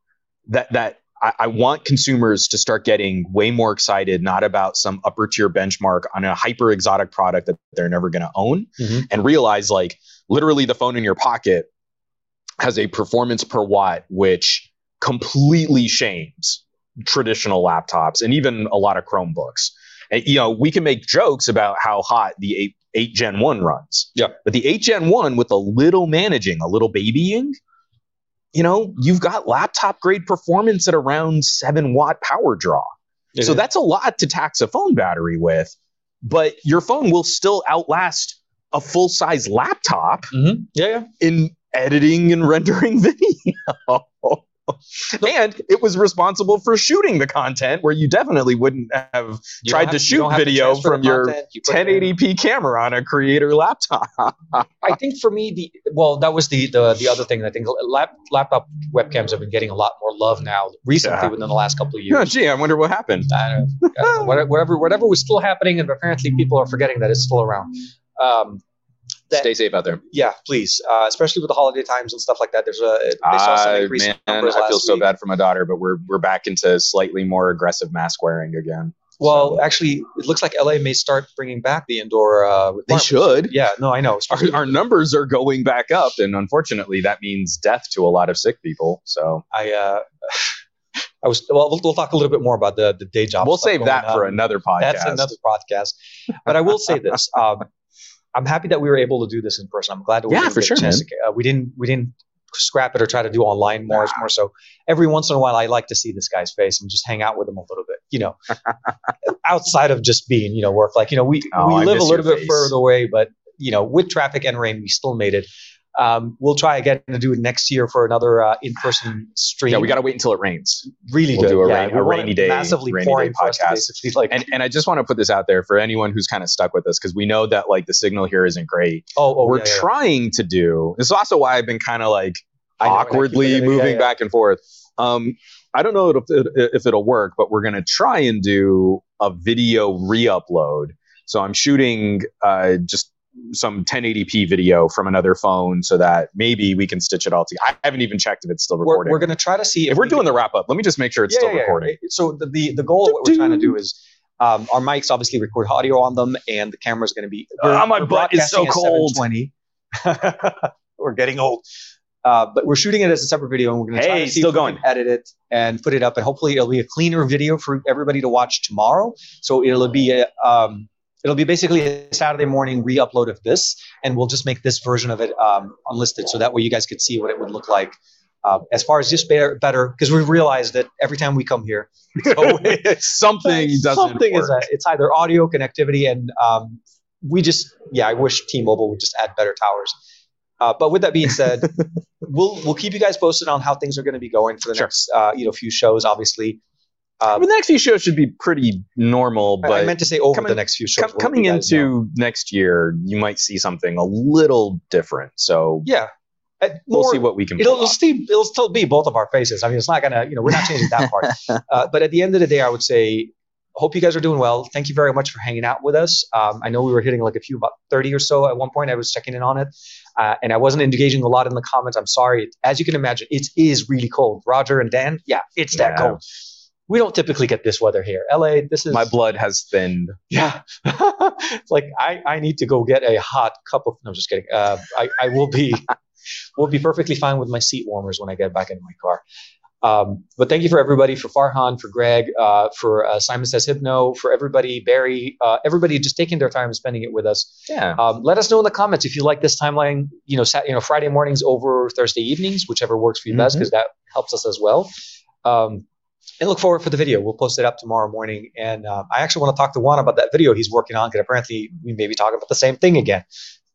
Speaker 1: that that I, I want consumers to start getting way more excited, not about some upper tier benchmark on a hyper exotic product that they're never going to own,
Speaker 2: Mhm.
Speaker 1: and realize like literally the phone in your pocket has a performance per watt which completely shames traditional laptops and even a lot of Chromebooks. And, you know, we can make jokes about how hot the 8, 8 Gen 1 runs.
Speaker 2: Yeah.
Speaker 1: But the 8 Gen 1 with a little managing, a little babying, you know, you've got laptop grade performance at around 7 watt power draw. So that's a lot to tax a phone battery with, but your phone will still outlast a full size laptop
Speaker 2: Mhm. yeah, yeah.
Speaker 1: in editing and rendering video. and it was responsible for shooting the content where you definitely wouldn't have
Speaker 2: You
Speaker 1: tried to
Speaker 2: don't have- you
Speaker 1: shoot
Speaker 2: don't have to
Speaker 1: video
Speaker 2: transfer the
Speaker 1: from your
Speaker 2: content, you put it in.
Speaker 1: 1080p camera on a creator laptop.
Speaker 2: I think for me, the well, that was the the, the other thing. I think lap, laptop webcams have been getting a lot more love now recently
Speaker 1: Yeah.
Speaker 2: within the last couple of
Speaker 1: Oh,
Speaker 2: years.
Speaker 1: gee, I wonder what happened.
Speaker 2: I don't know, I don't know, whatever- whatever, whatever was still happening, and apparently people are forgetting that it's still around. Um, That- Stay
Speaker 1: safe out there.
Speaker 2: yeah, please, uh, especially with the holiday times and stuff like that. There's a they saw some increase in numbers last week.
Speaker 1: bad for my daughter, but we're we're back into slightly more aggressive mask wearing again.
Speaker 2: Well,
Speaker 1: So-
Speaker 2: actually, it looks like LA may start bringing back the indoor. Uh,
Speaker 1: They
Speaker 2: requirements.
Speaker 1: should.
Speaker 2: Yeah, no, I know.
Speaker 1: Our,
Speaker 2: especially-
Speaker 1: our numbers are going back up, and unfortunately, that means death to a lot of sick people. So
Speaker 2: I uh, I was well. We'll we'll talk a little bit more about the the day job.
Speaker 1: we'll
Speaker 2: stuff
Speaker 1: save
Speaker 2: going
Speaker 1: that for
Speaker 2: on.
Speaker 1: another podcast.
Speaker 2: That's another podcast. But I will say this: um, I'm happy that we were able to do this in person. I'm glad that we
Speaker 1: Yeah,
Speaker 2: were able
Speaker 1: for
Speaker 2: to
Speaker 1: sure,
Speaker 2: get a chance to- uh, we didn't we didn't scrap it or try to do online more it's more so. Every once in a while, I like to see this guy's face and just hang out with him a little bit. You know, outside of just being you know work. Like you know, we
Speaker 1: Oh,
Speaker 2: we
Speaker 1: I
Speaker 2: live a
Speaker 1: miss
Speaker 2: little
Speaker 1: your
Speaker 2: bit
Speaker 1: face.
Speaker 2: further away, but you know, with traffic and rain, we still made it. Um, we'll try again to do it next year for another uh, in-person stream.
Speaker 1: Yeah, we got to wait until it rains.
Speaker 2: really
Speaker 1: we'll
Speaker 2: good.
Speaker 1: do a
Speaker 2: yeah,
Speaker 1: rain-
Speaker 2: we
Speaker 1: a
Speaker 2: want it
Speaker 1: rainy day-
Speaker 2: massively
Speaker 1: rainy day
Speaker 2: pouring for us to
Speaker 1: podcast.
Speaker 2: basically, like,
Speaker 1: And and I just want to put this out there for anyone who's kind of stuck with us because we know that like the signal here isn't great.
Speaker 2: oh, oh,
Speaker 1: We're
Speaker 2: yeah, yeah.
Speaker 1: trying to do. This is also why I've been kind of like
Speaker 2: I know, and I keep
Speaker 1: awkwardly
Speaker 2: forgetting. Yeah,
Speaker 1: moving
Speaker 2: yeah.
Speaker 1: back and forth. Um, I don't know if, if it'll work, but we're gonna try and do a video re-upload. So I'm shooting uh, just some 1080p video from another phone so that maybe we can stitch it all together. I haven't even checked if it's still
Speaker 2: We're,
Speaker 1: recording.
Speaker 2: we're going to try to see
Speaker 1: if we're
Speaker 2: we
Speaker 1: doing the wrap up, let me just make sure it's
Speaker 2: Yeah,
Speaker 1: still
Speaker 2: yeah, yeah.
Speaker 1: recording.
Speaker 2: So the, the, the goal of what we're trying to do is um, our mics obviously record audio on them, and the camera's going to be. we're-
Speaker 1: Ah, my
Speaker 2: we're
Speaker 1: butt is so
Speaker 2: broadcasting at
Speaker 1: cold.
Speaker 2: 720. we're getting old. Uh, but we're shooting it as a separate video, and we're going to try
Speaker 1: Hey,
Speaker 2: to see
Speaker 1: still
Speaker 2: if we can
Speaker 1: going.
Speaker 2: edit it and put it up, and hopefully it'll be a cleaner video for everybody to watch tomorrow. So it'll be a, um, it'll be basically a Saturday morning re-upload of this, and we'll just make this version of it um, unlisted, so that way you guys could see what it would look like. Uh, as far as just better, better because we've realized that every time we come here,
Speaker 1: something doesn't
Speaker 2: Oh, something
Speaker 1: work.
Speaker 2: is a, it's either audio connectivity and um, we just yeah i wish t-mobile would just add better towers uh, but with that being said we'll we'll keep you guys posted on how things are going to be going for the
Speaker 1: Sure.
Speaker 2: next uh, you know few shows obviously
Speaker 1: I
Speaker 2: um,
Speaker 1: mean, the next few shows should be pretty normal,
Speaker 2: I-
Speaker 1: but
Speaker 2: I meant to say over the
Speaker 1: coming-
Speaker 2: next few shows
Speaker 1: com-
Speaker 2: we'll let
Speaker 1: coming
Speaker 2: you guys
Speaker 1: into
Speaker 2: know.
Speaker 1: next year, you might see something a little different. So
Speaker 2: yeah Uh,
Speaker 1: we'll
Speaker 2: more-
Speaker 1: see what we can.
Speaker 2: It'll,
Speaker 1: pull
Speaker 2: it'll,
Speaker 1: off.
Speaker 2: still, it'll still be both of our faces. I mean, it's not gonna, you know, we're not changing that part. Uh, but at the end of the day, I would say, hope you guys are doing well. Thank you very much for hanging out with us. Um, I know we were hitting like a few, about 30 or so at one point. I was checking in on it, uh, and I wasn't engaging a lot in the comments. I'm sorry. As you can imagine, it is really cold. Roger and Dan, yeah, it's that
Speaker 1: Yeah.
Speaker 2: cold. We don't typically get this weather here. LA, this is
Speaker 1: My blood has thinned.
Speaker 2: yeah. It's like I, I need to go get a hot cup of no, just kidding. Uh, I, I will be will be perfectly fine with my seat warmers when I get back into my car. Um, but thank you for everybody, for Farhan, for Greg, uh, for uh, Simon Says Hypno, for everybody, Barry, uh, everybody just taking their time and spending it with us.
Speaker 1: Yeah.
Speaker 2: Um, let us know in the comments if you like this timeline, you know, sat, you know, Friday mornings over Thursday evenings, whichever works for you best,
Speaker 1: Mhm.
Speaker 2: because that helps us as well. Um, and look forward for the video. We'll post it up tomorrow morning. And uh, I actually want to talk to Juan about that video he's working on, because apparently we may be talking about the same thing again.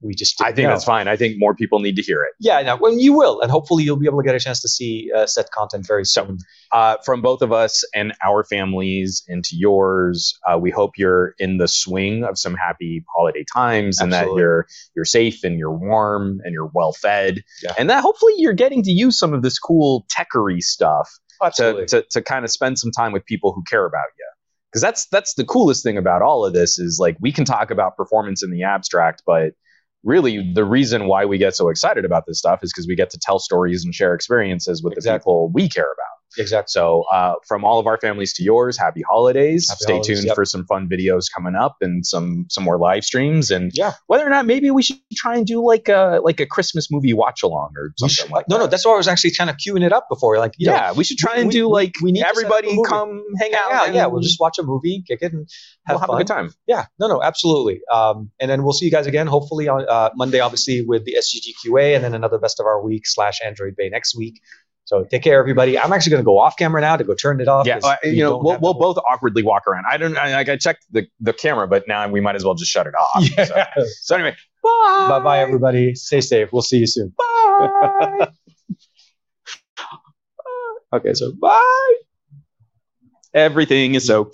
Speaker 2: We just
Speaker 1: I
Speaker 2: didn't
Speaker 1: think
Speaker 2: know.
Speaker 1: that's fine. I think more people need to hear it.
Speaker 2: yeah. No, well, you will, and hopefully you'll be able to get a chance to see uh, set content very soon.
Speaker 1: Uh, from both of us and our families into yours, uh, we hope you're in the swing of some happy holiday times and that
Speaker 2: Absolutely.
Speaker 1: you're you're safe and you're warm and you're well fed.
Speaker 2: Yeah.
Speaker 1: And that hopefully you're getting to use some of this cool techery stuff to, to, to kind of spend some time with people who care about you because that's that's the coolest thing about all of this is like we can talk about performance in the abstract but really the reason why we get so excited about this stuff is because we get to tell stories and share experiences with the
Speaker 2: Exactly.
Speaker 1: people we care about
Speaker 2: exactly.
Speaker 1: so uh, from all of our families to yours happy holidays
Speaker 2: Happy
Speaker 1: stay
Speaker 2: holidays,
Speaker 1: tuned
Speaker 2: yep.
Speaker 1: for some fun videos coming up and some some more live streams and
Speaker 2: Yeah.
Speaker 1: whether or not maybe we should try and do like a like a christmas movie watch along or
Speaker 2: We
Speaker 1: something
Speaker 2: should-
Speaker 1: like
Speaker 2: no,
Speaker 1: that
Speaker 2: no, that's why I was actually kind of queuing it up before. Like, you know,
Speaker 1: yeah, we should try and
Speaker 2: we-
Speaker 1: do
Speaker 2: we-
Speaker 1: like
Speaker 2: we need to set up a
Speaker 1: everybody
Speaker 2: movie.
Speaker 1: come hang out.
Speaker 2: yeah,
Speaker 1: and
Speaker 2: yeah, we'll just watch a movie, kick it, and have,
Speaker 1: we'll have
Speaker 2: fun.
Speaker 1: a good time.
Speaker 2: Yeah, no, no, absolutely. Um, and then we'll see you guys again, hopefully on uh, Monday, obviously with the SGGQA, and then another best of our week slash Android Bay next week. So take care, everybody. I'm actually going to go off camera now to go turn it off.
Speaker 1: Yeah,
Speaker 2: 'cause
Speaker 1: uh,
Speaker 2: we
Speaker 1: you know,
Speaker 2: don't
Speaker 1: we'll,
Speaker 2: have
Speaker 1: we'll
Speaker 2: that-
Speaker 1: both awkwardly walk around. I don't I, like I checked the, the camera, but now we might as well just shut it off. So,
Speaker 2: Yeah.
Speaker 1: so anyway, bye.
Speaker 2: bye, bye, everybody. Stay safe. We'll see you soon.
Speaker 1: Bye.
Speaker 2: Okay, so bye.
Speaker 1: Everything is soaked.